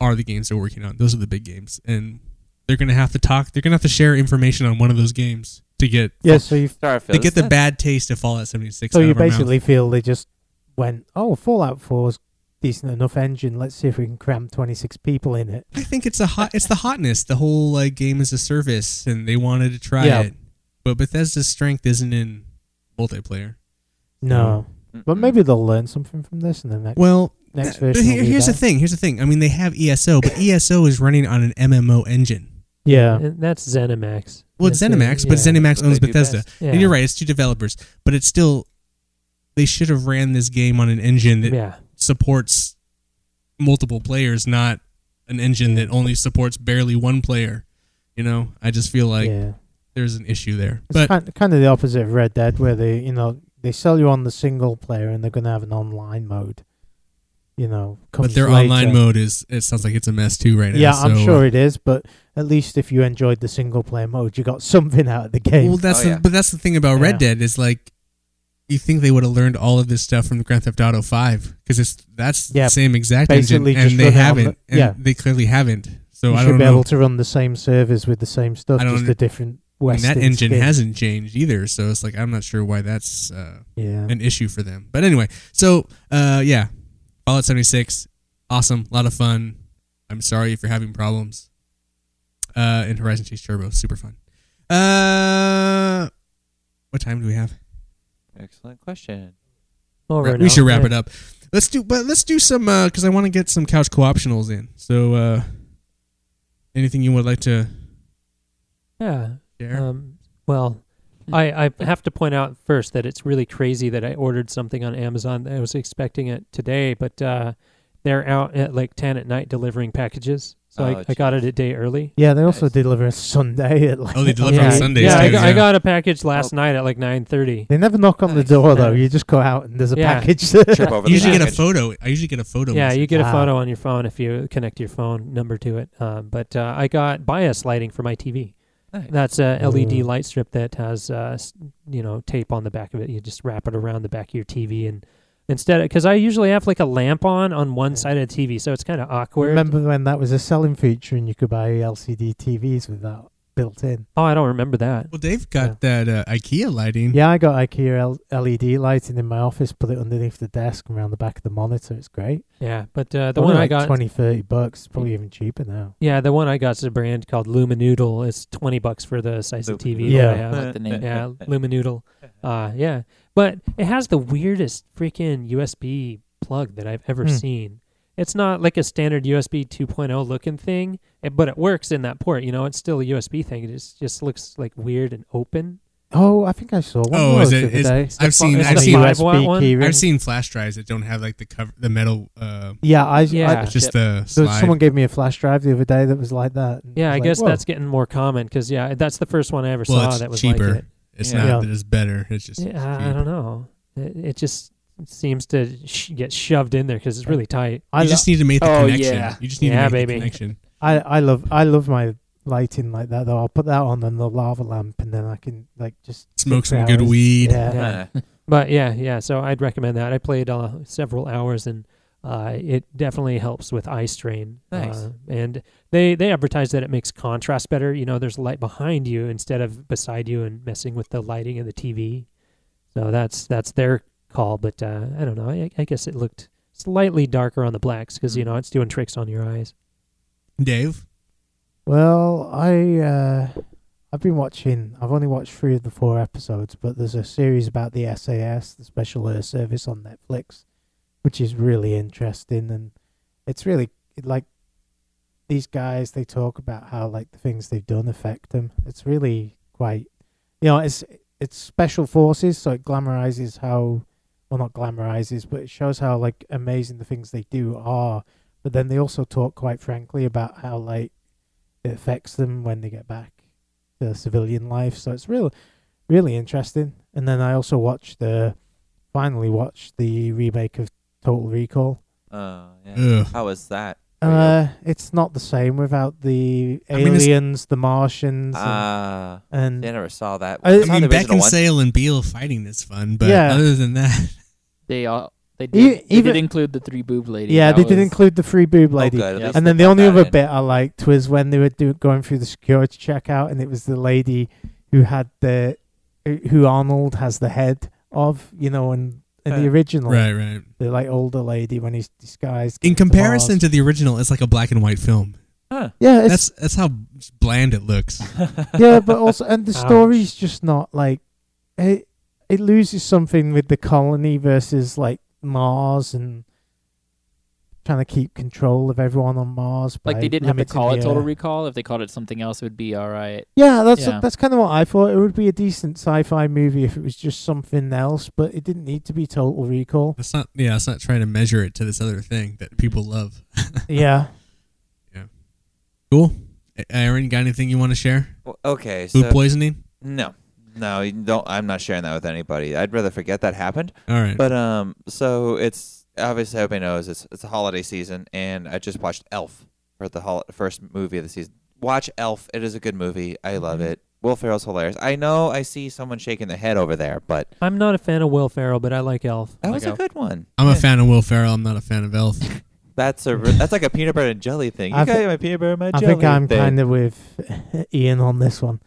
[SPEAKER 1] are the games they're working on. Those are the big games, and they're gonna have to talk. They're gonna have to share information on one of those games to get
[SPEAKER 4] Yeah, so you
[SPEAKER 3] Starfield.
[SPEAKER 1] they get the
[SPEAKER 3] isn't it?
[SPEAKER 1] bad taste of Fallout 76.
[SPEAKER 4] so
[SPEAKER 1] out
[SPEAKER 4] you
[SPEAKER 1] of our mouth.
[SPEAKER 4] basically feel they just went, oh, Fallout 4 is decent enough engine. Let's see if we can cram 26 people in it.
[SPEAKER 1] I think it's a hot. It's the hotness. The whole like game as a service, and they wanted to try
[SPEAKER 4] Yeah.
[SPEAKER 1] it. But Bethesda's strength isn't in multiplayer. Mm.
[SPEAKER 4] No, but
[SPEAKER 3] Mm-mm.
[SPEAKER 4] maybe they'll learn something from this and the next
[SPEAKER 1] Well,
[SPEAKER 4] next
[SPEAKER 1] but
[SPEAKER 4] version. will
[SPEAKER 1] here-
[SPEAKER 4] be
[SPEAKER 1] here's the
[SPEAKER 4] better.
[SPEAKER 1] thing. Here's the thing. I mean, they have ESO, but ESO is running on an MMO engine.
[SPEAKER 4] Yeah,
[SPEAKER 2] And that's Zenimax.
[SPEAKER 1] Well, it's
[SPEAKER 2] That's it,
[SPEAKER 1] Zenimax, but
[SPEAKER 2] yeah.
[SPEAKER 1] Zenimax
[SPEAKER 3] That's what
[SPEAKER 1] owns
[SPEAKER 3] they do
[SPEAKER 1] Bethesda.
[SPEAKER 3] best.
[SPEAKER 2] Yeah.
[SPEAKER 1] And you're right. It's two developers, but it's still. They should have ran this game on an engine that
[SPEAKER 2] Yeah,
[SPEAKER 1] supports multiple players, not an engine that only supports barely one player. You know, I just feel like
[SPEAKER 4] yeah.
[SPEAKER 1] there's an issue there.
[SPEAKER 4] It's
[SPEAKER 1] But
[SPEAKER 4] kind, kind of the opposite of Red Dead, where they, you know, they sell you on the single player and they're going to have an online mode. You know,
[SPEAKER 1] but
[SPEAKER 4] comes
[SPEAKER 1] their
[SPEAKER 4] later.
[SPEAKER 1] online mode is it sounds like it's a mess too right now.
[SPEAKER 4] Yeah, I'm
[SPEAKER 1] so, uh,
[SPEAKER 4] sure it is, but at least if you enjoyed the single player mode, you got something out of the game.
[SPEAKER 1] uh, Well, that's
[SPEAKER 3] Oh,
[SPEAKER 1] the,
[SPEAKER 3] yeah.
[SPEAKER 1] but that's the thing about Red
[SPEAKER 4] Yeah.
[SPEAKER 1] Dead is like you think they would have learned all of this stuff from the Grand Theft Auto 5 because it's that's
[SPEAKER 4] Yeah,
[SPEAKER 1] the same exact
[SPEAKER 4] basically
[SPEAKER 1] engine
[SPEAKER 4] just
[SPEAKER 1] and they
[SPEAKER 4] run it on the-
[SPEAKER 1] haven't. and
[SPEAKER 4] yeah.
[SPEAKER 1] they clearly haven't. So
[SPEAKER 4] you
[SPEAKER 1] I
[SPEAKER 4] should
[SPEAKER 1] don't
[SPEAKER 4] be
[SPEAKER 1] know.
[SPEAKER 4] able to run the same servers with the same stuff,
[SPEAKER 1] I don't
[SPEAKER 4] just a different
[SPEAKER 1] I mean,
[SPEAKER 4] Western.
[SPEAKER 1] that engine
[SPEAKER 4] skin.
[SPEAKER 1] hasn't changed either, so it's like I'm not sure why that's. Uh,
[SPEAKER 4] Yeah.
[SPEAKER 1] an issue for them. But anyway, so uh, yeah, Fallout 76, awesome, a lot of fun. I'm sorry if you're having problems. Uh, and Horizon Chase Turbo, super fun. Uh, what time do we have?
[SPEAKER 3] Excellent question.
[SPEAKER 2] over.
[SPEAKER 1] we should wrap it up. Let's do, but let's do some because I want to get some couch co-optionals in. So, uh, anything you would like to
[SPEAKER 2] Yeah.
[SPEAKER 1] share?
[SPEAKER 2] Um, well, I, I have to point out first that it's really crazy that I ordered something on Amazon. I was expecting it today, but uh, they're out at like 10 at night delivering packages. So
[SPEAKER 3] Oh,
[SPEAKER 2] I, I got it a day early.
[SPEAKER 4] Yeah, they also
[SPEAKER 3] Nice.
[SPEAKER 4] deliver a Sunday at like.
[SPEAKER 1] Oh, they deliver on
[SPEAKER 2] yeah,
[SPEAKER 1] Sundays
[SPEAKER 2] yeah, I,
[SPEAKER 1] too,
[SPEAKER 2] got, I
[SPEAKER 1] yeah.
[SPEAKER 2] got a package last night at like 9.30.
[SPEAKER 4] They never knock on the
[SPEAKER 3] Nice.
[SPEAKER 4] door though.
[SPEAKER 2] Yeah.
[SPEAKER 4] You just go out and there's a
[SPEAKER 2] Yeah.
[SPEAKER 4] package.
[SPEAKER 3] Trip over the
[SPEAKER 1] usually get a
[SPEAKER 3] package.
[SPEAKER 1] photo. I usually get a photo.
[SPEAKER 2] Yeah, you get a
[SPEAKER 4] Wow.
[SPEAKER 2] photo on your phone if you connect your phone number to it. Um, but uh, I got bias lighting for my TV.
[SPEAKER 3] Nice.
[SPEAKER 2] That's a LED
[SPEAKER 4] Ooh.
[SPEAKER 2] light strip that has, uh, s- you know, tape on the back of it. You just wrap it around the back of your TV and instead, because I usually have like a lamp on on one
[SPEAKER 4] Yeah.
[SPEAKER 2] side of the TV, so it's kind of awkward.
[SPEAKER 4] Remember when that was a selling feature and you could buy LCD TVs with that? built in.
[SPEAKER 2] Oh, I don't remember that.
[SPEAKER 1] Well, they've got that uh, IKEA lighting.
[SPEAKER 4] Yeah, I got IKEA L- LED lighting in my office, put it underneath the desk and around the back of the monitor. It's great.
[SPEAKER 2] Yeah, but uh, the
[SPEAKER 4] Probably
[SPEAKER 2] one I
[SPEAKER 4] like
[SPEAKER 2] got.
[SPEAKER 4] 20, 30 bucks. Probably even cheaper now.
[SPEAKER 2] Yeah, the one I got is a brand called Luminoodle. It's twenty bucks for the size of TV.
[SPEAKER 4] Yeah.
[SPEAKER 2] that I have.
[SPEAKER 5] I like the name.
[SPEAKER 2] yeah, Luminoodle. Uh, yeah, but it has the weirdest freaking USB plug that I've ever
[SPEAKER 4] Hmm.
[SPEAKER 2] seen. It's not like a standard USB 2.0 looking thing, eh, but it works in that port. You know, it's still a USB thing. It just, just looks like weird and open.
[SPEAKER 4] Oh, I think I saw one.
[SPEAKER 1] Oh,
[SPEAKER 4] of
[SPEAKER 1] is it-
[SPEAKER 4] those the other
[SPEAKER 1] is-
[SPEAKER 4] day.
[SPEAKER 1] I've seen,
[SPEAKER 2] It's
[SPEAKER 1] I've
[SPEAKER 2] the
[SPEAKER 1] seen,
[SPEAKER 2] five watt one?
[SPEAKER 4] keyring.
[SPEAKER 1] I've seen flash drives that don't have like the cover, the metal, uh,
[SPEAKER 4] Yeah, I,
[SPEAKER 2] Yeah.
[SPEAKER 4] yeah.
[SPEAKER 1] it's just the
[SPEAKER 4] So
[SPEAKER 1] slide.
[SPEAKER 4] someone gave me a flash drive the other day that was like that. and
[SPEAKER 2] Yeah, I
[SPEAKER 4] was like,
[SPEAKER 2] guess
[SPEAKER 4] "Whoa."
[SPEAKER 2] that's getting more common because yeah, that's the first one I ever
[SPEAKER 1] Well,
[SPEAKER 2] saw
[SPEAKER 1] it's
[SPEAKER 2] that was
[SPEAKER 1] cheaper.
[SPEAKER 2] like it.
[SPEAKER 1] it's
[SPEAKER 5] Yeah.
[SPEAKER 1] not
[SPEAKER 4] Yeah.
[SPEAKER 1] that it's better. It's just
[SPEAKER 2] Yeah, I- I
[SPEAKER 1] cheap.
[SPEAKER 2] don't know. It, it just seems to sh- get shoved in there because it's really tight.
[SPEAKER 4] I,
[SPEAKER 1] you
[SPEAKER 4] lo-
[SPEAKER 1] just need to make the
[SPEAKER 5] Oh,
[SPEAKER 1] connection.
[SPEAKER 5] yeah.
[SPEAKER 1] You just need
[SPEAKER 2] Yeah,
[SPEAKER 1] to make
[SPEAKER 2] baby.
[SPEAKER 1] the connection.
[SPEAKER 4] I, I love I love my lighting like that though. I'll put that on and the lava lamp, and then I can like just
[SPEAKER 1] Smoke
[SPEAKER 4] six
[SPEAKER 1] some good
[SPEAKER 4] hours.
[SPEAKER 1] weed.
[SPEAKER 4] Yeah.
[SPEAKER 2] Yeah. But yeah, yeah. So I'd recommend that. I played uh, several hours, and uh, it definitely helps with eye strain.
[SPEAKER 5] Nice.
[SPEAKER 2] Uh, and they they advertise that it makes contrast better. You know, there's light behind you instead of beside you, and messing with the lighting of the TV. So that's that's their call. But uh, I don't know. I, I guess it looked slightly darker on the blacks because
[SPEAKER 5] Mm.
[SPEAKER 2] you know it's doing tricks on your eyes.
[SPEAKER 1] Dave,
[SPEAKER 4] Well, I uh, I've been watching. I've only watched three of the four episodes, but there's a series about the SAS, the Special Air Service, on Netflix, which is really interesting, and it's really like these guys. They talk about how like the things they've done affect them. It's really quite, you know, it's it's special forces, so it glamorizes how, well, not glamorizes, but it shows how like amazing the things they do are. But then they also talk quite frankly about how like it affects them when they get back to civilian life. So it's real, really interesting. And then I also watched the, finally watched the remake of Total Recall.
[SPEAKER 3] Uh, yeah.
[SPEAKER 1] Ugh.
[SPEAKER 3] How was that? for you?
[SPEAKER 4] Uh, it's not the same without the
[SPEAKER 1] I mean, it's-
[SPEAKER 4] aliens, the Martians,
[SPEAKER 3] Ah,
[SPEAKER 4] and,
[SPEAKER 3] I
[SPEAKER 4] and
[SPEAKER 3] never saw that.
[SPEAKER 4] I- I
[SPEAKER 3] saw the
[SPEAKER 1] I mean,
[SPEAKER 3] original one.
[SPEAKER 1] Beckinsale and Beale fighting is fun, but
[SPEAKER 4] Yeah.
[SPEAKER 1] other than that,
[SPEAKER 5] They all they did,
[SPEAKER 4] E-
[SPEAKER 5] they
[SPEAKER 4] even-
[SPEAKER 5] did include the three boob ladies.
[SPEAKER 4] yeah,
[SPEAKER 5] That
[SPEAKER 4] they did
[SPEAKER 5] was-
[SPEAKER 4] include the free boob
[SPEAKER 3] Oh,
[SPEAKER 4] lady.
[SPEAKER 3] good, at
[SPEAKER 5] Yeah.
[SPEAKER 3] least
[SPEAKER 4] And then
[SPEAKER 3] they
[SPEAKER 4] the
[SPEAKER 3] got
[SPEAKER 4] only
[SPEAKER 3] that
[SPEAKER 4] other
[SPEAKER 3] in.
[SPEAKER 4] bit I liked was when they were do, going through the security checkout, and it was the lady who had the who Arnold has the head of, you know, in, in the
[SPEAKER 3] Uh,
[SPEAKER 4] original,
[SPEAKER 1] right, right.
[SPEAKER 4] the like older lady when he's disguised.
[SPEAKER 1] In
[SPEAKER 4] goes to
[SPEAKER 1] comparison
[SPEAKER 4] Mars.
[SPEAKER 1] to the original, it's like a black and white film.
[SPEAKER 4] yeah, it's,
[SPEAKER 1] That's that's how bland it looks.
[SPEAKER 4] yeah, but also and the
[SPEAKER 2] Ouch.
[SPEAKER 4] story's just not like it. It loses something with the colony versus like Mars and trying to keep control of everyone on Mars.
[SPEAKER 5] Like
[SPEAKER 4] by
[SPEAKER 5] they didn't have to
[SPEAKER 4] limiting
[SPEAKER 5] call
[SPEAKER 4] the,
[SPEAKER 5] it Total
[SPEAKER 4] uh,
[SPEAKER 5] Recall. If they called it something else, it would be all right.
[SPEAKER 4] Yeah, that's
[SPEAKER 5] Yeah.
[SPEAKER 4] that's kind of what I thought. It would be a decent sci-fi movie if it was just something else, but it didn't need to be Total Recall.
[SPEAKER 1] It's not, yeah, it's not trying to measure it to this other thing that people love.
[SPEAKER 4] yeah,
[SPEAKER 1] Cool. A- Aaron, got anything you want to share?
[SPEAKER 3] Well, Okay,
[SPEAKER 1] Food
[SPEAKER 3] so
[SPEAKER 1] poisoning?
[SPEAKER 3] no, no, you don't. I'm not sharing that with anybody. I'd rather forget that happened.
[SPEAKER 1] All right.
[SPEAKER 3] But um, so it's obviously everybody knows it's it's a holiday season, and I just watched Elf for the hol- first movie of the season. Watch Elf; it is a good movie. I love it. Will Ferrell's hilarious. I know I see someone shaking their head over there, but
[SPEAKER 2] I'm not a fan of Will Ferrell, but I like Elf.
[SPEAKER 3] that was
[SPEAKER 5] Like
[SPEAKER 3] a
[SPEAKER 5] Elf.
[SPEAKER 3] good one.
[SPEAKER 1] I'm a fan of Will Ferrell. I'm not a fan of Elf.
[SPEAKER 3] That's a re- that's like a peanut butter and jelly thing. You
[SPEAKER 4] I
[SPEAKER 3] got
[SPEAKER 4] thi-
[SPEAKER 3] my peanut butter and my
[SPEAKER 4] I
[SPEAKER 3] jelly.
[SPEAKER 4] think I'm
[SPEAKER 3] thing.
[SPEAKER 4] kind of with Ian on this one.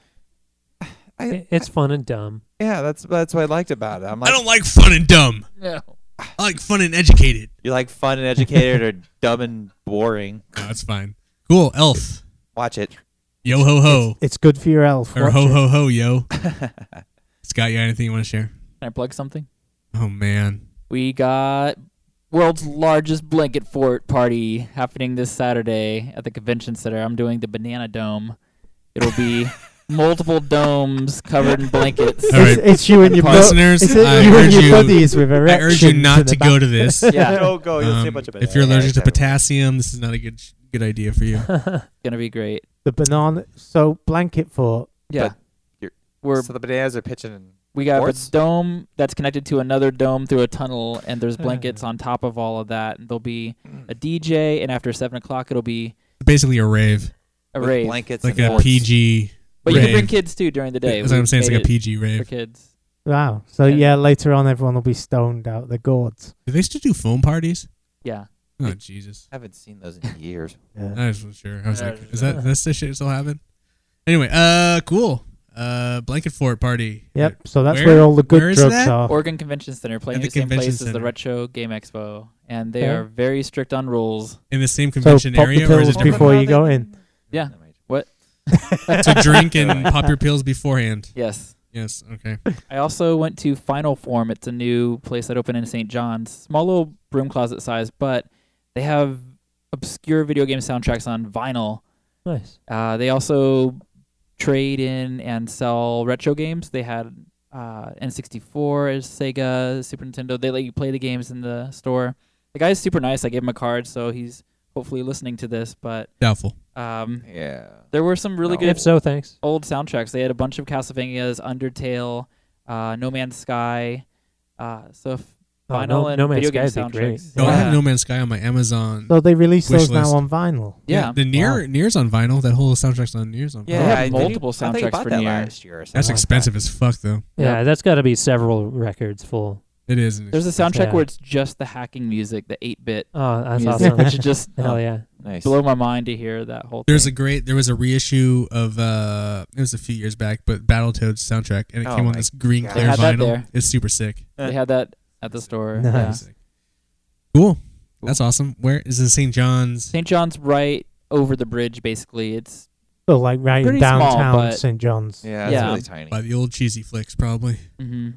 [SPEAKER 3] I,
[SPEAKER 2] It- It's fun and dumb.
[SPEAKER 3] yeah, that's that's what I liked about it. I'm like,
[SPEAKER 1] I don't like fun and dumb.
[SPEAKER 5] No.
[SPEAKER 1] I like fun and educated.
[SPEAKER 3] you like fun and educated or dumb and boring.
[SPEAKER 1] No, that's fine. Cool. Elf.
[SPEAKER 3] Watch it.
[SPEAKER 1] Yo ho ho.
[SPEAKER 4] It's good for your elf.
[SPEAKER 1] Or
[SPEAKER 4] watch
[SPEAKER 1] ho
[SPEAKER 4] it.
[SPEAKER 1] ho ho yo. Scott, you got anything you want to share?
[SPEAKER 5] Can I plug something?
[SPEAKER 1] Oh man.
[SPEAKER 5] We got world's largest blanket fort party happening this Saturday at the convention center. I'm doing the banana dome. It'll be multiple domes covered in blankets.
[SPEAKER 1] All right.
[SPEAKER 4] It's, it's you and your bu-
[SPEAKER 1] Listeners,
[SPEAKER 4] it's it-
[SPEAKER 1] I
[SPEAKER 4] you and
[SPEAKER 1] urge
[SPEAKER 4] your
[SPEAKER 1] you-
[SPEAKER 4] buddies with
[SPEAKER 1] I urge you
[SPEAKER 4] erections in
[SPEAKER 1] not
[SPEAKER 4] the
[SPEAKER 1] to go to this.
[SPEAKER 5] Yeah.
[SPEAKER 3] Don't go. Oh, You'll see a
[SPEAKER 1] Um,
[SPEAKER 3] bunch of
[SPEAKER 1] if you're
[SPEAKER 3] bananas
[SPEAKER 1] allergic to
[SPEAKER 3] everywhere.
[SPEAKER 1] potassium, this is not a good good idea for you.
[SPEAKER 5] gonna be great.
[SPEAKER 4] The banana, so blanket fort.
[SPEAKER 5] Yeah.
[SPEAKER 3] But you're-
[SPEAKER 5] we're
[SPEAKER 3] so the bananas are pitching. in-
[SPEAKER 5] we got
[SPEAKER 3] forts?
[SPEAKER 5] a dome that's connected to another dome through a tunnel, and
[SPEAKER 1] Hmm.
[SPEAKER 5] there's blankets on top of all of that. And there'll be a DJ, and after seven o'clock, it'll be
[SPEAKER 1] Basically a rave,
[SPEAKER 5] a
[SPEAKER 3] with
[SPEAKER 5] rave.
[SPEAKER 3] blankets
[SPEAKER 1] like
[SPEAKER 3] and
[SPEAKER 1] a
[SPEAKER 3] forts.
[SPEAKER 1] PG.
[SPEAKER 5] But you can bring
[SPEAKER 1] rave.
[SPEAKER 5] kids too during the day.
[SPEAKER 1] That's what
[SPEAKER 5] We
[SPEAKER 1] I'm saying. It's
[SPEAKER 5] made
[SPEAKER 1] like a
[SPEAKER 5] it
[SPEAKER 1] PG
[SPEAKER 5] for
[SPEAKER 1] rave.
[SPEAKER 5] kids.
[SPEAKER 4] Wow. So
[SPEAKER 5] Yeah.
[SPEAKER 4] yeah, later on, everyone will be stoned out the gourds.
[SPEAKER 1] Do they still do foam parties?
[SPEAKER 5] Yeah.
[SPEAKER 1] Oh Jesus!
[SPEAKER 3] I haven't seen those in years.
[SPEAKER 4] Yeah.
[SPEAKER 1] I was sure. I was like, is that is this shit still happen? Anyway, uh, cool. Uh, blanket fort party.
[SPEAKER 4] Yep. So that's
[SPEAKER 1] Where-
[SPEAKER 4] where, all the
[SPEAKER 1] where
[SPEAKER 4] good
[SPEAKER 1] is
[SPEAKER 4] drugs
[SPEAKER 1] that?
[SPEAKER 4] are.
[SPEAKER 5] Oregon Convention Center, playing
[SPEAKER 1] Oh. At
[SPEAKER 5] in
[SPEAKER 1] the
[SPEAKER 5] the, same place
[SPEAKER 1] convention
[SPEAKER 5] as the
[SPEAKER 1] center.
[SPEAKER 5] Retro Game Expo, and they
[SPEAKER 4] Okay.
[SPEAKER 5] are very strict on rules.
[SPEAKER 1] in the same
[SPEAKER 4] So pop
[SPEAKER 1] convention
[SPEAKER 4] the
[SPEAKER 1] area, or is
[SPEAKER 4] pills
[SPEAKER 1] it
[SPEAKER 3] Remember
[SPEAKER 1] before
[SPEAKER 4] before
[SPEAKER 3] how
[SPEAKER 4] you
[SPEAKER 3] they
[SPEAKER 4] go
[SPEAKER 3] did-
[SPEAKER 4] in.
[SPEAKER 5] Yeah.
[SPEAKER 3] Never mind. What?
[SPEAKER 1] to drink and pop your pills beforehand?
[SPEAKER 5] Yes.
[SPEAKER 1] Yes. Okay.
[SPEAKER 5] I also went to Final Form. It's a new place that opened in St. John's. Small little room closet size, but they have obscure video game soundtracks on vinyl.
[SPEAKER 2] Nice.
[SPEAKER 5] Uh, they also trade in and sell retro games. They had uh, N64, Sega, Super Nintendo. They let you play the games in the store. The guy's super nice. I gave him a card, so he's hopefully listening to this. But
[SPEAKER 1] Doubtful.
[SPEAKER 5] um,
[SPEAKER 3] Yeah.
[SPEAKER 5] there were some really
[SPEAKER 3] No.
[SPEAKER 5] good
[SPEAKER 2] If so, thanks.
[SPEAKER 5] old soundtracks. They had a bunch of Castlevanias, Undertale, uh, No Man's Sky. Uh, so if
[SPEAKER 2] Oh,
[SPEAKER 5] vinyl
[SPEAKER 2] no,
[SPEAKER 5] and
[SPEAKER 2] no Man's
[SPEAKER 5] video game
[SPEAKER 2] Sky'd be great.
[SPEAKER 5] soundtracks.
[SPEAKER 1] No, I have
[SPEAKER 5] Yeah.
[SPEAKER 1] No Man's Sky on my Amazon.
[SPEAKER 4] So they release
[SPEAKER 1] Wish
[SPEAKER 4] those now
[SPEAKER 1] list.
[SPEAKER 4] on vinyl.
[SPEAKER 5] yeah.
[SPEAKER 1] The near near's on vinyl. That whole soundtrack's on near's on.
[SPEAKER 5] Yeah.
[SPEAKER 1] vinyl.
[SPEAKER 5] have
[SPEAKER 3] I think-
[SPEAKER 5] multiple
[SPEAKER 3] I thought you
[SPEAKER 5] soundtracks
[SPEAKER 3] bought
[SPEAKER 5] for
[SPEAKER 3] that
[SPEAKER 5] Nier.
[SPEAKER 3] last year or something
[SPEAKER 1] That's
[SPEAKER 3] like
[SPEAKER 1] expensive as fuck though.
[SPEAKER 2] Yeah,
[SPEAKER 5] Yep.
[SPEAKER 2] that's got to be several records full.
[SPEAKER 1] It is. an
[SPEAKER 5] There's a soundtrack
[SPEAKER 2] Yeah.
[SPEAKER 5] where it's just the hacking music, the 8 bit
[SPEAKER 2] Oh, that's
[SPEAKER 5] music,
[SPEAKER 2] awesome.
[SPEAKER 5] which is just
[SPEAKER 2] Hell yeah.
[SPEAKER 3] that. Nice.
[SPEAKER 5] blow my mind to hear that whole
[SPEAKER 1] There's a
[SPEAKER 5] thing.
[SPEAKER 1] great there was a reissue of uh it was a few years back, but Battletoads soundtrack and it
[SPEAKER 3] Oh
[SPEAKER 1] came on
[SPEAKER 3] my
[SPEAKER 1] this green
[SPEAKER 3] God.
[SPEAKER 1] clear
[SPEAKER 5] They had that
[SPEAKER 1] vinyl.
[SPEAKER 5] there.
[SPEAKER 1] It's super sick.
[SPEAKER 5] they had that at the store.
[SPEAKER 4] Nice.
[SPEAKER 5] yeah.
[SPEAKER 1] Sick. Cool. That's awesome. Where is it St. John's?
[SPEAKER 5] St. John's right over the bridge basically. It's
[SPEAKER 4] So like right in
[SPEAKER 5] Pretty small,
[SPEAKER 4] downtown
[SPEAKER 5] but-
[SPEAKER 4] St. John's.
[SPEAKER 3] Yeah, it's
[SPEAKER 5] Yeah.
[SPEAKER 3] really tiny.
[SPEAKER 1] By the old cheesy flicks probably.
[SPEAKER 5] mhm.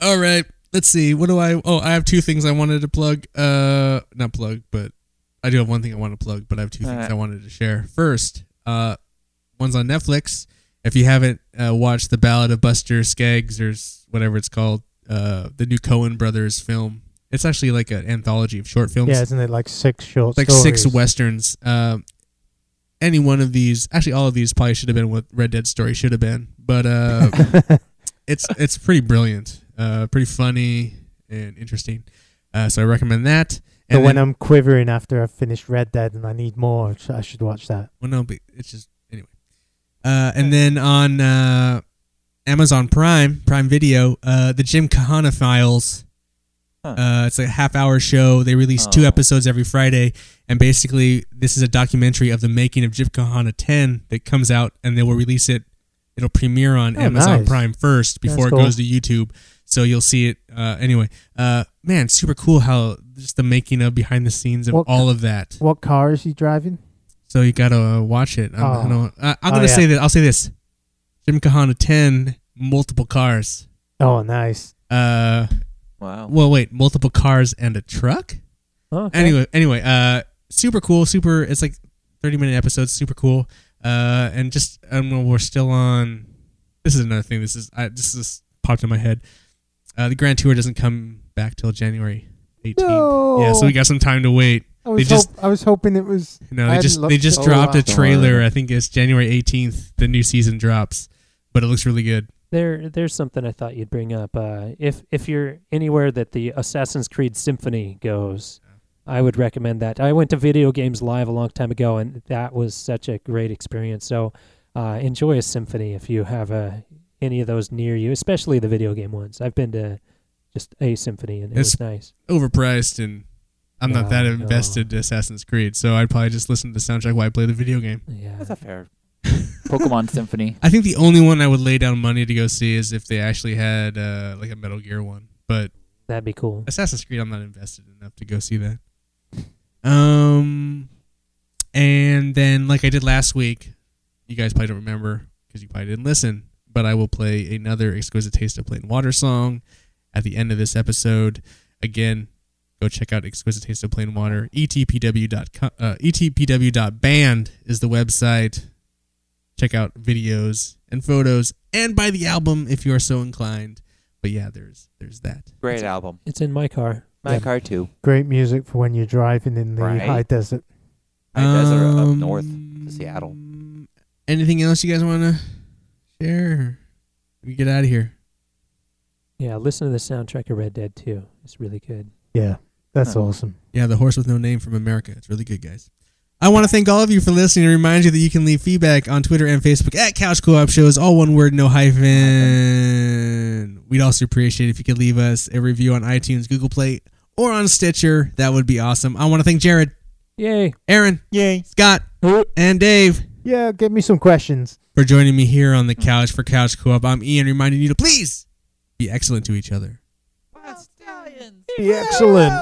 [SPEAKER 1] All right. Let's see. What do I Oh, I have two things I wanted to plug. Uh not plug, but I do have one thing I want to plug, but I have two things
[SPEAKER 3] Alright.
[SPEAKER 1] I wanted to share. First, uh one's on Netflix. If you haven't uh, watched The Ballad of Buster Skaggs or s- whatever it's called, uh the new Cohen brothers film. It's actually like an anthology of short films.
[SPEAKER 4] Yeah, isn't it like six short
[SPEAKER 1] like
[SPEAKER 4] stories?
[SPEAKER 1] six westerns. Um, any one of these, actually, all of these probably should have been what Red Dead Story should have been. But uh, it's it's pretty brilliant, uh, pretty funny and interesting. Uh, so I recommend that.
[SPEAKER 4] So
[SPEAKER 1] And
[SPEAKER 4] when
[SPEAKER 1] then-
[SPEAKER 4] I'm quivering after I've finished Red Dead and I need more, I sh- I should watch that.
[SPEAKER 1] well, no, but it's just anyway. Uh, and then on uh, Amazon Prime, Prime Video, uh, the Jim Kahana Files.
[SPEAKER 3] Huh.
[SPEAKER 1] Uh, it's a half-hour show. They release
[SPEAKER 3] Oh.
[SPEAKER 1] two episodes every Friday, and basically, this is a documentary of the making of Jim Kahana Ten that comes out, and they will release it. It'll premiere on
[SPEAKER 4] Oh,
[SPEAKER 1] Amazon
[SPEAKER 4] nice.
[SPEAKER 1] Prime first before it goes
[SPEAKER 4] That's
[SPEAKER 1] to YouTube, so you'll see it. Uh, anyway, uh, man, super cool how just the making of, behind the scenes of
[SPEAKER 4] What
[SPEAKER 1] all of that.
[SPEAKER 4] What car is he driving?
[SPEAKER 1] So you gotta uh, watch it. I'm, I
[SPEAKER 4] Oh.
[SPEAKER 1] don't- I- I'm
[SPEAKER 4] Oh,
[SPEAKER 1] gonna
[SPEAKER 4] yeah.
[SPEAKER 1] say that I'll say this: Jim Kahana ten multiple cars.
[SPEAKER 4] Oh, nice.
[SPEAKER 1] Uh,
[SPEAKER 3] Wow.
[SPEAKER 1] well, wait, multiple cars and a truck.
[SPEAKER 2] Oh, okay.
[SPEAKER 1] Anyway, anyway, uh, super cool, super. It's like 30 minute episodes, super cool. Uh, and just I don't know, we're still on. This is another thing. This is I, this is popped in my head. Uh, the Grand Tour doesn't come back till January 18th.
[SPEAKER 4] No.
[SPEAKER 1] Yeah, so we got some time to wait.
[SPEAKER 4] I was,
[SPEAKER 1] they just-
[SPEAKER 4] hope- I was hoping it was.
[SPEAKER 1] No,
[SPEAKER 4] I
[SPEAKER 1] they
[SPEAKER 4] hadn't
[SPEAKER 1] just they
[SPEAKER 4] looked
[SPEAKER 1] just
[SPEAKER 4] at-
[SPEAKER 1] dropped
[SPEAKER 4] Oh,
[SPEAKER 1] a
[SPEAKER 4] wow.
[SPEAKER 1] trailer. I think it's January 18th. The new season drops, but it looks really good.
[SPEAKER 2] There, there's something I thought you'd bring up. Uh, if if you're anywhere that the Assassin's Creed Symphony goes, I would recommend that. I went to Video Games Live a long time ago, and that was such a great experience. So uh, enjoy a symphony if you have uh any of those near you, especially the video game ones. I've been to just a symphony, and it
[SPEAKER 1] It's-
[SPEAKER 2] was nice.
[SPEAKER 1] Overpriced, and I'm not
[SPEAKER 2] No,
[SPEAKER 1] that
[SPEAKER 2] no.
[SPEAKER 1] invested to Assassin's Creed, so I'd probably just listen to the soundtrack while I play the video game.
[SPEAKER 2] Yeah,
[SPEAKER 3] That's a fair.
[SPEAKER 5] Pokemon Symphony.
[SPEAKER 1] I think the only one I would lay down money to go see is if they actually had uh, like a Metal Gear one. But
[SPEAKER 2] that'd be cool.
[SPEAKER 1] Assassin's Creed, I'm not invested enough to go see that. Um, and then like I did last week, you guys probably don't remember because you probably didn't listen, but I will play another exquisite taste of plain water song at the end of this episode. Again, go check out exquisite taste of plain water. E etpw.com uh, etpw.band is the website. Check out videos and photos and buy the album if you are so inclined. But yeah, there's there's that.
[SPEAKER 3] Great album.
[SPEAKER 2] It's in my car.
[SPEAKER 3] My
[SPEAKER 4] Yeah.
[SPEAKER 3] car too.
[SPEAKER 4] Great music for when you're driving in the
[SPEAKER 3] Right.
[SPEAKER 4] high desert.
[SPEAKER 3] My guys are up
[SPEAKER 1] Um,
[SPEAKER 3] north to Seattle.
[SPEAKER 1] Anything else you guys want to share? We get out of here.
[SPEAKER 2] Yeah, listen to the soundtrack of Red Dead 2. It's really good.
[SPEAKER 4] Yeah, that's
[SPEAKER 3] Huh.
[SPEAKER 4] awesome.
[SPEAKER 1] Yeah, the horse with no name from America. It's really good, guys. I want to thank all of you for listening and remind you that you can leave feedback on Twitter and Facebook at Couch Co-op Shows, all one word, no hyphen. We'd also appreciate if you could leave us a review on iTunes, Google Play, or on Stitcher. That would be awesome. I want to thank Jared,
[SPEAKER 2] Yay.
[SPEAKER 1] Aaron,
[SPEAKER 3] Yay.
[SPEAKER 1] Scott, and Dave.
[SPEAKER 4] Yeah, give me some questions.
[SPEAKER 1] for joining me here on the couch for Couch Co-op. I'm Ian, reminding you to please be excellent to each other.
[SPEAKER 4] Be excellent.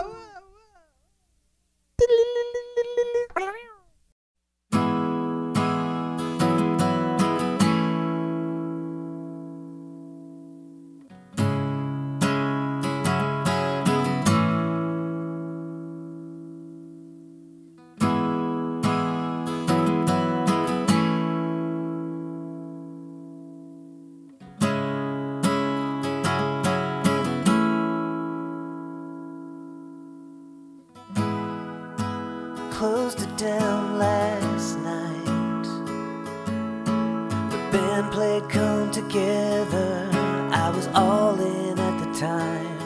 [SPEAKER 6] closed it down last night. The band played Come Together. I was all in at the time.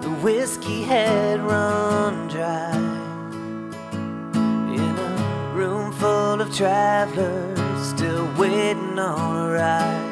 [SPEAKER 6] The whiskey had run dry. In a room full of travelers, still waiting on a ride.